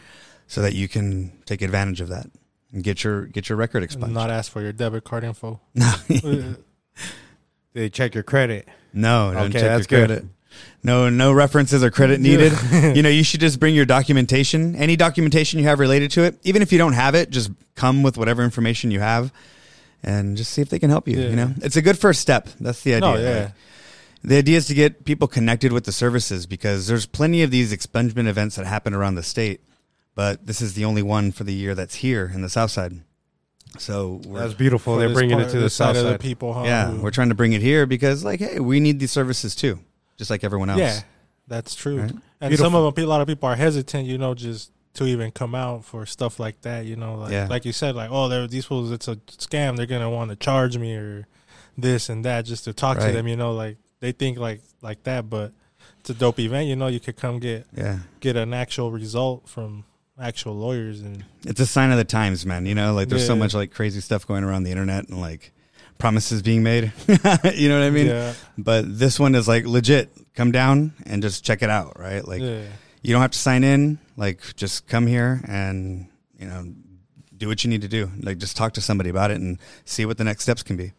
Speaker 5: so that you can take advantage of that and get your get your record expunged
Speaker 2: Not ask for your debit card info. Uh,
Speaker 5: no
Speaker 1: They check your credit.
Speaker 5: No, don't
Speaker 1: Okay,
Speaker 5: check
Speaker 1: that's
Speaker 5: your
Speaker 1: good.
Speaker 5: credit. No, no references or credit needed. you know, you should just bring your documentation, any documentation you have related to it. Even if you don't have it, just come with whatever information you have, and just see if they can help you.
Speaker 2: Yeah.
Speaker 5: You know, it's a good first step. That's the idea.
Speaker 2: No, yeah.
Speaker 5: Like, the idea is to get people connected with the services because there's plenty of these expungement events that happen around the state, but this is the only one for the year that's here in the South Side. So we're,
Speaker 1: That's beautiful.
Speaker 2: For
Speaker 1: They're
Speaker 2: this
Speaker 1: bringing
Speaker 2: part-
Speaker 1: it to the
Speaker 2: this
Speaker 1: south
Speaker 2: of the
Speaker 1: side.
Speaker 2: people. Huh?
Speaker 5: yeah,
Speaker 2: Who-
Speaker 5: we're trying to bring it here because, like, hey, we need these services too, just like everyone else.
Speaker 2: yeah, that's true.
Speaker 5: Right?
Speaker 2: And some
Speaker 1: Beautiful.
Speaker 2: of them, a lot of people are hesitant, you know, just to even come out for stuff like that. You know, like
Speaker 5: Yeah.
Speaker 2: like you said, like oh, they're, these fools, it's a scam. They're gonna want to charge me or this and that just to talk
Speaker 5: Right.
Speaker 2: to them. You know, like they think like like that, but it's a dope event. You know, you could come get
Speaker 5: yeah.
Speaker 2: get an actual result from actual lawyers and
Speaker 5: It's a sign of the times, man. You know, like there's so
Speaker 2: Yeah.
Speaker 5: much like crazy stuff going around the internet and like promises being made. you know what I mean?
Speaker 2: yeah,
Speaker 5: But this one is like legit. Come down and just check it out, right? Like
Speaker 2: yeah.
Speaker 5: you don't have to sign in. Like just come here and you know do what you need to do. Like just talk to somebody about it and see what the next steps can be.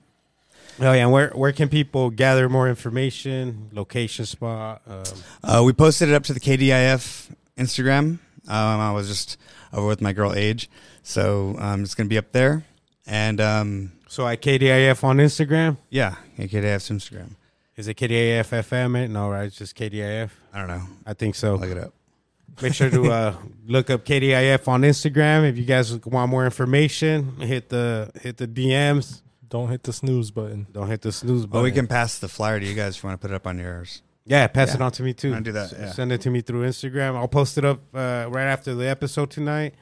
Speaker 1: Oh yeah, and where where can people gather more information? Location spot. Um,
Speaker 5: Uh, we posted it up to the KDIF Instagram. Um, I was just over with my girl Age, so um, it's going to be up there. And um,
Speaker 1: So at KDAF on Instagram,
Speaker 5: Yeah, AKDAF's Instagram.
Speaker 1: is it KDAF FM? No, right? It's just KDAF.
Speaker 5: I don't know.
Speaker 1: I think so.
Speaker 5: Look it up.
Speaker 1: Make sure to uh, look up KDIF on Instagram if you guys want more information. Hit the hit the DMs.
Speaker 2: Don't hit the snooze button.
Speaker 1: Don't hit the snooze
Speaker 5: But
Speaker 1: button.
Speaker 5: Oh, we can pass the flyer to you guys if you want to put it up on yours.
Speaker 1: yeah, pass
Speaker 5: yeah.
Speaker 1: it on to me too.
Speaker 5: I'll do that,
Speaker 1: S-
Speaker 5: yeah.
Speaker 1: Send it to me through Instagram. I'll post it up uh, right after the episode tonight.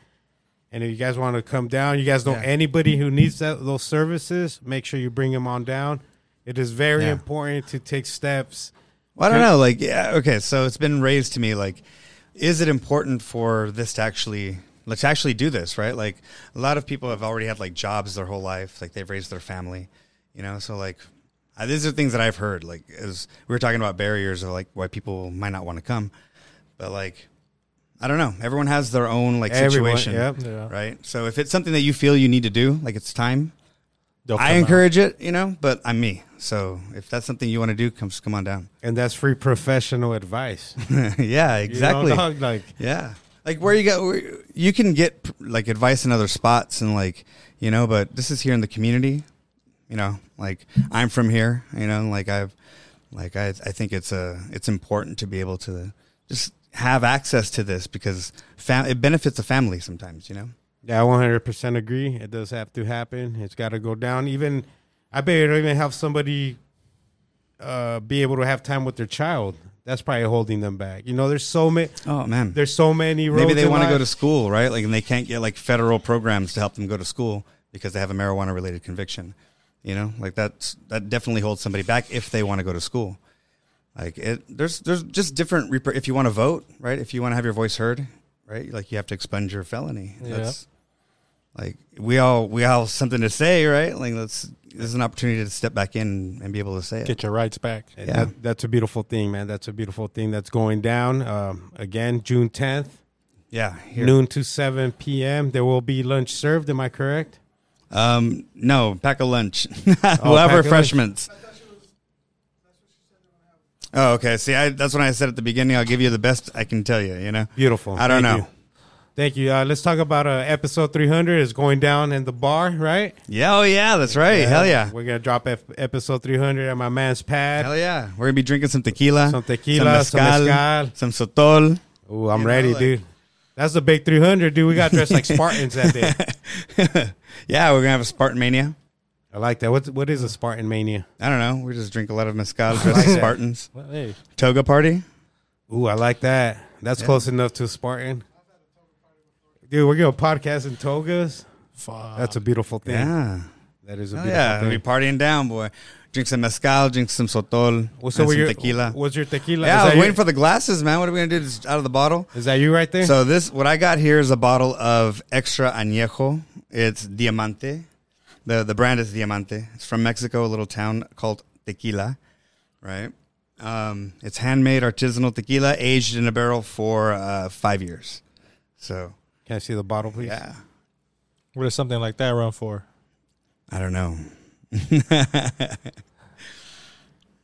Speaker 1: And if you guys want to come down, you guys know
Speaker 5: Yeah.
Speaker 1: anybody who needs that, those services, make sure you bring them on down. It is very
Speaker 5: Yeah.
Speaker 1: important to take steps.
Speaker 5: Well, I don't know. Like, yeah, okay. So it's been raised to me. Like, is it important for this to actually let's actually do this right? Like, a lot of people have already had like jobs their whole life. Like, they've raised their family. You know, so like, uh, these are things that I've heard. Like, as we were talking about barriers of like why people might not want to come, but like, I don't know. Everyone has their own like
Speaker 1: Everyone,
Speaker 5: situation,
Speaker 1: yep.
Speaker 2: Yeah.
Speaker 5: right? So if it's something that you feel you need to do, like it's time.
Speaker 2: They'll
Speaker 5: I
Speaker 2: come out.
Speaker 5: encourage it, you know, but I'm me. So if that's something you want to do, come come on down.
Speaker 1: And that's free professional advice. You know,
Speaker 5: yeah, exactly.
Speaker 1: dog, like
Speaker 5: Yeah, like where you go, where you can get like advice in other spots, and like you know, but this is here in the community. You know, like I'm from here. You know, and, like I've, like I, I think it's a, it's important to be able to just have access to this because fam- it benefits a family sometimes. You know,
Speaker 1: Yeah, I 100% agree. It does have to happen. It's got to go down. Even I bet you don't even have somebody uh, be able to have time with their child. That's probably holding them back. You know, there's so many.
Speaker 5: oh man,
Speaker 1: There's so many roads.
Speaker 5: maybe they
Speaker 1: in
Speaker 5: want to go
Speaker 1: life.
Speaker 5: to school, right? Like, and they can't get like federal programs to help them go to school because they have a marijuana related conviction. You know, like that's that definitely holds somebody back if they want to go to school. Like it, there's there's just different. reper- If you want to vote, right? If you want to have your voice heard, right? Like you have to expunge your felony.
Speaker 2: Yeah.
Speaker 5: That's like we all we all have something to say, right? Like that's this is an opportunity to step back in and be able to say it.
Speaker 2: Get your rights back.
Speaker 1: And
Speaker 5: Yeah.
Speaker 1: that- that's a beautiful thing, man. That's a beautiful thing that's going down. Um, again, June 10th,
Speaker 5: yeah, here.
Speaker 1: noon to 7 p.m. There will be lunch served. Am I correct?
Speaker 5: Um, no, pack a lunch. we'll have
Speaker 1: Oh, pack a lunch.
Speaker 5: refreshments. Oh, okay. See, I, that's what I said at the beginning. I'll give you the best I can tell you. You know,
Speaker 1: Beautiful.
Speaker 5: I don't
Speaker 1: Thank
Speaker 5: know.
Speaker 1: you. Thank you. Uh, let's talk about uh, episode 300 is going down in the bar, right?
Speaker 5: Yeah, oh yeah, that's right. Hell yeah,
Speaker 1: We're gonna drop ep- episode 300 at my man's pad.
Speaker 5: hell yeah. We're gonna be drinking some tequila,
Speaker 1: Some tequila, some mezcal.
Speaker 5: some sotol.
Speaker 1: Ooh, I'm
Speaker 5: You know,
Speaker 1: ready,
Speaker 5: like-
Speaker 1: dude. That's the big 300, dude. We got dressed like Spartans that day.
Speaker 5: Yeah, we're gonna have a Spartan mania.
Speaker 1: I like that. What what is a Spartan mania?
Speaker 5: I don't know. We just drink a lot of mezcal, dress as Spartans.
Speaker 2: Well, hey,
Speaker 5: Toga party.
Speaker 1: Ooh, I like that. That's close enough to a Spartan. Dude, we're gonna podcast in togas.
Speaker 2: fuck.
Speaker 1: That's a beautiful thing.
Speaker 5: Yeah,
Speaker 1: That is a
Speaker 5: Hell
Speaker 1: beautiful
Speaker 5: yeah. We'll be
Speaker 1: thing.
Speaker 5: partying down, boy. Drink some mezcal, drink some sotol,
Speaker 1: Well,
Speaker 5: and
Speaker 1: were
Speaker 5: some
Speaker 1: your-
Speaker 5: tequila.
Speaker 1: What's your tequila?
Speaker 5: Yeah, I
Speaker 1: is,
Speaker 5: was
Speaker 1: that
Speaker 5: waiting
Speaker 1: you,
Speaker 5: for the glasses, man. What are we gonna do? Just out of the bottle.
Speaker 1: is that you right there?
Speaker 5: So this, what I got here is a bottle of extra añejo. It's Diamante. the The brand is Diamante. It's from Mexico, a little town called Tequila, right? Um, it's handmade artisanal tequila, aged in a barrel for uh, five years. So
Speaker 1: Can I see the bottle, please?
Speaker 5: yeah,
Speaker 2: What does something like that run for?
Speaker 5: I don't know.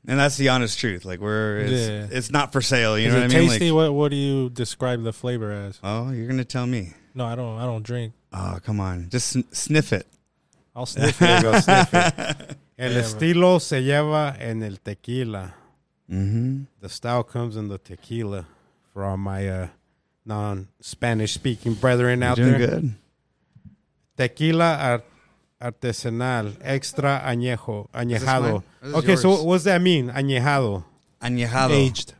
Speaker 5: And that's the honest truth. Like we're, it's,
Speaker 2: Yeah.
Speaker 5: it's not for sale. You
Speaker 2: Is
Speaker 5: know
Speaker 2: it
Speaker 5: what I mean?
Speaker 2: tasty?
Speaker 5: Like,
Speaker 2: what What do you describe the flavor as?
Speaker 5: oh, you're gonna tell me?
Speaker 2: No, I don't. I don't drink.
Speaker 5: Oh, come on, just sn- sniff it.
Speaker 2: I'll sniff
Speaker 1: There
Speaker 2: it.
Speaker 1: you go, sniff it. El
Speaker 2: Yeah, bro.
Speaker 1: estilo se lleva en el tequila.
Speaker 5: Mm-hmm.
Speaker 1: the style comes in the tequila for all my uh, non Spanish speaking brethren out
Speaker 5: doing
Speaker 1: there.
Speaker 5: good.
Speaker 1: Tequila ar- artesanal, extra añejo, añejado.
Speaker 5: mine? This is
Speaker 1: Okay, so
Speaker 5: yours.
Speaker 1: what does that mean? Añejado.
Speaker 5: Añejado.
Speaker 2: Aged.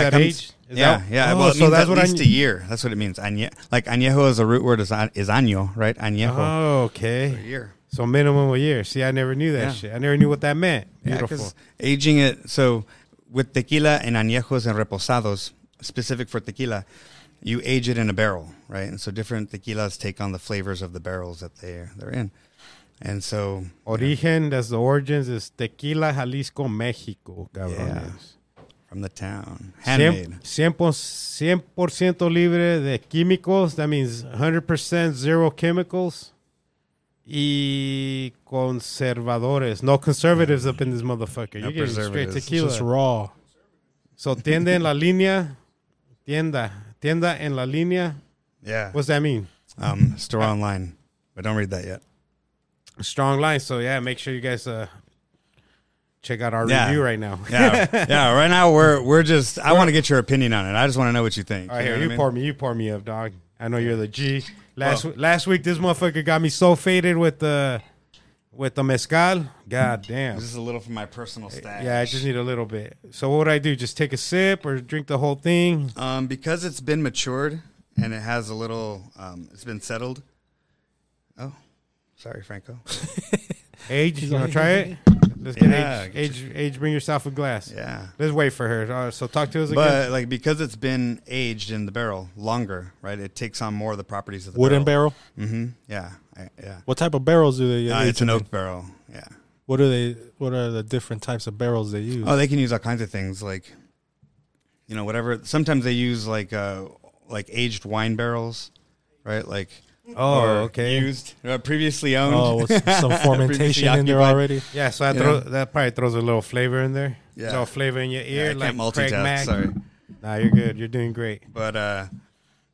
Speaker 1: Is
Speaker 5: it
Speaker 1: that
Speaker 5: comes-
Speaker 1: aged? Is
Speaker 5: yeah,
Speaker 1: that-
Speaker 5: yeah.
Speaker 1: Oh,
Speaker 5: well, it
Speaker 1: so
Speaker 5: means
Speaker 1: that's
Speaker 5: at
Speaker 1: what
Speaker 5: least
Speaker 1: añe-
Speaker 5: a year. That's what it means. Añe, like añejo is a root word is, a- is año, right? Añejo.
Speaker 1: Oh,
Speaker 5: A
Speaker 1: okay.
Speaker 5: year.
Speaker 1: So minimum a year. See, I never knew that
Speaker 5: Yeah.
Speaker 1: shit. I never knew what that meant.
Speaker 5: Yeah,
Speaker 1: Beautiful.
Speaker 5: 'cause aging it. So with tequila and añejos and reposados, specific for tequila, you age it in a barrel, right? And so different tequilas take on the flavors of the barrels that they they're in. And so
Speaker 1: Origen, that's the origins, is Tequila Jalisco, Mexico, cabrones.
Speaker 5: from the town, handmade.
Speaker 1: 100%, 100% libre de químicos. That means 100% zero chemicals. Y conservadores. No conservatives up in this motherfucker. You're getting straight
Speaker 5: preservatives.
Speaker 1: tequila.
Speaker 2: Just raw.
Speaker 1: So tienda en la línea. Tienda. Tienda en la línea.
Speaker 5: Yeah.
Speaker 1: What's that mean?
Speaker 5: Um, store online, but don't read that yet.
Speaker 1: strong line. So yeah, make sure you guys uh check out our
Speaker 5: Yeah.
Speaker 1: review right now.
Speaker 5: yeah, yeah. Right now we're we're just. I want to get your opinion on it. I just want to know what you think.
Speaker 1: All right,
Speaker 5: know
Speaker 1: here
Speaker 5: what I
Speaker 1: you
Speaker 5: mean?
Speaker 1: pour me, you pour me up, dog. I know you're the G. Last w- last week, this motherfucker got me so faded with the with the mezcal. God damn.
Speaker 5: Just a little from my personal stash.
Speaker 1: Yeah, I just need a little bit. So what would I do? Just take a sip or drink the whole thing?
Speaker 5: Um, because it's been matured and it has a little, um, it's been settled. Oh, sorry, Franco.
Speaker 1: Age, you wanna try it? Let's get
Speaker 5: Yeah,
Speaker 1: age.
Speaker 5: get
Speaker 1: Age, age, bring yourself a glass.
Speaker 5: Yeah.
Speaker 1: Let's wait for her. All right, so talk to us again.
Speaker 5: But like because it's been aged in the barrel longer, right? It takes on more of the properties of the
Speaker 2: Wooden barrel.
Speaker 5: Mm-hmm. Yeah, I, yeah.
Speaker 2: What type of barrels do they
Speaker 5: Uh,
Speaker 2: use?
Speaker 5: it's an oak barrel. Yeah.
Speaker 2: What are they? What are the different types of barrels they use?
Speaker 5: Oh, they can use all kinds of things, like you know, whatever. Sometimes they use like uh, like aged wine barrels, right? Like
Speaker 1: Oh,
Speaker 5: or
Speaker 1: okay.
Speaker 5: used uh, previously owned.
Speaker 2: Oh, with some
Speaker 5: Previously
Speaker 2: fermentation in there
Speaker 5: occupied.
Speaker 2: already.
Speaker 1: Yeah, so I
Speaker 5: Yeah.
Speaker 1: throw, that probably throws a little flavor in there.
Speaker 5: Yeah.
Speaker 1: Yeah. little flavor in your ear,
Speaker 5: Yeah, I
Speaker 1: like
Speaker 5: can't
Speaker 1: Craig Mack.
Speaker 5: multitask. Sorry.
Speaker 1: Nah, you're good. You're doing great.
Speaker 5: But uh,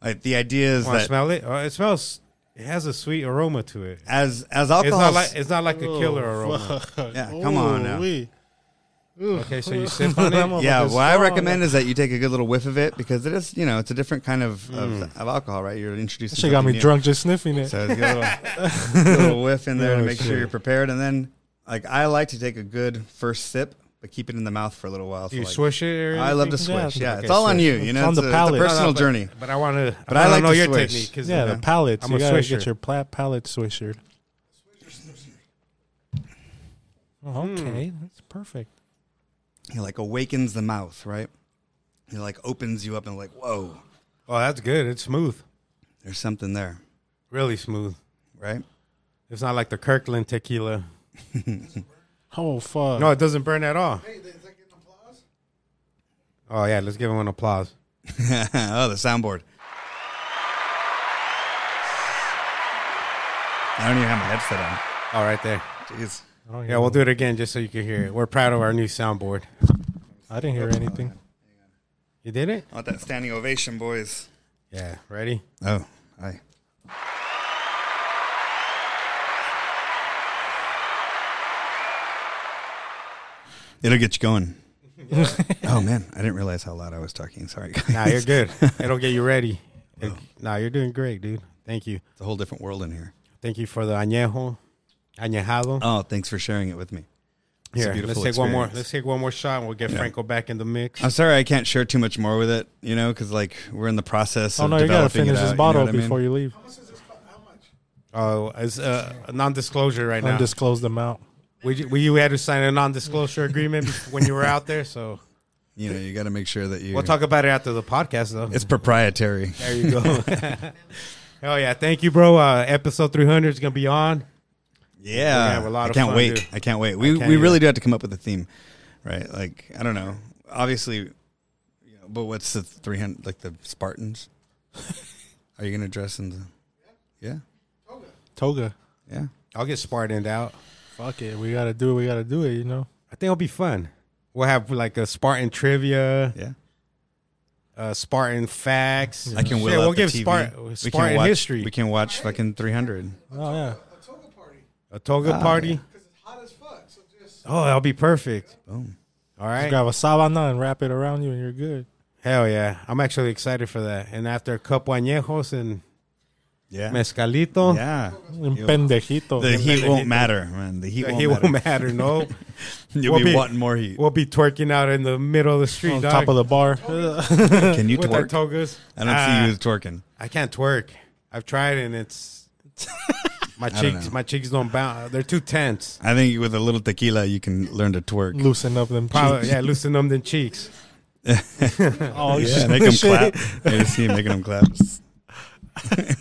Speaker 5: like the idea is
Speaker 1: Want
Speaker 5: that
Speaker 1: to smell it? Oh, it smells. It has a sweet aroma to it.
Speaker 5: as as
Speaker 1: It's
Speaker 5: alcohol,
Speaker 1: not like it's not like
Speaker 5: Oh,
Speaker 1: a killer
Speaker 2: Oh,
Speaker 1: aroma.
Speaker 5: yeah, come on now.
Speaker 1: Okay, so you sip on it.
Speaker 5: Yeah, what I recommend is that you take a good little whiff of it because it is, you know, it's a different kind of
Speaker 1: Mm.
Speaker 5: of, of alcohol, right? You're introducing.
Speaker 2: That shit got
Speaker 5: something
Speaker 2: me
Speaker 5: new.
Speaker 2: drunk just sniffing it.
Speaker 5: So it's a little, little whiff in there to
Speaker 2: Oh,
Speaker 5: make sure
Speaker 2: shit.
Speaker 5: you're prepared, and then like I like to take a good first sip, but keep it in the mouth for a little while.
Speaker 1: Do you
Speaker 5: like,
Speaker 1: swish it? Or
Speaker 5: I love to
Speaker 1: anything?
Speaker 5: swish. Yeah,
Speaker 1: Okay,
Speaker 5: it's all on
Speaker 1: swish.
Speaker 5: you. You
Speaker 2: It's
Speaker 5: know,
Speaker 2: on
Speaker 5: it's,
Speaker 2: the
Speaker 5: a, it's a
Speaker 2: palate.
Speaker 5: personal
Speaker 1: No, but-
Speaker 5: journey.
Speaker 1: But I want to.
Speaker 5: But I like
Speaker 1: know
Speaker 5: to
Speaker 1: your
Speaker 5: swish.
Speaker 1: technique. 'cause,
Speaker 2: yeah,
Speaker 1: you
Speaker 2: the
Speaker 1: know,
Speaker 2: pallets.
Speaker 1: I'm
Speaker 2: you
Speaker 1: a
Speaker 2: gotta
Speaker 1: swisher.
Speaker 2: get your pla- palate swisher.
Speaker 5: Hmm.
Speaker 2: Oh, okay, that's perfect.
Speaker 5: It like awakens the mouth, right? It like opens you up and like, whoa,
Speaker 1: Oh, that's good. It's smooth.
Speaker 5: there's something there,
Speaker 1: Really smooth.
Speaker 5: right?
Speaker 1: It's not like the Kirkland tequila.
Speaker 2: Oh fuck!
Speaker 1: No, it doesn't burn at all. Oh yeah, let's give him an applause.
Speaker 5: oh, the soundboard. I don't even have my headset on.
Speaker 1: All right there.
Speaker 5: Jeez.
Speaker 1: Yeah, we'll do it again just so you can hear it. We're proud of our new soundboard.
Speaker 2: I didn't hear anything.
Speaker 1: You did it?
Speaker 5: I want that standing ovation, boys.
Speaker 1: Yeah. Ready?
Speaker 5: Oh, hi. It'll get you going. oh man, I didn't realize how loud I was talking. Sorry, guys.
Speaker 1: Nah, you're good. It'll get you ready. It-
Speaker 5: Oh.
Speaker 1: nah, you're doing great, dude. Thank you.
Speaker 5: It's a whole different world in here.
Speaker 1: Thank you for the añejo, añejado.
Speaker 5: Oh, thanks for sharing it with me. it's a
Speaker 1: Here, let's
Speaker 5: beautiful
Speaker 1: take one more.
Speaker 5: experience.
Speaker 1: Let's take one more shot, and we'll get Franco back in the mix.
Speaker 5: I'm sorry I can't share too much more with it, you know, because like we're in the process.
Speaker 2: Oh
Speaker 5: of
Speaker 2: no, you gotta
Speaker 5: developing it
Speaker 2: finish
Speaker 5: out,
Speaker 2: this
Speaker 5: you know
Speaker 2: bottle
Speaker 5: what I mean?
Speaker 2: before you leave.
Speaker 1: Oh, it's uh, a non-disclosure right now.
Speaker 2: Undisclosed amount.
Speaker 1: we, ju- we had to sign a non-disclosure agreement bef- when you were out there, so
Speaker 5: You know, you got to make sure that you.
Speaker 1: we'll talk about it after the podcast, though.
Speaker 5: It's proprietary.
Speaker 1: There you go. Hell yeah! Thank you, bro. Uh, episode 300 is gonna be on.
Speaker 5: Yeah,
Speaker 1: gonna have a lot
Speaker 5: I
Speaker 1: of
Speaker 5: can't
Speaker 1: fun,
Speaker 5: wait.
Speaker 1: dude.
Speaker 5: I can't wait. We
Speaker 1: can't
Speaker 5: we
Speaker 1: either.
Speaker 5: really do have to come up with a theme, right? Like I don't know. Obviously, you know, but what's the three hundred? Like the Spartans? Are you gonna dress in the? Yeah,
Speaker 2: Toga.
Speaker 5: yeah.
Speaker 1: I'll get Spartaned out.
Speaker 2: Fuck it. We gotta do it. We gotta do it. You know.
Speaker 1: I think it'll be fun. We'll have like a Spartan trivia,
Speaker 5: Yeah,
Speaker 1: uh, Spartan facts.
Speaker 5: I can. Will
Speaker 1: Shit,
Speaker 5: out
Speaker 1: we'll
Speaker 5: the
Speaker 1: give
Speaker 5: TV.
Speaker 1: Spartan,
Speaker 5: We can
Speaker 1: Spartan
Speaker 5: watch,
Speaker 1: history.
Speaker 5: We can watch fucking three hundred.
Speaker 2: Oh yeah.
Speaker 1: a toga party. Oh, that'll be perfect.
Speaker 5: Boom.
Speaker 1: All right.
Speaker 2: Grab a sabana and wrap it around you, and you're good.
Speaker 1: Hell yeah. I'm actually excited for that. And after Cup Añejos and
Speaker 5: Yeah,
Speaker 1: Mezcalito,
Speaker 5: yeah.
Speaker 2: Un
Speaker 5: Yo.
Speaker 2: pendejito.
Speaker 5: The heat
Speaker 1: the
Speaker 5: won't
Speaker 1: heat-
Speaker 5: matter, man. The heat
Speaker 1: the
Speaker 5: won't
Speaker 1: heat
Speaker 5: matter.
Speaker 1: won't matter. No.
Speaker 5: You'll
Speaker 1: We'll
Speaker 5: be,
Speaker 1: be-
Speaker 5: wanting more heat.
Speaker 1: we'll be twerking out in the middle of the street.
Speaker 2: on
Speaker 1: dog,
Speaker 2: top of the bar.
Speaker 5: Can you
Speaker 1: with our
Speaker 5: twerk?
Speaker 1: togas.
Speaker 5: I don't
Speaker 1: Ah,
Speaker 5: see you twerking.
Speaker 1: I can't twerk. I've tried and it's my
Speaker 5: don't
Speaker 1: cheeks
Speaker 5: know.
Speaker 1: my cheeks don't bounce. They're too tense.
Speaker 5: I think with a little tequila, you can learn to twerk.
Speaker 2: Loosen up them.
Speaker 1: Probably,
Speaker 2: cheeks.
Speaker 1: yeah, loosen them than cheeks.
Speaker 2: Oh
Speaker 5: Yeah, make them clap. I just see him making them clap.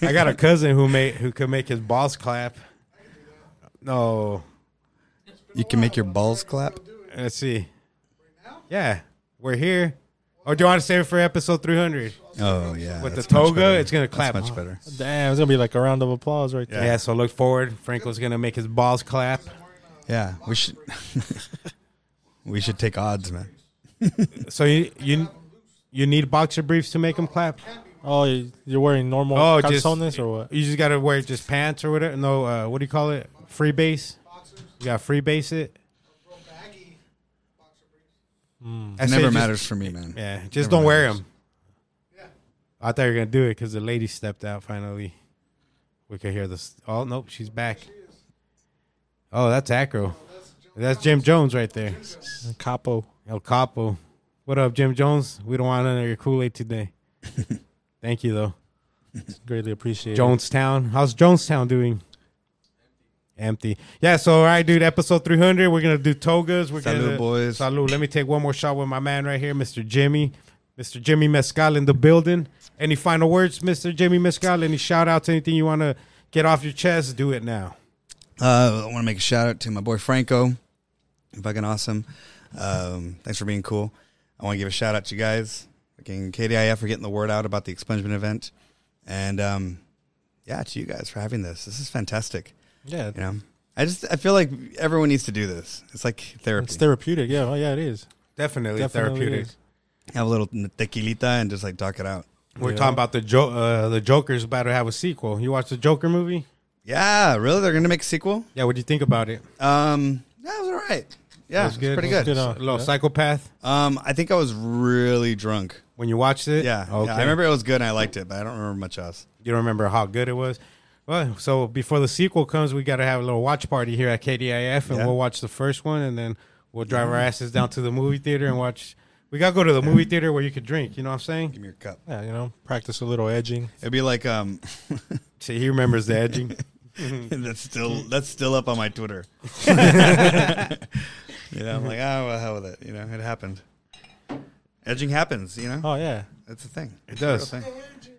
Speaker 1: I got a cousin who made who could make his balls clap. No,
Speaker 5: You can make your balls clap.
Speaker 1: let's see. Yeah, we're here. Or do you want to save it for episode 300?
Speaker 5: Oh yeah,
Speaker 1: With the
Speaker 5: that's much
Speaker 1: toga,
Speaker 5: better.
Speaker 1: it's gonna
Speaker 5: That's
Speaker 1: clap.
Speaker 5: much better.
Speaker 2: Damn, it's gonna be like a round of applause right
Speaker 1: Yeah.
Speaker 2: there.
Speaker 1: so look forward. Franco's gonna make his balls clap.
Speaker 5: Yeah, we should we should take odds, man.
Speaker 1: So you you You need boxer briefs to make them clap.
Speaker 2: Oh, you- you're wearing normal
Speaker 1: Oh, just
Speaker 2: calzones or what?
Speaker 1: You just gotta wear just pants or whatever. No, uh, what do you call it? Free base. You gotta free base it. I
Speaker 5: It
Speaker 1: say
Speaker 5: never
Speaker 1: just-
Speaker 5: matters for me, man.
Speaker 1: Yeah, just
Speaker 5: Never
Speaker 1: don't wear
Speaker 5: matters.
Speaker 1: them. I thought you were gonna do it because the lady stepped out finally. We could hear this. Oh nope, she's back. Oh, that's Acro. That's Jim Jones right there.
Speaker 2: Capo.
Speaker 1: El Capo. What up, Jim Jones? We don't want none of your Kool Aid today. Thank you though.
Speaker 2: Greatly appreciated.
Speaker 1: Jonestown. How's Jonestown doing? Empty. Yeah, so all right, dude, episode 300. We're going to do togas. We're
Speaker 5: Salud,
Speaker 1: gonna,
Speaker 5: boys.
Speaker 1: Salud. Let me take one more shot with my man right here, Mr. Jimmy. Mr. Jimmy Mescal in the building. Any final words, Mr. Jimmy Mescal? Any shout outs? Anything you want to get off your chest? Do it now.
Speaker 5: Uh, I want to make a shout out to my boy Franco. Fucking awesome. Um, thanks for being cool. I want to give a shout out to you guys. Fucking KDIF for getting the word out about the expungement event. And um, yeah, to you guys for having this. This is fantastic.
Speaker 2: Yeah,
Speaker 5: You know, I just I feel like everyone needs to do this. It's like therapy.
Speaker 2: it's therapeutic. Yeah, oh yeah, it is.
Speaker 1: Definitely,
Speaker 2: Definitely
Speaker 1: therapeutic.
Speaker 2: is.
Speaker 5: Have a little tequilita and just like talk it out.
Speaker 1: We're
Speaker 2: Yeah.
Speaker 1: talking about the jo- uh, the Joker's about to have a sequel. You watch the Joker movie?
Speaker 5: Yeah, really? They're gonna make a sequel?
Speaker 1: Yeah, what do you think about it?
Speaker 5: Um, that was all right. Yeah,
Speaker 1: was
Speaker 5: it was
Speaker 1: good.
Speaker 5: pretty
Speaker 1: It was
Speaker 5: good.
Speaker 2: good, huh?
Speaker 1: A little
Speaker 2: Yeah.
Speaker 1: psychopath
Speaker 5: Um, I think I was really drunk.
Speaker 1: when you watched it?
Speaker 5: Yeah,
Speaker 1: Okay.
Speaker 5: yeah, I remember it was good and I liked it, but I don't remember much else.
Speaker 1: You don't remember how good it was. Well, so before the sequel comes, we got to have a little watch party here at KDIF, and
Speaker 5: Yeah.
Speaker 1: we'll watch the first one, and then we'll drive our asses down to the movie theater and watch. We gotta go to the movie theater where you could drink. You know what I'm saying?
Speaker 5: Give me your cup.
Speaker 2: Yeah, you know, practice a little edging.
Speaker 5: It'd be like um,
Speaker 1: See, he remembers the edging.
Speaker 5: that's still that's still up on my Twitter. you know, I'm like, oh, well, hell with it. You know, it happened. Edging happens. You know,
Speaker 2: Oh yeah,
Speaker 5: that's a thing. It
Speaker 1: does.
Speaker 5: Thing.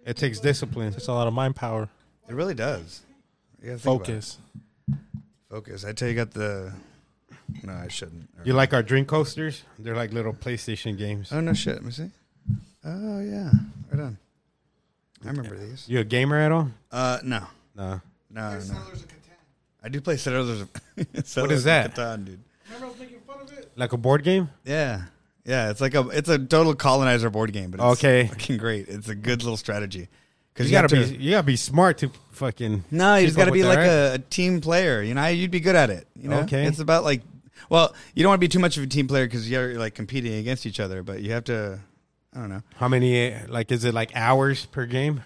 Speaker 1: It takes discipline.
Speaker 2: it's a lot of mind power,
Speaker 5: It really does. You gotta think about it.
Speaker 2: focus.
Speaker 5: Focus. I tell you, got the. No, I shouldn't.
Speaker 1: You like our drink coasters? They're like little PlayStation games.
Speaker 5: Oh no, shit. Let me see. Oh yeah, right on. I remember these.
Speaker 1: You a gamer at all?
Speaker 5: Uh, no,
Speaker 1: No.
Speaker 5: no, no. I do play Settlers of Settlers
Speaker 1: What is
Speaker 5: of
Speaker 1: that?
Speaker 5: Catan, dude.
Speaker 3: Remember I was making fun of it?
Speaker 1: Like a board game?
Speaker 5: Yeah. Yeah, it's like a it's a total colonizer board game, but it's
Speaker 1: Okay.
Speaker 5: fucking great. It's a good little strategy.
Speaker 1: You,
Speaker 5: Because
Speaker 1: gotta be you gotta be smart to fucking.
Speaker 5: no, you
Speaker 1: keep
Speaker 5: just
Speaker 1: up
Speaker 5: got to
Speaker 1: with
Speaker 5: be
Speaker 1: that,
Speaker 5: like
Speaker 1: right?
Speaker 5: a, a team player. You know, you'd be good at it. You know,
Speaker 1: Okay.
Speaker 5: it's about like, well, you don't want to be too much of a team player because you're like competing against each other. But you have to, I don't know,
Speaker 1: How many? uh, Like, is it like hours per game?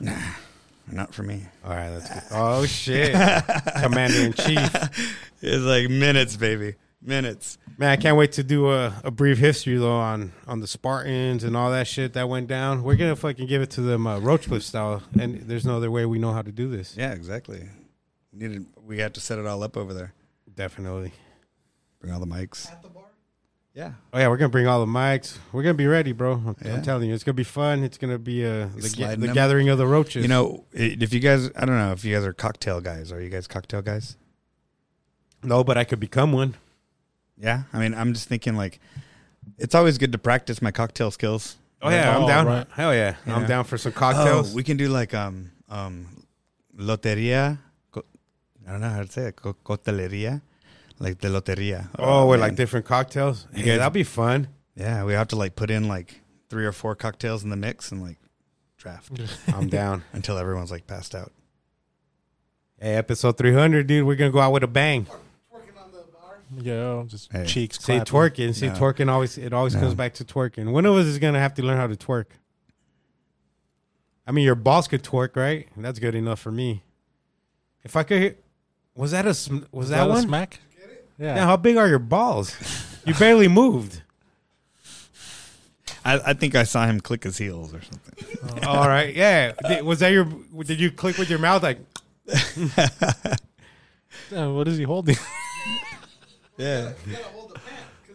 Speaker 5: not for me.
Speaker 1: All right, that's good. Oh shit, Commander in Chief.
Speaker 5: It's like minutes, baby, minutes.
Speaker 1: Man, I can't wait to do a, a brief history though on on the Spartans and all that shit that went down. We're gonna fucking give it to them uh, Roachcliffe style, and there's no other way we know how to do this.
Speaker 5: Yeah, exactly. We needed we had to set it all up over there.
Speaker 1: Definitely.
Speaker 5: Bring all the mics.
Speaker 3: At the bar?
Speaker 5: Yeah,
Speaker 1: Oh yeah, we're gonna bring all the mics. We're gonna be ready, bro. I'm, I'm
Speaker 5: Yeah.
Speaker 1: telling you, it's gonna be fun. It's gonna be uh, the, ga-
Speaker 5: sliding
Speaker 1: the
Speaker 5: them.
Speaker 1: gathering of the roaches.
Speaker 5: you know, i- if you guys, I don't know if you guys are cocktail guys. Are you guys cocktail guys?
Speaker 1: no, but I could become one.
Speaker 5: Yeah, I mean, I'm just thinking like, it's always good to practice my cocktail skills.
Speaker 1: Oh yeah, I'm
Speaker 2: Oh,
Speaker 1: down.
Speaker 2: right.
Speaker 1: Hell yeah, I'm
Speaker 5: Yeah.
Speaker 1: down for some cocktails.
Speaker 5: Oh, we can do like um um loteria. Co- I don't know how to say it. Co- coteleria, like the loteria.
Speaker 1: oh, we're like
Speaker 5: man.
Speaker 1: different cocktails. Yeah,
Speaker 5: guys-
Speaker 1: that'll be fun.
Speaker 5: yeah, we have to like put in like three or four cocktails in the mix and like draft
Speaker 1: I'm down.
Speaker 5: until everyone's like passed out.
Speaker 1: Hey, episode 300, dude. We're gonna go out with a bang.
Speaker 3: Twerking on the bar?
Speaker 2: Yeah, just
Speaker 5: Hey.
Speaker 2: cheeks.
Speaker 1: Say
Speaker 2: clapping.
Speaker 1: twerking. See,
Speaker 5: No.
Speaker 1: twerking always it always
Speaker 5: No.
Speaker 1: comes back to twerking. One of us is gonna have to learn how to twerk. I mean, your boss could twerk, right? That's good enough for me. If I could, hit- was that a sm- was
Speaker 2: Is
Speaker 1: that,
Speaker 2: that, a
Speaker 1: one?
Speaker 2: smack? Yeah.
Speaker 1: Yeah, how big are your balls? you barely moved.
Speaker 5: I, I think I saw him click his heels or something.
Speaker 1: All right, yeah. Did- was that your? Did you click with your mouth like?
Speaker 2: Yeah, what is he holding?
Speaker 5: Yeah.
Speaker 3: You gotta hold the pan.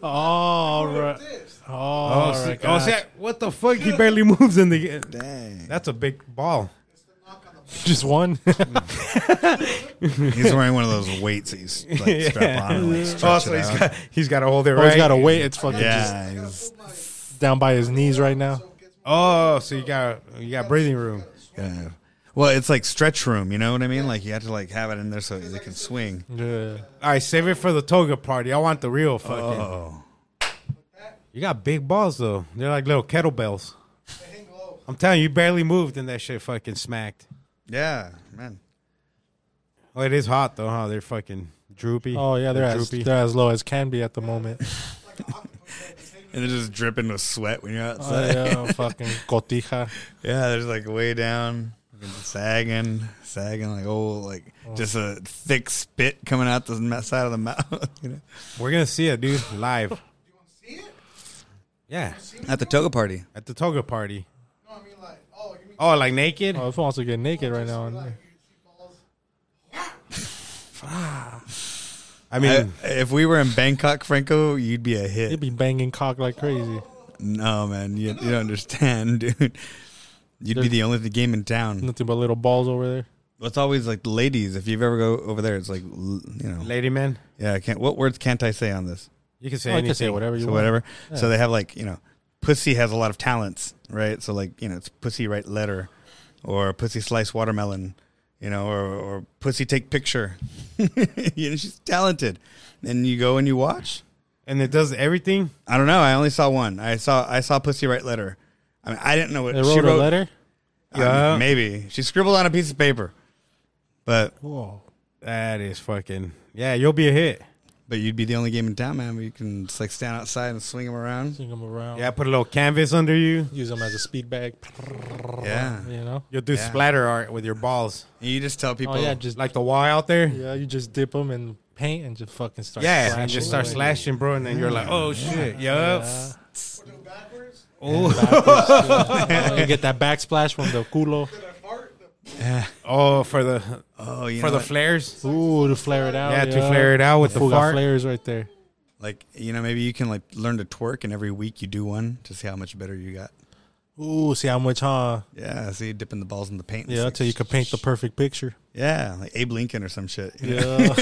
Speaker 3: 'cause
Speaker 2: oh, all right.
Speaker 3: this.
Speaker 2: Oh,
Speaker 1: Oh,
Speaker 2: all
Speaker 1: see-
Speaker 2: right,
Speaker 1: oh, see,
Speaker 2: gotcha.
Speaker 1: what the fuck? He barely moves in the.
Speaker 5: Dang.
Speaker 1: That's a big ball.
Speaker 2: just one.
Speaker 5: He's wearing one of those weights that you s- like strap on and like stretch
Speaker 1: Oh, so
Speaker 5: it
Speaker 1: he's
Speaker 5: out.
Speaker 1: got he's got to hold it
Speaker 2: oh,
Speaker 1: right.
Speaker 2: he's got to wait. It's fucking
Speaker 5: yeah. he's-
Speaker 2: just down by his knees right now.
Speaker 1: Oh, so you got you got breathing room.
Speaker 5: Yeah. Well, it's like stretch room, you know what I mean? Like you have to like have it in there so they can swing.
Speaker 2: Yeah.
Speaker 1: All right, save it for the toga party. I want the real fucking.
Speaker 5: Oh.
Speaker 1: You got big balls though. They're like little kettlebells. I'm telling you, you barely moved and that shit fucking smacked.
Speaker 5: Yeah, man.
Speaker 1: Oh, it is hot though, huh? They're fucking droopy.
Speaker 2: Oh yeah, they're as,
Speaker 1: droopy.
Speaker 2: they're as low as can be at the moment.
Speaker 5: And they're just dripping with sweat when you're
Speaker 2: Oh,
Speaker 5: outside.
Speaker 2: yeah, fucking cotija.
Speaker 5: yeah, they're just like way down, fucking sagging, sagging, like old, like
Speaker 1: Oh.
Speaker 5: just a thick spit coming out the m- side of the mouth. you know?
Speaker 1: We're gonna see it, dude, live. You wanna see it? Yeah,
Speaker 5: At the toga party.
Speaker 1: at the toga party. No, I mean like, oh, oh, like naked?
Speaker 2: Oh, if I wants to get naked right now, and,
Speaker 1: I mean,
Speaker 5: I- if we were in Bangkok, Franco, you'd be a hit.
Speaker 2: it'd be banging cock like crazy.
Speaker 5: no, man, you, you don't understand, dude. You'd be
Speaker 2: There's-
Speaker 5: the only th- game in town.
Speaker 2: Nothing but little balls over there.
Speaker 5: Well, It's always like the ladies. If you've ever go over there, it's like l- you know.
Speaker 1: lady man,
Speaker 5: Yeah, I can't. What words can't I say on this?
Speaker 1: you can say
Speaker 2: Oh, you
Speaker 1: anything.
Speaker 2: can say whatever you
Speaker 5: so
Speaker 2: want.
Speaker 5: whatever. So they have like you know, pussy has a lot of talents, right? So like you know, it's pussy write letter, or pussy slice watermelon, you know, or or pussy take picture. you know, she's talented, and you go and you watch.
Speaker 1: And it does everything.
Speaker 5: I don't know. I only saw one. I saw I saw pussy write letter. I mean, I didn't know what
Speaker 2: They
Speaker 5: she
Speaker 2: wrote
Speaker 5: wrote.
Speaker 2: a letter.
Speaker 5: I mean,
Speaker 1: Yeah.
Speaker 5: maybe she scribbled on a piece of paper, but
Speaker 2: Whoa.
Speaker 1: That is fucking. Yeah, you'll be a hit.
Speaker 5: but you'd be the only game in town, man. You can just like stand outside and swing them around.
Speaker 2: Swing 'em around.
Speaker 1: Yeah, put a little canvas under you.
Speaker 2: Use them as a speed bag.
Speaker 5: Yeah.
Speaker 2: You know.
Speaker 1: You'll do
Speaker 5: Yeah.
Speaker 1: splatter art with your balls,
Speaker 5: And you just tell people,
Speaker 2: Oh yeah, just
Speaker 1: like the wall out there. Yeah,
Speaker 2: yeah, you just dip them in paint and just fucking start.
Speaker 1: and
Speaker 2: slashing
Speaker 1: just start
Speaker 2: away.
Speaker 1: slashing, bro. And then you're like, oh shit, yup.
Speaker 2: Yeah.
Speaker 1: Oh,
Speaker 2: Backwards, yeah. Oh, you get that backsplash from the culo.
Speaker 1: oh, for the
Speaker 5: oh, you
Speaker 1: for
Speaker 5: know
Speaker 1: the
Speaker 5: what?
Speaker 1: flares.
Speaker 2: Ooh, to flare it out.
Speaker 1: Yeah, to flare it out with the
Speaker 2: Fool got
Speaker 1: fart.
Speaker 2: flares right there.
Speaker 5: Like you know, maybe you can like learn to twerk, and every week you do one to see how much better you got.
Speaker 2: Ooh, see how much, huh?
Speaker 5: Yeah, see, dipping the balls in the paint. It's
Speaker 2: Yeah,
Speaker 5: like,
Speaker 2: until you can paint the perfect picture.
Speaker 5: yeah, like Abe Lincoln or some shit. you know?
Speaker 2: Yeah.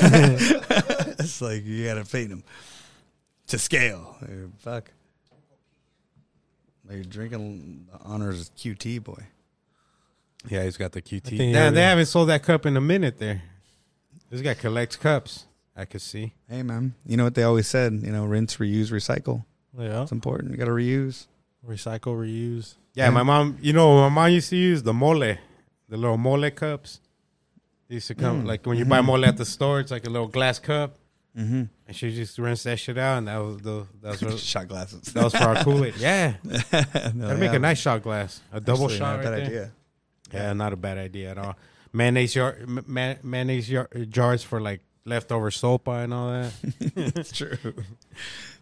Speaker 5: it's like you gotta paint them to scale. Like, fuck. Like you're drinking the honors QT boy.
Speaker 1: Yeah, he's got the QT. Damn,
Speaker 2: think he
Speaker 1: they
Speaker 2: already-
Speaker 1: haven't sold that cup in a minute there. This guy collects cups. I could see.
Speaker 5: Hey man, you know what they always said? You know, rinse, reuse, recycle.
Speaker 2: yeah.
Speaker 5: It's important. You gotta reuse.
Speaker 2: Recycle, reuse.
Speaker 1: Yeah, my mom, you know, my mom used to use the mole, the little mole cups. They used to come, like when you buy mole at the store, it's like a little glass cup.
Speaker 5: Mhm.
Speaker 1: And she just rinsed that shit out, and that was the that was,
Speaker 5: Shot glasses.
Speaker 1: that was for our Kool Aid. Yeah.
Speaker 5: No,
Speaker 1: That'd make
Speaker 5: yeah,
Speaker 1: a nice shot glass, a double
Speaker 5: actually,
Speaker 1: shot.
Speaker 5: not a
Speaker 1: right
Speaker 5: bad
Speaker 1: there.
Speaker 5: idea.
Speaker 1: Yeah, not a bad idea at all. Mayonnaise, jar, ma- ma- mayonnaise jar, jars for like leftover sopa and all that.
Speaker 5: It's true.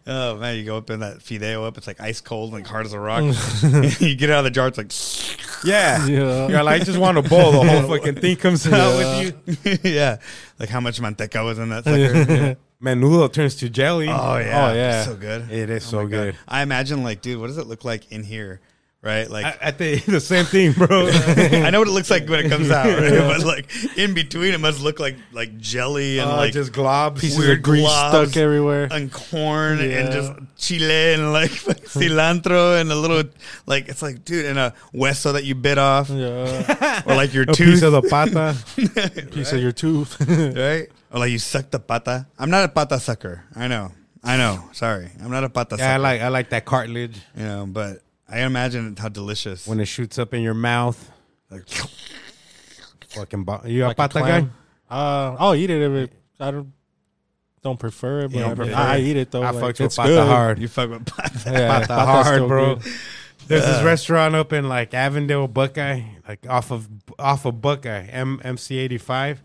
Speaker 5: Oh man, you go up in that fideo up, it's like ice cold, like hard as a rock. you get out of the jar, it's like,
Speaker 1: Yeah.
Speaker 2: Yeah.
Speaker 1: You're like, I just want a bowl. The whole fucking thing comes out with you.
Speaker 5: yeah, like how much manteca was in that sucker. Yeah.
Speaker 1: Menudo turns to jelly.
Speaker 5: Oh yeah,
Speaker 2: Oh, yeah.
Speaker 5: so good.
Speaker 1: It is
Speaker 5: Oh,
Speaker 1: so
Speaker 5: my God.
Speaker 1: good.
Speaker 5: I imagine like, dude, what does it look like in here? Right, like
Speaker 1: I, I think the same thing, bro.
Speaker 5: I know what it looks like when it comes out, right? but like in between, it must look like like jelly and
Speaker 1: Uh,
Speaker 5: like
Speaker 1: just globs.
Speaker 5: pieces
Speaker 2: Weird
Speaker 5: of
Speaker 2: grease
Speaker 5: globs.
Speaker 2: stuck everywhere.
Speaker 5: and corn and
Speaker 2: Yeah.
Speaker 5: just chile and like cilantro and a little like it's like dude and a hueso that you bit off
Speaker 2: Yeah.
Speaker 5: or like your
Speaker 1: A piece
Speaker 5: tooth
Speaker 1: of the pata.
Speaker 2: Piece of your tooth.
Speaker 5: right or like you suck the pata. I'm not a pata sucker. I know, I know. Sorry, I'm not a pata
Speaker 1: Yeah, I
Speaker 5: sucker.
Speaker 1: like I like that cartilage
Speaker 5: you know, but I imagine how delicious.
Speaker 1: when it shoots up in your mouth.
Speaker 5: like,
Speaker 1: Fucking, bo- you a
Speaker 2: Like a
Speaker 1: pata guy?
Speaker 2: clam. Uh, I'll eat it if it. I don't don't prefer it, but
Speaker 1: You don't
Speaker 2: I,
Speaker 1: prefer
Speaker 2: I
Speaker 1: it?
Speaker 2: eat it though.
Speaker 1: I
Speaker 2: like,
Speaker 1: fucked with
Speaker 2: it's
Speaker 1: pata
Speaker 2: good.
Speaker 1: hard.
Speaker 5: you fuck with pata.
Speaker 2: Yeah,
Speaker 1: Pata
Speaker 2: pata's
Speaker 1: hard,
Speaker 2: still
Speaker 1: bro.
Speaker 2: good.
Speaker 1: There's this restaurant up in like Avondale, Buckeye, like off of off of Buckeye, M MC eighty five.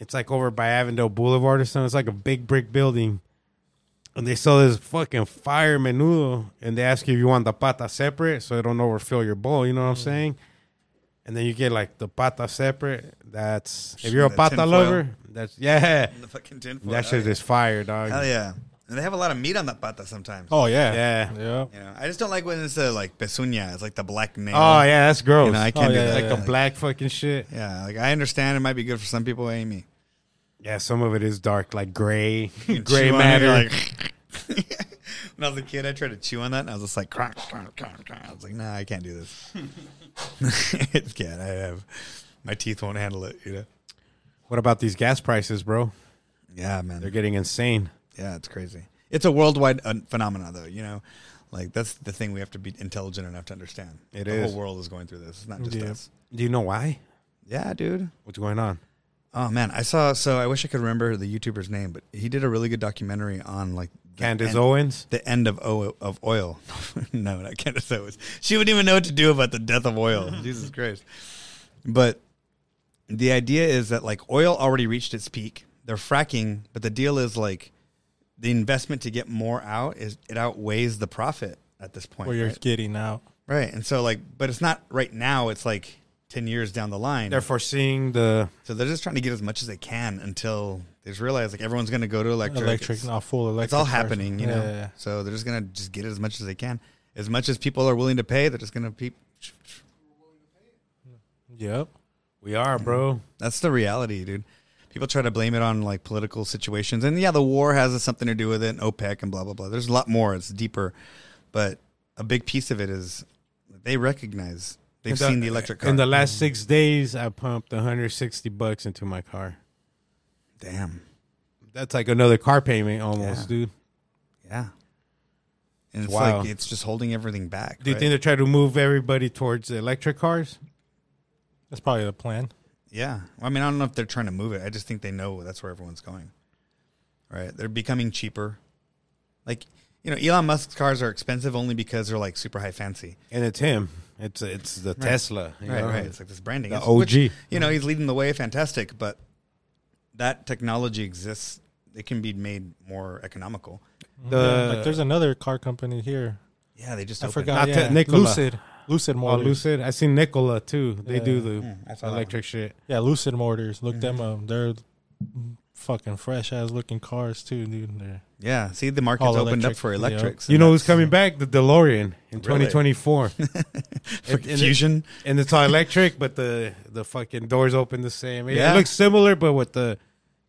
Speaker 1: It's like over by Avondale Boulevard or something. It's like a big brick building, and they sell this fucking fire menudo, and they ask you if you want the pata separate, so they don't overfill your bowl. You know what
Speaker 5: Mm.
Speaker 1: I'm saying? And then you get like the pata separate. That's if you're a
Speaker 5: The
Speaker 1: pata
Speaker 5: tinfoil.
Speaker 1: lover. That's yeah.
Speaker 5: The fucking tin foil.
Speaker 1: That
Speaker 5: Hell
Speaker 1: shit
Speaker 5: yeah.
Speaker 1: is fire, dog.
Speaker 5: Hell yeah, and they have a lot of meat on that pata sometimes.
Speaker 2: Oh yeah.
Speaker 1: Yeah.
Speaker 2: Yeah.
Speaker 5: You know, I just don't like when it's uh, like pezuña. It's like the black nail.
Speaker 1: Oh yeah, that's gross.
Speaker 5: You know, I can't
Speaker 2: Oh,
Speaker 5: do
Speaker 2: yeah,
Speaker 5: that.
Speaker 1: like the black fucking shit.
Speaker 5: Yeah, like I understand it might be good for some people, Amy.
Speaker 1: Yeah, some of it is dark, like gray,
Speaker 5: Chew
Speaker 1: gray
Speaker 5: on it,
Speaker 1: matter.
Speaker 5: you're like- when I was a kid, I tried to chew on that, and I was just like, cronk, cronk, cronk, cronk. I was like, nah, I can't do this. can't. I have my teeth won't handle it. You know.
Speaker 1: what about these gas prices, bro?
Speaker 5: Yeah,
Speaker 1: They're
Speaker 5: man.
Speaker 1: getting insane.
Speaker 5: Yeah, it's crazy. It's a worldwide uh, phenomenon, though. You know, Like that's the thing we have to be intelligent enough to understand.
Speaker 1: It
Speaker 5: the
Speaker 1: is.
Speaker 5: whole world is going through this. It's not just
Speaker 2: Yeah.
Speaker 5: us.
Speaker 1: Do you know why?
Speaker 5: Yeah, dude.
Speaker 1: What's going on?
Speaker 5: Oh man, I saw. So I wish I could remember the YouTuber's name, but he did a really good documentary on like the
Speaker 1: Candace
Speaker 5: end-
Speaker 1: Owens.
Speaker 5: the end of oil, of oil. no, not Candace Owens. She wouldn't even know what to do about the death of oil. Jesus Christ. But the idea is that like oil already reached its peak. They're fracking, but the deal is like the investment to get more out is it outweighs the profit at this point.
Speaker 2: where you're
Speaker 5: right?
Speaker 2: getting out.
Speaker 5: Right. And so like but it's not right now, it's like 10 years down the line.
Speaker 1: They're foreseeing the
Speaker 5: so they're just trying to get as much as they can until they just realize like everyone's going to go to electric.
Speaker 2: Electric,
Speaker 5: It's-
Speaker 2: not full electric.
Speaker 5: it's all
Speaker 2: cars.
Speaker 5: happening, you know.
Speaker 2: Yeah, yeah,
Speaker 5: So they're just gonna just get as much as they can, as much as people are willing to pay. They're just gonna be.
Speaker 2: yeah. Yep.
Speaker 1: we are, bro.
Speaker 5: That's the reality, dude. People try to blame it on like political situations, and yeah, the war has something to do with it, and OPEC and blah blah blah. There's a lot more. It's deeper, but a big piece of it is they recognize they've
Speaker 1: In
Speaker 5: seen the electric car.
Speaker 1: In the last six days, I pumped 160 bucks into my car.
Speaker 5: Damn,
Speaker 1: That's like another car payment almost,
Speaker 5: Yeah.
Speaker 1: dude.
Speaker 5: yeah. And it's
Speaker 1: Wow.
Speaker 5: like it's just holding everything back.
Speaker 1: Do you
Speaker 5: right?
Speaker 1: think they're trying to move everybody towards the electric cars?
Speaker 2: That's probably the plan.
Speaker 5: Yeah. Well, I mean, I don't know if they're trying to move it. I just think they know that's where everyone's going. Right? They're becoming cheaper. Like, you know, Elon Musk's cars are expensive only because they're like super high fancy.
Speaker 1: And it's him. It's it's the Tesla. you
Speaker 5: Right,
Speaker 1: know?
Speaker 5: right. It's like this branding.
Speaker 1: The
Speaker 5: It's- which,
Speaker 1: OG.
Speaker 5: you know, he's leading the way, fantastic, but that technology exists. It can be made more economical.
Speaker 1: The
Speaker 2: like there's another car company here.
Speaker 5: Oh, Yeah, they just
Speaker 2: I
Speaker 5: opened.
Speaker 2: forgot.
Speaker 1: Not
Speaker 2: yeah.
Speaker 1: Te- Nikola.
Speaker 2: Lucid. Lucid
Speaker 1: oh,
Speaker 2: Motors.
Speaker 1: Lucid. I seen Nikola too. They do the
Speaker 5: Hmm, I saw that
Speaker 1: electric shit.
Speaker 2: Yeah, Lucid Motors. Look them
Speaker 1: Mm-hmm.
Speaker 2: up. They're fucking fresh ass looking cars too, dude. They're,
Speaker 5: Yeah, see, the market's
Speaker 2: All
Speaker 5: opened up
Speaker 2: electric,
Speaker 5: for
Speaker 2: yeah.
Speaker 5: electrics.
Speaker 1: You
Speaker 5: and
Speaker 1: know who's
Speaker 5: that's-
Speaker 1: coming back? The DeLorean in
Speaker 5: Really?
Speaker 1: 2024.
Speaker 5: For
Speaker 1: And- and it-
Speaker 5: fusion.
Speaker 1: and it's all electric, but the the fucking doors open the same. It, it
Speaker 5: Yeah.
Speaker 1: looks similar, but with the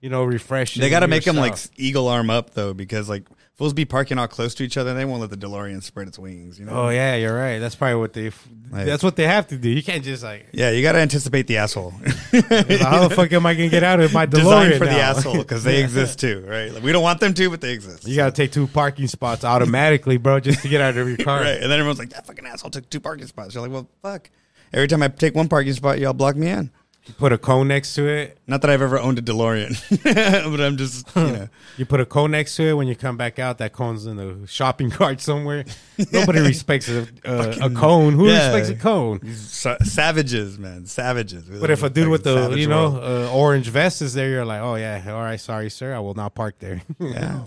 Speaker 1: you know refreshing.
Speaker 5: They got to
Speaker 1: your
Speaker 5: make them like
Speaker 1: style.
Speaker 5: eagle arm up though, because like fools be parking all close to each other. They won't let the DeLorean spread its wings. You know.
Speaker 1: Oh yeah, you're right. That's probably what they.
Speaker 5: Like-
Speaker 1: that's what they have to do. You can't just like.
Speaker 5: Yeah, you got to anticipate the asshole.
Speaker 1: How the fuck am I gonna get out of my
Speaker 5: Design
Speaker 1: DeLorean
Speaker 5: for the
Speaker 1: now?
Speaker 5: asshole because they exist too, right? Like, we don't want them to, but they exist.
Speaker 1: You gotta take two parking spots automatically, bro, just to get out of your car.
Speaker 5: right. And then everyone's like, "That fucking asshole took two parking spots." You're like, "Well, fuck." Every time I take one parking spot, y'all block me in.
Speaker 1: You put a cone next to it.
Speaker 5: Not that I've ever owned a DeLorean, but I'm just you know.
Speaker 1: You put a cone next to it. When you come back out, that cone's in a shopping cart somewhere. Nobody respects a, a, a cone. Who
Speaker 5: yeah.
Speaker 1: respects a cone?
Speaker 5: sa- Savages, man, savages.
Speaker 1: But if a dude with the
Speaker 5: Savage
Speaker 1: you know
Speaker 5: world.
Speaker 1: uh, orange vest is there, you're like, oh yeah, all right, sorry sir, I will not park there.
Speaker 5: yeah,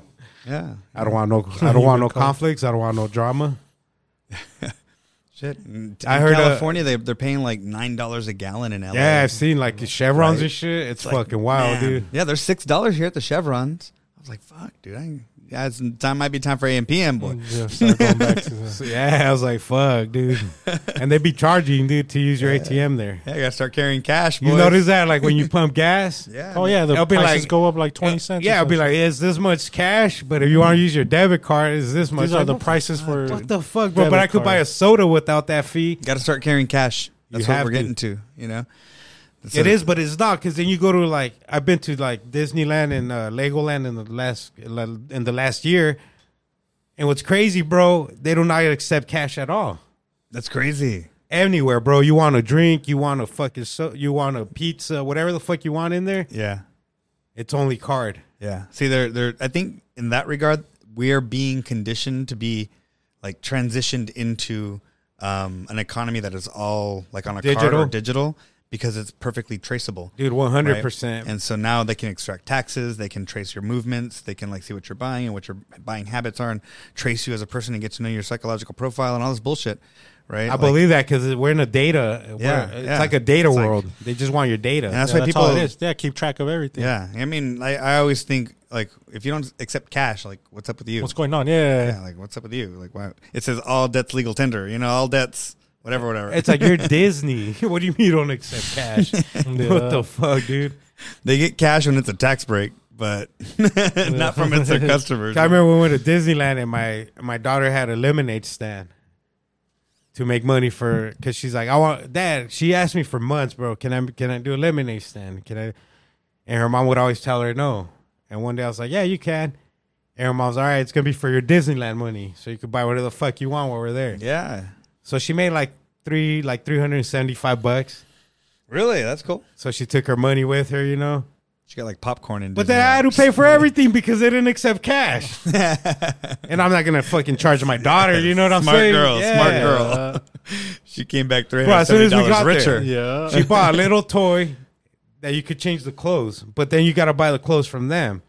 Speaker 5: yeah,
Speaker 1: I don't want no, I don't want no conflicts. I don't want no drama.
Speaker 5: Shit, in
Speaker 1: I heard, uh,
Speaker 5: California they they're paying like nine dollars a gallon in LA.
Speaker 1: Yeah, I've seen like chevrons
Speaker 5: Right.
Speaker 1: and shit. It's,
Speaker 5: Like,
Speaker 1: fucking wild,
Speaker 5: man.
Speaker 1: dude.
Speaker 5: Yeah, there's six dollars here at the Chevrons. I was like, fuck, dude. I, yeah, it's time might be time for AM PM, boy.
Speaker 2: yeah, start uh, going back to the,
Speaker 1: So, yeah, I was like, fuck, dude. and they be charging, dude, to use your ATM there.
Speaker 5: Yeah, I gotta start carrying cash, boy.
Speaker 1: You notice that, like when you pump gas.
Speaker 5: Yeah.
Speaker 2: Oh yeah, the
Speaker 1: It'll be
Speaker 2: prices
Speaker 1: like-
Speaker 2: go up like twenty cents. or
Speaker 1: Uh, Yeah, it'll be
Speaker 2: something.
Speaker 1: like, it's this much cash, but if you want to use your debit card, it's this much.
Speaker 2: these are
Speaker 1: Like,
Speaker 2: the
Speaker 1: what-
Speaker 2: prices for.
Speaker 1: What the fuck, bro? But
Speaker 2: debit
Speaker 1: I could buy
Speaker 2: card.
Speaker 1: a soda without that fee.
Speaker 5: Gotta start carrying cash. That's what
Speaker 1: have
Speaker 5: we're
Speaker 1: to.
Speaker 5: getting to. You know,
Speaker 1: It is, but it's not because then you go to like I've been to like Disneyland and uh, Legoland in the last in the last year, and what's crazy, bro? They do not accept cash at all
Speaker 5: That's crazy.
Speaker 1: anywhere, bro. You want a drink, you want a fucking so, you want a pizza, whatever the fuck you want in there,
Speaker 5: Yeah,
Speaker 1: it's only card.
Speaker 5: yeah. See, they're they're. I think in that regard, we're being conditioned to be like transitioned into um, an economy that is all like on a card
Speaker 1: Digital.
Speaker 5: or digital because it's perfectly traceable.
Speaker 1: Dude, one hundred percent.
Speaker 5: And so now they can extract taxes, they can trace your movements, they can like see what you're buying and what your buying habits are, and trace you as a person and get to know your psychological profile and all this bullshit, right?
Speaker 1: I
Speaker 5: Like-
Speaker 1: believe that because we're in a data. we're-
Speaker 5: Yeah,
Speaker 1: it's
Speaker 5: yeah.
Speaker 1: like a data
Speaker 5: It's like-
Speaker 1: world. they just want your data.
Speaker 5: and that's
Speaker 2: Yeah,
Speaker 5: why
Speaker 2: that's
Speaker 5: people.
Speaker 2: all Oh, it is. Yeah, keep track of everything.
Speaker 5: Yeah, I mean, I, I always think like if you don't accept cash, like what's up with you?
Speaker 2: What's going on? Yeah.
Speaker 5: yeah, like what's up with you? Like why? It says all debts legal tender. You know, all debts, whatever, whatever.
Speaker 1: it's like you're Disney. what do you mean you don't accept cash? What the fuck, dude?
Speaker 5: they get cash when it's a tax break, but not from it's their customers.
Speaker 1: I remember when we went to Disneyland and my my daughter had a lemonade stand to make money for because she's like, I want dad. She asked me for months, bro. Can I can I do a lemonade stand? Can I? And her mom would always tell her no. And one day I was like, Yeah, you can. Aaron Mom's, all right, it's gonna be for your Disneyland money, so you could buy whatever the fuck you want while we're there.
Speaker 5: Yeah.
Speaker 1: So she made like three, like three hundred and seventy-five bucks.
Speaker 5: Really? That's cool.
Speaker 1: So she took her money with her, you know.
Speaker 5: She got like popcorn in
Speaker 1: But then I had to pay for everything because they didn't accept cash. and I'm not gonna fucking charge my daughter. You know what I'm
Speaker 5: Smart
Speaker 1: saying?
Speaker 5: girl,
Speaker 1: Yeah.
Speaker 5: smart girl. she came back three
Speaker 1: Bro,
Speaker 5: hundred
Speaker 1: as soon
Speaker 5: seventy
Speaker 1: as we
Speaker 5: dollars
Speaker 1: got
Speaker 5: richer.
Speaker 1: there.
Speaker 2: Yeah.
Speaker 1: She bought a little toy that you could change the clothes, but then you gotta buy the clothes from them.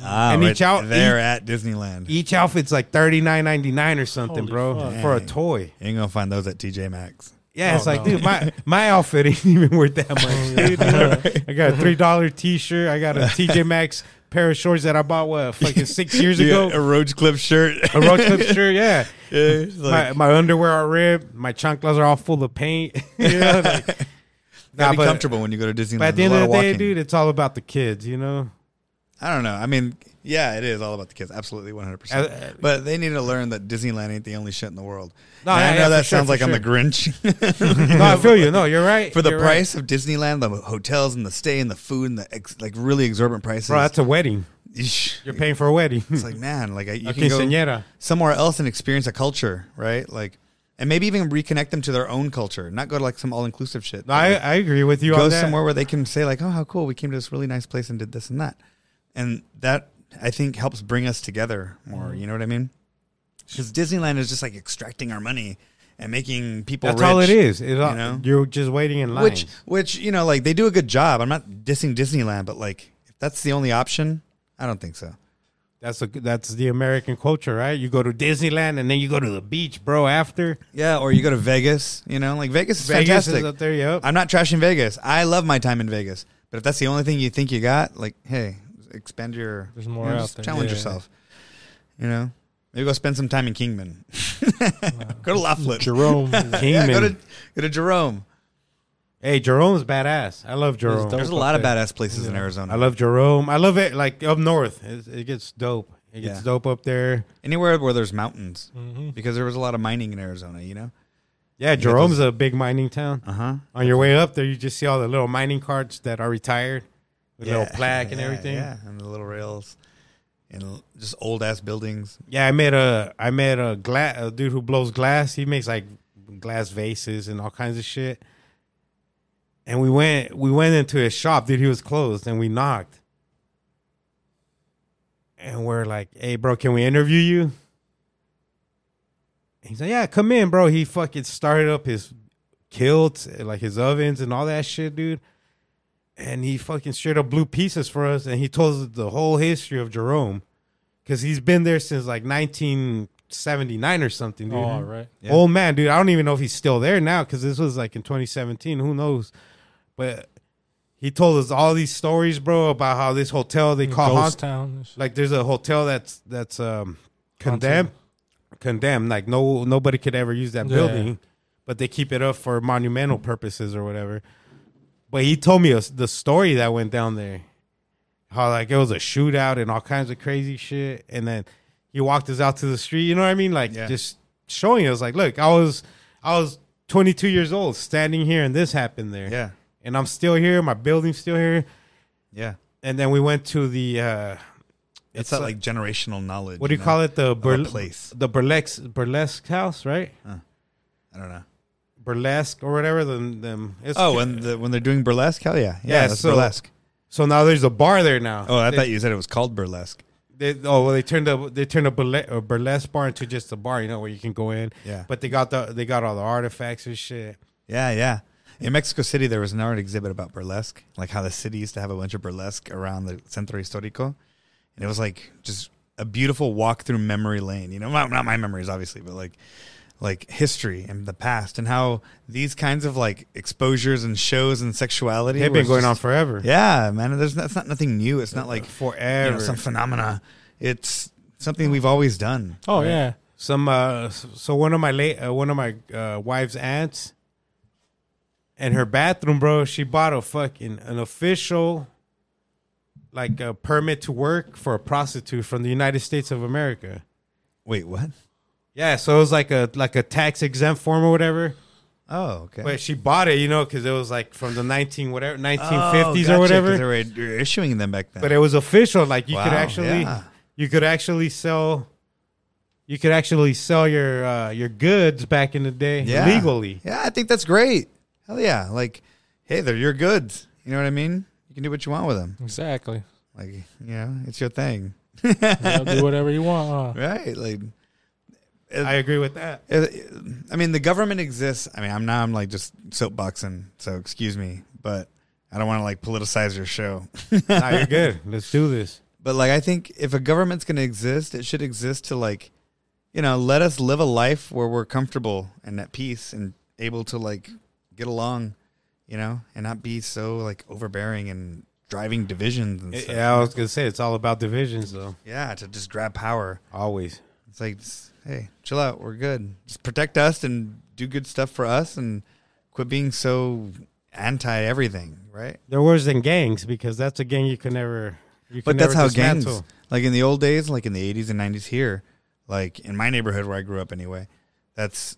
Speaker 5: Ah,
Speaker 1: And
Speaker 5: right
Speaker 1: each out-
Speaker 5: there at Disneyland.
Speaker 1: Each outfit's like thirty nine ninety nine or something,
Speaker 2: Holy
Speaker 1: bro,
Speaker 2: fuck.
Speaker 1: for a
Speaker 5: Dang.
Speaker 1: toy.
Speaker 5: you ain't gonna find those at TJ Maxx.
Speaker 1: Yeah,
Speaker 2: Oh,
Speaker 1: it's like,
Speaker 2: no.
Speaker 1: dude, my my outfit ain't even worth that much. dude. You know, I got a three dollar t shirt. I got a TJ Maxx pair of shorts that I bought what fucking six years
Speaker 5: Yeah, a
Speaker 1: ago.
Speaker 5: Roach Clip shirt.
Speaker 1: A road clip shirt, yeah.
Speaker 5: Yeah, it's like,
Speaker 1: my, my underwear are ripped. My chanclas are all full of paint. you know, like,
Speaker 5: gotta
Speaker 1: nah,
Speaker 5: be
Speaker 1: but-
Speaker 5: comfortable when you go to Disneyland.
Speaker 1: But at the
Speaker 5: There's
Speaker 1: end
Speaker 5: a
Speaker 1: of
Speaker 5: lot
Speaker 1: the day,
Speaker 5: walking.
Speaker 1: dude, it's all about the kids, you know.
Speaker 5: I don't know. I mean, yeah, it is all about the kids. Absolutely, one hundred
Speaker 1: Uh, uh,
Speaker 5: percent. But they need to learn that Disneyland ain't the only shit in the world.
Speaker 1: No,
Speaker 5: And
Speaker 1: yeah,
Speaker 5: I know
Speaker 1: yeah,
Speaker 5: that
Speaker 1: for sure,
Speaker 5: sounds
Speaker 1: for
Speaker 5: like I'm the
Speaker 1: sure.
Speaker 5: Grinch.
Speaker 1: No, I feel you. No, you're right.
Speaker 5: for the
Speaker 1: You're right.
Speaker 5: price of Disneyland, the hotels and the stay and the food and the ex, like really exorbitant prices.
Speaker 1: bro, that's a wedding.
Speaker 5: Eesh.
Speaker 1: You're paying for a wedding.
Speaker 5: it's like man, like I, you
Speaker 1: a
Speaker 5: can go
Speaker 1: quinceañera.
Speaker 5: somewhere else and experience a culture, right? Like, and maybe even reconnect them to their own culture, not go to like some all inclusive shit.
Speaker 1: No, I,
Speaker 5: Like,
Speaker 1: I agree with you
Speaker 5: go
Speaker 1: on that.
Speaker 5: somewhere where they can say like, oh, how cool, we came to this really nice place and did this and that, and that I think helps bring us together more. You know what I mean? Because Disneyland is just like extracting our money and making people.
Speaker 1: That's
Speaker 5: rich.
Speaker 1: all it is. It all,
Speaker 5: you know?
Speaker 1: You're just waiting in line.
Speaker 5: Which, which you know, like they do a good job. I'm not dissing Disneyland, but like if that's the only option, I don't think so.
Speaker 1: that's a that's the American culture, right? You go to Disneyland and then you go to the beach, bro. After
Speaker 5: Yeah, or you go to Vegas. You know, like Vegas is
Speaker 1: Vegas
Speaker 5: fantastic.
Speaker 1: is up there, yep.
Speaker 5: I'm not trashing Vegas. I love my time in Vegas. But if that's the only thing you think you got, like, hey, expand your.
Speaker 2: There's more
Speaker 5: you know,
Speaker 2: out
Speaker 5: just
Speaker 2: there.
Speaker 5: Challenge
Speaker 2: Yeah.
Speaker 5: yourself. You know, maybe go spend some time in Kingman. go to Laughlin.
Speaker 2: Jerome.
Speaker 1: Kingman.
Speaker 5: Go to go to Jerome.
Speaker 1: hey, Jerome's badass. I love Jerome.
Speaker 2: dope.
Speaker 5: There's a lot of
Speaker 2: Okay.
Speaker 5: badass places in Arizona.
Speaker 1: I love Jerome. I love it. Like up north, it, it gets dope. It gets
Speaker 5: Yeah.
Speaker 1: dope up there.
Speaker 5: Anywhere where there's mountains,
Speaker 1: Mm-hmm.
Speaker 5: because there was a lot of mining in Arizona. You know.
Speaker 1: Yeah,
Speaker 5: get
Speaker 1: Jerome's a big mining town.
Speaker 5: Uh huh.
Speaker 1: On your way up there, you just see all the little mining carts that are retired with little plaque and
Speaker 5: yeah,
Speaker 1: everything.
Speaker 5: Yeah, and the little rails and l- just old ass buildings.
Speaker 1: Yeah, I met a I met a glass a dude who blows glass. He makes like glass vases and all kinds of shit. And we went we went into his shop, dude. He was closed, and we knocked. And we're like, "Hey, bro, can we interview you?" And he's like, "Yeah, come in, bro." He fucking started up his kilts, like his ovens and all that shit, dude. And he fucking straight up blew pieces for us, and he told us the whole history of Jerome because he's been there since like 1979 or something, dude.
Speaker 2: Oh, all right.
Speaker 5: Yeah.
Speaker 1: Old man, dude. I don't even know if he's still there now because this was like in 2017. Who knows? But he told us all these stories, bro, about how this hotel they call
Speaker 2: Mm, Ghost
Speaker 1: haunt.
Speaker 2: Town.
Speaker 1: Like, there's a hotel that's that's um condemned, condemned. Like, no nobody could ever use that
Speaker 2: Yeah.
Speaker 1: building, but they keep it up for monumental purposes or whatever. But he told me a s the story that went down there how like it was a shootout and all kinds of crazy shit. And then he walked us out to the street. You know what I mean? Like
Speaker 5: Yeah.
Speaker 1: just showing us like, look, I was I was 22 years old standing here and this happened there.
Speaker 5: Yeah,
Speaker 1: And I'm still here. My building's still here.
Speaker 5: yeah.
Speaker 1: And then we went to the uh,
Speaker 5: It's, that like generational knowledge.
Speaker 1: what do you call it? The burl-
Speaker 5: place.
Speaker 1: the burlesque burlesque house, right?
Speaker 5: I don't know.
Speaker 1: Burlesque or whatever. Them, them. It's,
Speaker 5: Oh, when the, when they're doing burlesque, hell yeah, yeah,
Speaker 1: Yeah,
Speaker 5: that's
Speaker 1: so-
Speaker 5: burlesque.
Speaker 1: so now there's a bar there now.
Speaker 5: Oh, I
Speaker 1: They-
Speaker 5: thought you said it was called burlesque.
Speaker 1: They, oh well, they turned a they turned a, burle- a burlesque bar into just a bar, you know, where you can go in.
Speaker 5: Yeah.
Speaker 1: But they got the they got all the artifacts and shit.
Speaker 5: Yeah, yeah. In Mexico City, there was an art exhibit about burlesque, like how the city used to have a bunch of burlesque around the Centro Histórico, and it was like just a beautiful walk through memory lane. You know, not, not my memories, obviously, but like like history and the past, and how these kinds of like exposures and shows and sexuality
Speaker 1: They've
Speaker 5: was
Speaker 1: been going
Speaker 5: just-
Speaker 1: on forever.
Speaker 5: Yeah, man. There's that's not nothing new. It's not like you
Speaker 1: forever.
Speaker 5: know, some phenomena. It's something we've always done.
Speaker 2: Oh, yeah.
Speaker 1: some uh s- so one of my late uh, one of my uh, wife's aunts and her bathroom bro she bought a fucking an official like a permit to work for a prostitute from the united states of america
Speaker 5: Wait, what?
Speaker 1: yeah so it was like a like a tax exempt form or whatever
Speaker 5: Oh, okay.
Speaker 1: but she bought it you know because it was like from the 19 whatever
Speaker 5: Oh,
Speaker 1: 1950s
Speaker 5: gotcha,
Speaker 1: or
Speaker 5: 'cause
Speaker 1: whatever
Speaker 5: They were issuing them back then.
Speaker 1: but it was official like you
Speaker 5: Wow,
Speaker 1: could actually
Speaker 5: yeah.
Speaker 1: you could actually sell you could actually sell your uh, your goods back in the day
Speaker 5: Yeah.
Speaker 1: legally.
Speaker 5: Yeah, I think that's great. Hell yeah. Like, hey, they're your goods. You know what I mean? You can do what you want with them.
Speaker 1: Mm.
Speaker 2: Exactly.
Speaker 5: Like, you know, it's your thing.
Speaker 2: You'll do whatever you want. uh, Huh?
Speaker 5: Right? Like,
Speaker 1: I agree with that.
Speaker 5: Uh, I mean, the government exists. I mean, I'm now I'm like just soapboxing, so excuse me, but I don't want to like politicize your show.
Speaker 1: Nah, you're good. Let's do this.
Speaker 5: But like, I think if a government's going to exist, it should exist to like, you know, let us live a life where we're comfortable and at peace and able to like get along, you know, and not be so like overbearing and driving divisions and stuff.
Speaker 1: Yeah, I was gonna say it's all about divisions though.
Speaker 5: Yeah, to just grab power.
Speaker 1: Always.
Speaker 5: It's like, just, hey, chill out. We're good. Just protect us and do good stuff for us and quit being so anti everything, right?
Speaker 1: They're worse than gangs because that's a gang you can never. You can
Speaker 5: But that's
Speaker 1: never
Speaker 5: how gangs,
Speaker 1: dismantle.
Speaker 5: like in the old days, like in the 80s and 90s here, like in my neighborhood where I grew up anyway, that's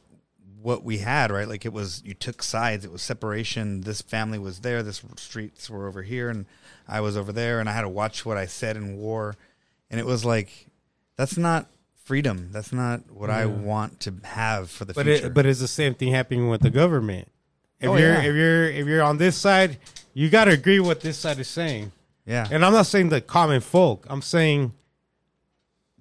Speaker 5: what we had, right? Like it was, you took sides, it was separation. This family was there, this streets were over here, and I was over there, and I had to watch what I said in war. And it was like, that's not freedom. That's not what I want to have for the
Speaker 1: But
Speaker 5: future.
Speaker 1: it, but it's the same thing happening with the government. If
Speaker 5: Oh,
Speaker 1: you're
Speaker 5: yeah.
Speaker 1: if you're if you're on this side, you gotta agree what this side is saying.
Speaker 5: yeah,
Speaker 1: And I'm not saying the common folk. I'm saying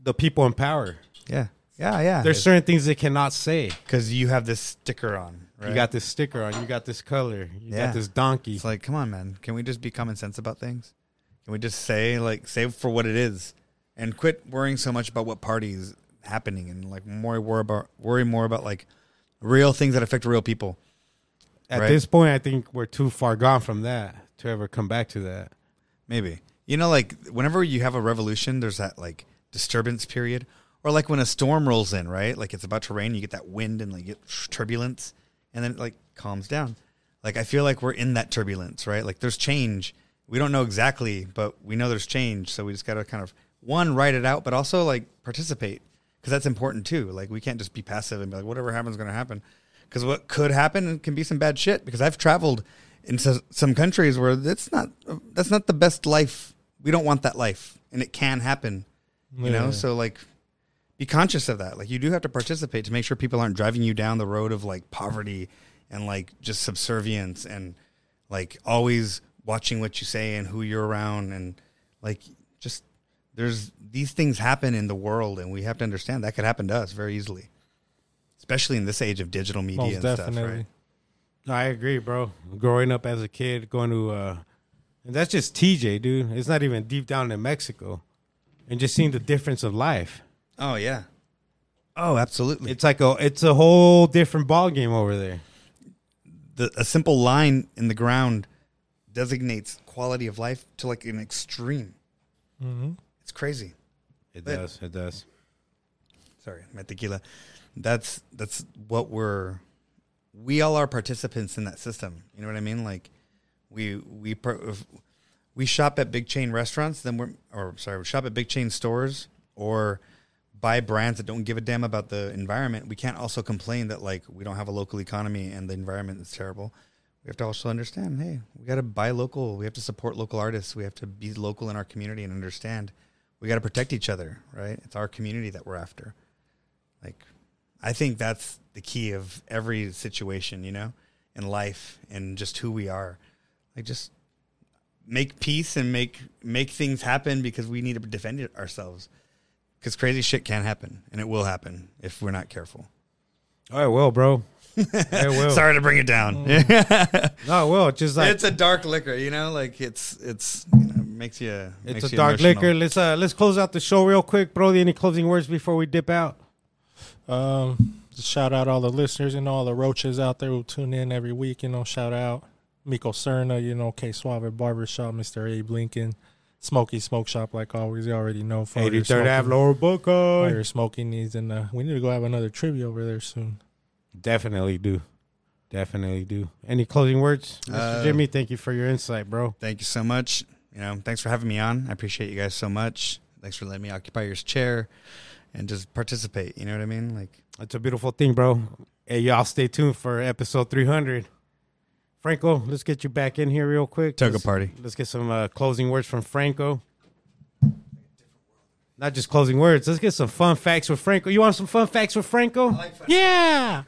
Speaker 1: the people in power.
Speaker 5: yeah, yeah, yeah.
Speaker 1: There's certain things they cannot say.
Speaker 5: because you have this sticker on. Right?
Speaker 1: You got this sticker on. You got this color. You
Speaker 5: Yeah.
Speaker 1: got this donkey.
Speaker 5: It's like, come on, man. Can we just be common sense about things? Can we just say like, say for what it is, and quit worrying so much about what parties happening and like more worry about worry more about like real things that affect real people.
Speaker 1: At
Speaker 5: right.
Speaker 1: this point, I think we're too far gone from that to ever come back to that.
Speaker 5: Maybe. You know, like whenever you have a revolution, there's that like disturbance period. Or like when a storm rolls in, right? Like it's about to rain, you get that wind and like you get turbulence and then it like calms down. Like I feel like we're in that turbulence, right? Like there's change. We don't know exactly, but we know there's change. So we just got to kind of one, write it out, but also like participate because that's important too. Like we can't just be passive and be like, whatever happens, going to happen. Because what could happen can be some bad shit. Because I've traveled into some countries where that's not that's not the best life. We don't want that life, and it can happen. You know,
Speaker 2: Yeah.
Speaker 5: so like, be conscious of that. Like, you do have to participate to make sure people aren't driving you down the road of like poverty and like just subservience and like always watching what you say and who you're around and like just there's these things happen in the world and we have to understand that could happen to us very easily especially in this age of digital media
Speaker 2: Most
Speaker 5: and stuff
Speaker 2: definitely.
Speaker 5: right
Speaker 1: No, I agree, bro. Growing up as a kid, going to uh and that's just TJ, dude. It's not even deep down in Mexico. And just seeing the difference of life.
Speaker 5: oh yeah oh absolutely
Speaker 1: It's like a it's a whole different ball game over there.
Speaker 5: the, a simple line in the ground designates quality of life to like an extreme
Speaker 2: Mm-hmm.
Speaker 5: it's crazy
Speaker 1: It
Speaker 5: But-
Speaker 1: does. It does.
Speaker 5: sorry, my tequila. That's that's what we're we all are participants in that system. You know what I mean? Like we we par- if we shop at big chain restaurants, then we're or sorry, we shop at big chain stores or buy brands that don't give a damn about the environment. We can't also complain that like we don't have a local economy and the environment is terrible. We have to also understand, hey, we got to buy local. We have to support local artists. We have to be local in our community and understand we got to protect each other, right? It's our community that we're after. Like, I think that's the key of every situation, you know, in life and just who we are. Like, just make peace and make make things happen because we need to defend it ourselves. Because crazy shit can happen and it will happen if we're not careful.
Speaker 1: Oh, it will, bro. It will.
Speaker 5: Sorry to bring it down.
Speaker 1: No, it will. It's Just like
Speaker 5: it's a dark liquor, you know. Like it's it's you know, makes you.
Speaker 1: It's
Speaker 5: makes
Speaker 1: a
Speaker 5: you
Speaker 1: dark
Speaker 5: emotional.
Speaker 1: liquor. Let's uh let's close out the show real quick, Brody. Any closing words before we dip out?
Speaker 2: Um, just shout out all the listeners and all the roaches out there who tune in every week. You know, shout out Miko Cerna, you know, K Suave Barbershop, Mr. Abe Lincoln, Smoky Smoke Shop, like always. You already know. for all your
Speaker 1: Eighty third Ave,
Speaker 2: smoking-
Speaker 1: Lower
Speaker 2: all
Speaker 1: Boca.
Speaker 2: your smoking needs. And uh, we need to go have another trivia over there soon.
Speaker 1: Definitely do. Definitely do. Any closing words, Mr.
Speaker 5: Uh,
Speaker 1: Jimmy? Thank you for your insight, bro.
Speaker 5: Thank you so much. You know, thanks for having me on. I appreciate you guys so much. Thanks for letting me occupy your chair and just participate. You know what I mean? Like,
Speaker 1: It's a beautiful thing, bro. Hey, y'all, stay tuned for episode 300. Franco, let's get you back in here real quick.
Speaker 5: Toga
Speaker 1: Let's-
Speaker 5: party.
Speaker 1: Let's get some uh, closing words from Franco. Not just closing words. Let's get some fun facts with Franco. You want some fun facts with Franco? yeah.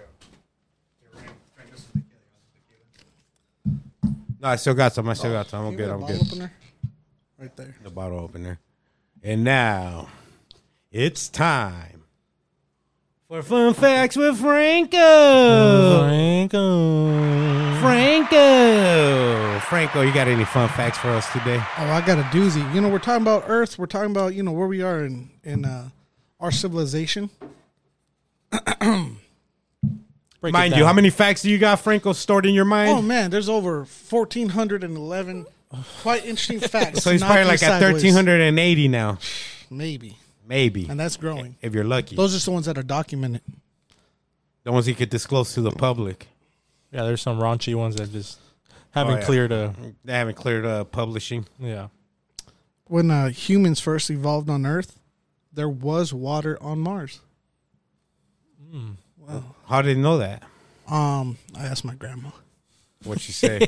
Speaker 1: No, I still got some. I still got some. I'm
Speaker 3: Oh, You
Speaker 1: good.
Speaker 3: got a
Speaker 1: I'm
Speaker 3: bottle
Speaker 1: good.
Speaker 3: opener? Right there.
Speaker 1: The bottle opener. And now it's time for fun facts with Franco.
Speaker 2: Franco.
Speaker 1: Franco. Franco, you got any fun facts for us today?
Speaker 3: Oh, I got a doozy. You know, we're talking about Earth. We're talking about you know where we are in in uh, our civilization.
Speaker 2: Break it
Speaker 1: Mind you,
Speaker 2: down.
Speaker 1: how many facts do you got, Franco, stored in your mind?
Speaker 3: Oh man, there's over fourteen hundred and eleven quite interesting facts.
Speaker 1: so he's
Speaker 3: Knock
Speaker 1: probably
Speaker 3: you
Speaker 1: like at
Speaker 3: sideways.
Speaker 1: 1,380 now.
Speaker 3: maybe,
Speaker 1: Maybe.
Speaker 3: and that's growing.
Speaker 1: if you're lucky.
Speaker 3: Those are just the ones that are documented.
Speaker 1: the ones he could disclose to the public.
Speaker 2: yeah, there's some raunchy ones that just haven't
Speaker 1: Oh, yeah.
Speaker 2: cleared a
Speaker 1: They haven't cleared uh, publishing.
Speaker 2: yeah.
Speaker 3: When uh, humans first evolved on Earth, there was water on Mars.
Speaker 1: How did he know that?
Speaker 3: Um, I asked my grandma.
Speaker 1: What she say?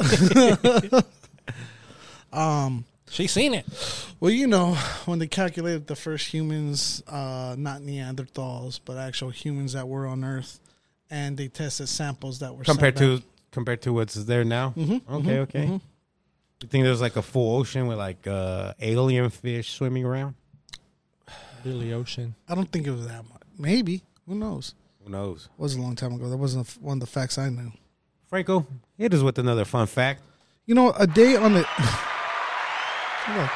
Speaker 3: Um,
Speaker 2: She seen it.
Speaker 3: Well, you know, when they calculated the first humans, uh, not Neanderthals, but actual humans that were on Earth, and they tested samples that were sent
Speaker 1: compared
Speaker 3: back- Mm-hmm,
Speaker 1: to compared to what's there now. okay, okay. You think there's like a full ocean with like uh, alien fish swimming around?
Speaker 2: Billy Ocean.
Speaker 3: I don't think it was that much. Maybe who knows?
Speaker 1: Who knows?
Speaker 3: It was a long time ago. That wasn't a f- one of the facts I knew.
Speaker 1: Franco, hit us with another fun fact.
Speaker 3: You know, a day on the. I like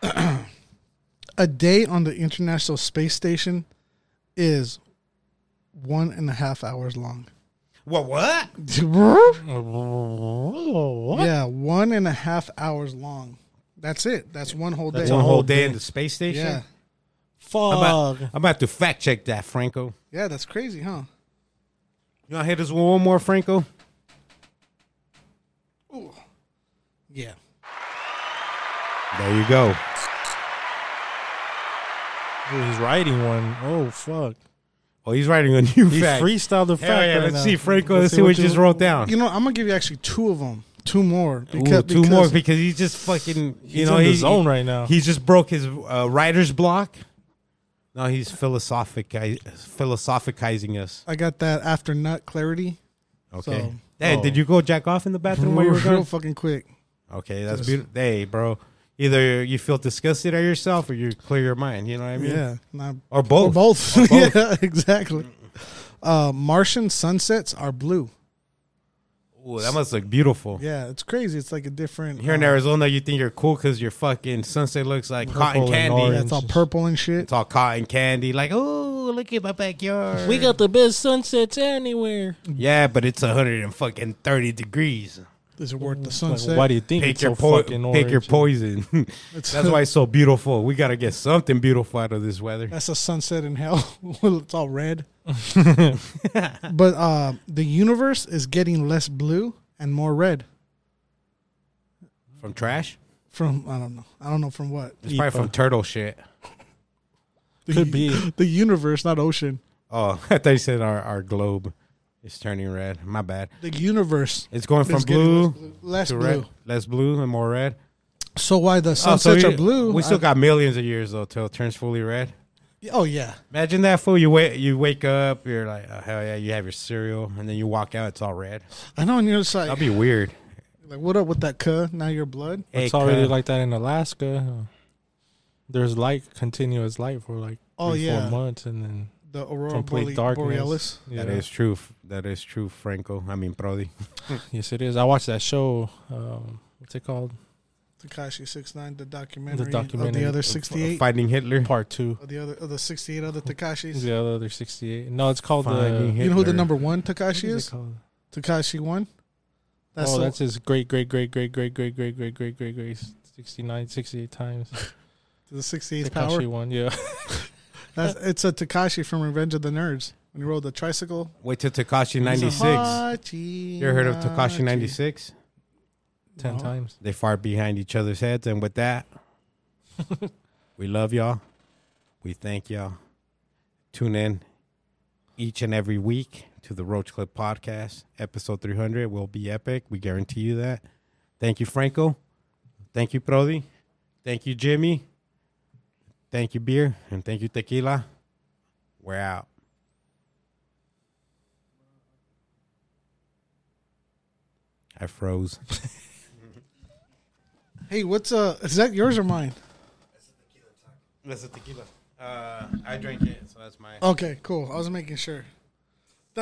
Speaker 3: that. a day on the International Space Station is one and a half hours long.
Speaker 1: What? What? Oh,
Speaker 3: Yeah, one and a half hours long. That's it. That's one whole day.
Speaker 2: That's
Speaker 1: One
Speaker 2: a
Speaker 1: whole
Speaker 2: whole
Speaker 1: day
Speaker 2: day.
Speaker 1: in the space station.
Speaker 3: yeah.
Speaker 1: I'm, about,
Speaker 2: Fuck.
Speaker 1: I'm about to fact check that, Franco.
Speaker 3: Yeah, that's crazy, huh?
Speaker 1: You want to hit us with one more, Franco?
Speaker 3: Yeah.
Speaker 1: There you go.
Speaker 2: Ooh, he's writing one. Oh fuck.
Speaker 1: Oh, he's writing a new
Speaker 2: He
Speaker 1: fact.
Speaker 2: freestyled the fact.
Speaker 1: Hell yeah,
Speaker 2: right
Speaker 1: let's
Speaker 2: now.
Speaker 1: see, Franco. Let's, see what you just wrote down.
Speaker 3: You know, I'm going to give you actually two of them. Two more.
Speaker 1: Ooh,
Speaker 3: Because,
Speaker 1: two more
Speaker 3: because-
Speaker 1: because he's just fucking. You
Speaker 2: He's
Speaker 1: know,
Speaker 2: in the
Speaker 1: he-
Speaker 2: zone
Speaker 1: he-
Speaker 2: right now.
Speaker 1: He just broke his uh, writer's block. No, he's philosophic, philosophicizing us.
Speaker 3: I got that after nut clarity.
Speaker 1: Okay.
Speaker 3: So-
Speaker 1: hey,
Speaker 2: Oh.
Speaker 1: did you go jack off in the bathroom while you were
Speaker 3: real
Speaker 1: gone?
Speaker 3: fucking quick.
Speaker 1: Okay, that's beautiful. Hey, bro. Either you feel disgusted at yourself or you clear your mind. You know what I mean?
Speaker 3: Yeah. Nah,
Speaker 1: Or both.
Speaker 3: Or both.
Speaker 1: Or both.
Speaker 3: yeah, exactly. Uh, Martian sunsets are blue.
Speaker 1: Ooh, that must look beautiful.
Speaker 3: Yeah, it's crazy. It's like a different.
Speaker 1: Here in
Speaker 3: uh,
Speaker 1: Arizona, you think you're cool because your fucking sunset looks like
Speaker 2: Purple
Speaker 1: cotton
Speaker 2: and
Speaker 1: candy.
Speaker 2: orange.
Speaker 3: yeah, it's all purple and shit.
Speaker 1: It's all cotton candy. Like, oh, look at my backyard.
Speaker 2: the best sunsets anywhere.
Speaker 1: Yeah, but it's 130 degrees.
Speaker 3: Is it worth the
Speaker 2: Like,
Speaker 3: sunset?
Speaker 2: why do you think
Speaker 1: Pick
Speaker 2: it's
Speaker 1: your,
Speaker 2: so
Speaker 1: po-
Speaker 2: fucking
Speaker 1: pick your
Speaker 2: orange?
Speaker 1: poison. That's why it's so beautiful. We got to get something beautiful out of this weather.
Speaker 3: That's a sunset in hell. Well, it's all red. but uh, the universe is getting less blue and more red.
Speaker 1: From trash?
Speaker 3: From I don't know. I don't know from what.
Speaker 1: It's probably from
Speaker 2: Epa.
Speaker 1: turtle shit.
Speaker 2: Could be.
Speaker 3: The universe, not ocean.
Speaker 1: Oh, I thought you said our, our globe is turning red. My bad.
Speaker 3: The universe
Speaker 1: It's going from
Speaker 3: is getting
Speaker 1: blue,
Speaker 3: less
Speaker 1: to
Speaker 3: blue. Less
Speaker 1: red.
Speaker 3: blue.
Speaker 1: Less blue and more red.
Speaker 3: So why the
Speaker 1: Oh, so
Speaker 3: sunsets
Speaker 1: we-
Speaker 3: are blue?
Speaker 1: We still
Speaker 3: I-
Speaker 1: got millions of years, though, till it turns fully red.
Speaker 3: Oh yeah.
Speaker 1: Imagine that fool. You wake, you wake up, you're like, oh, hell yeah, you have your cereal, and then you walk out, it's all red.
Speaker 3: I know on your side.
Speaker 1: That'd be weird.
Speaker 3: Like, what up with that cuh? Now your blood?
Speaker 2: It's
Speaker 1: Hey,
Speaker 2: already
Speaker 1: cuz.
Speaker 2: like that in Alaska. There's light, continuous light for like
Speaker 3: Oh,
Speaker 2: three,
Speaker 3: yeah.
Speaker 2: four months, and then
Speaker 3: The aurora
Speaker 2: complete
Speaker 3: Bore-
Speaker 2: darkness.
Speaker 3: borealis.
Speaker 2: Yeah.
Speaker 1: That is true. That is true, Franco. I mean, Brody.
Speaker 2: Yes, it is. I watched that show. Um, what's it called?
Speaker 3: Takashi six nine, the documentary, of
Speaker 2: documentary
Speaker 3: the other
Speaker 2: of-
Speaker 3: sixty eight,
Speaker 1: Fighting Hitler.
Speaker 2: Part two.
Speaker 3: of the other of the sixty eight other Takashis.
Speaker 2: The other 68. No, it's called uh,
Speaker 1: Finding
Speaker 2: the.
Speaker 1: Hit-
Speaker 3: You know who the
Speaker 1: Hitler.
Speaker 3: number one
Speaker 2: what is
Speaker 3: Takashi
Speaker 2: it
Speaker 3: is?
Speaker 2: called?
Speaker 3: Takashi one. That's
Speaker 2: oh,
Speaker 3: the,
Speaker 2: that's his great, great, great, great, great, great, great, great, great, great, great, 69, 68 times.
Speaker 3: the sixty eighth power.
Speaker 2: Takashi one, yeah.
Speaker 3: That's it's a Takashi from Revenge of the Nerds when he rode the tricycle.
Speaker 1: Wait till Takashi
Speaker 3: He's
Speaker 1: 96.
Speaker 3: a Hachi,
Speaker 1: You ever heard of Takashi
Speaker 3: Hachi.
Speaker 1: 96?
Speaker 2: Ten
Speaker 3: No.
Speaker 2: times.
Speaker 1: They fart behind each other's heads. And with that, we love y'all. We thank y'all. Tune in each and every week to the Roach Clip Podcast. Episode 300 will be epic. We guarantee you that. Thank you, Franco. Thank you, Prodi. Thank you, Jimmy. Thank you, beer. And thank you, tequila. We're out. I froze.
Speaker 3: Hey, what's uh? Is that yours or mine?
Speaker 1: That's a tequila. Uh, I drank it, so that's my.
Speaker 3: Okay, cool. I was making sure.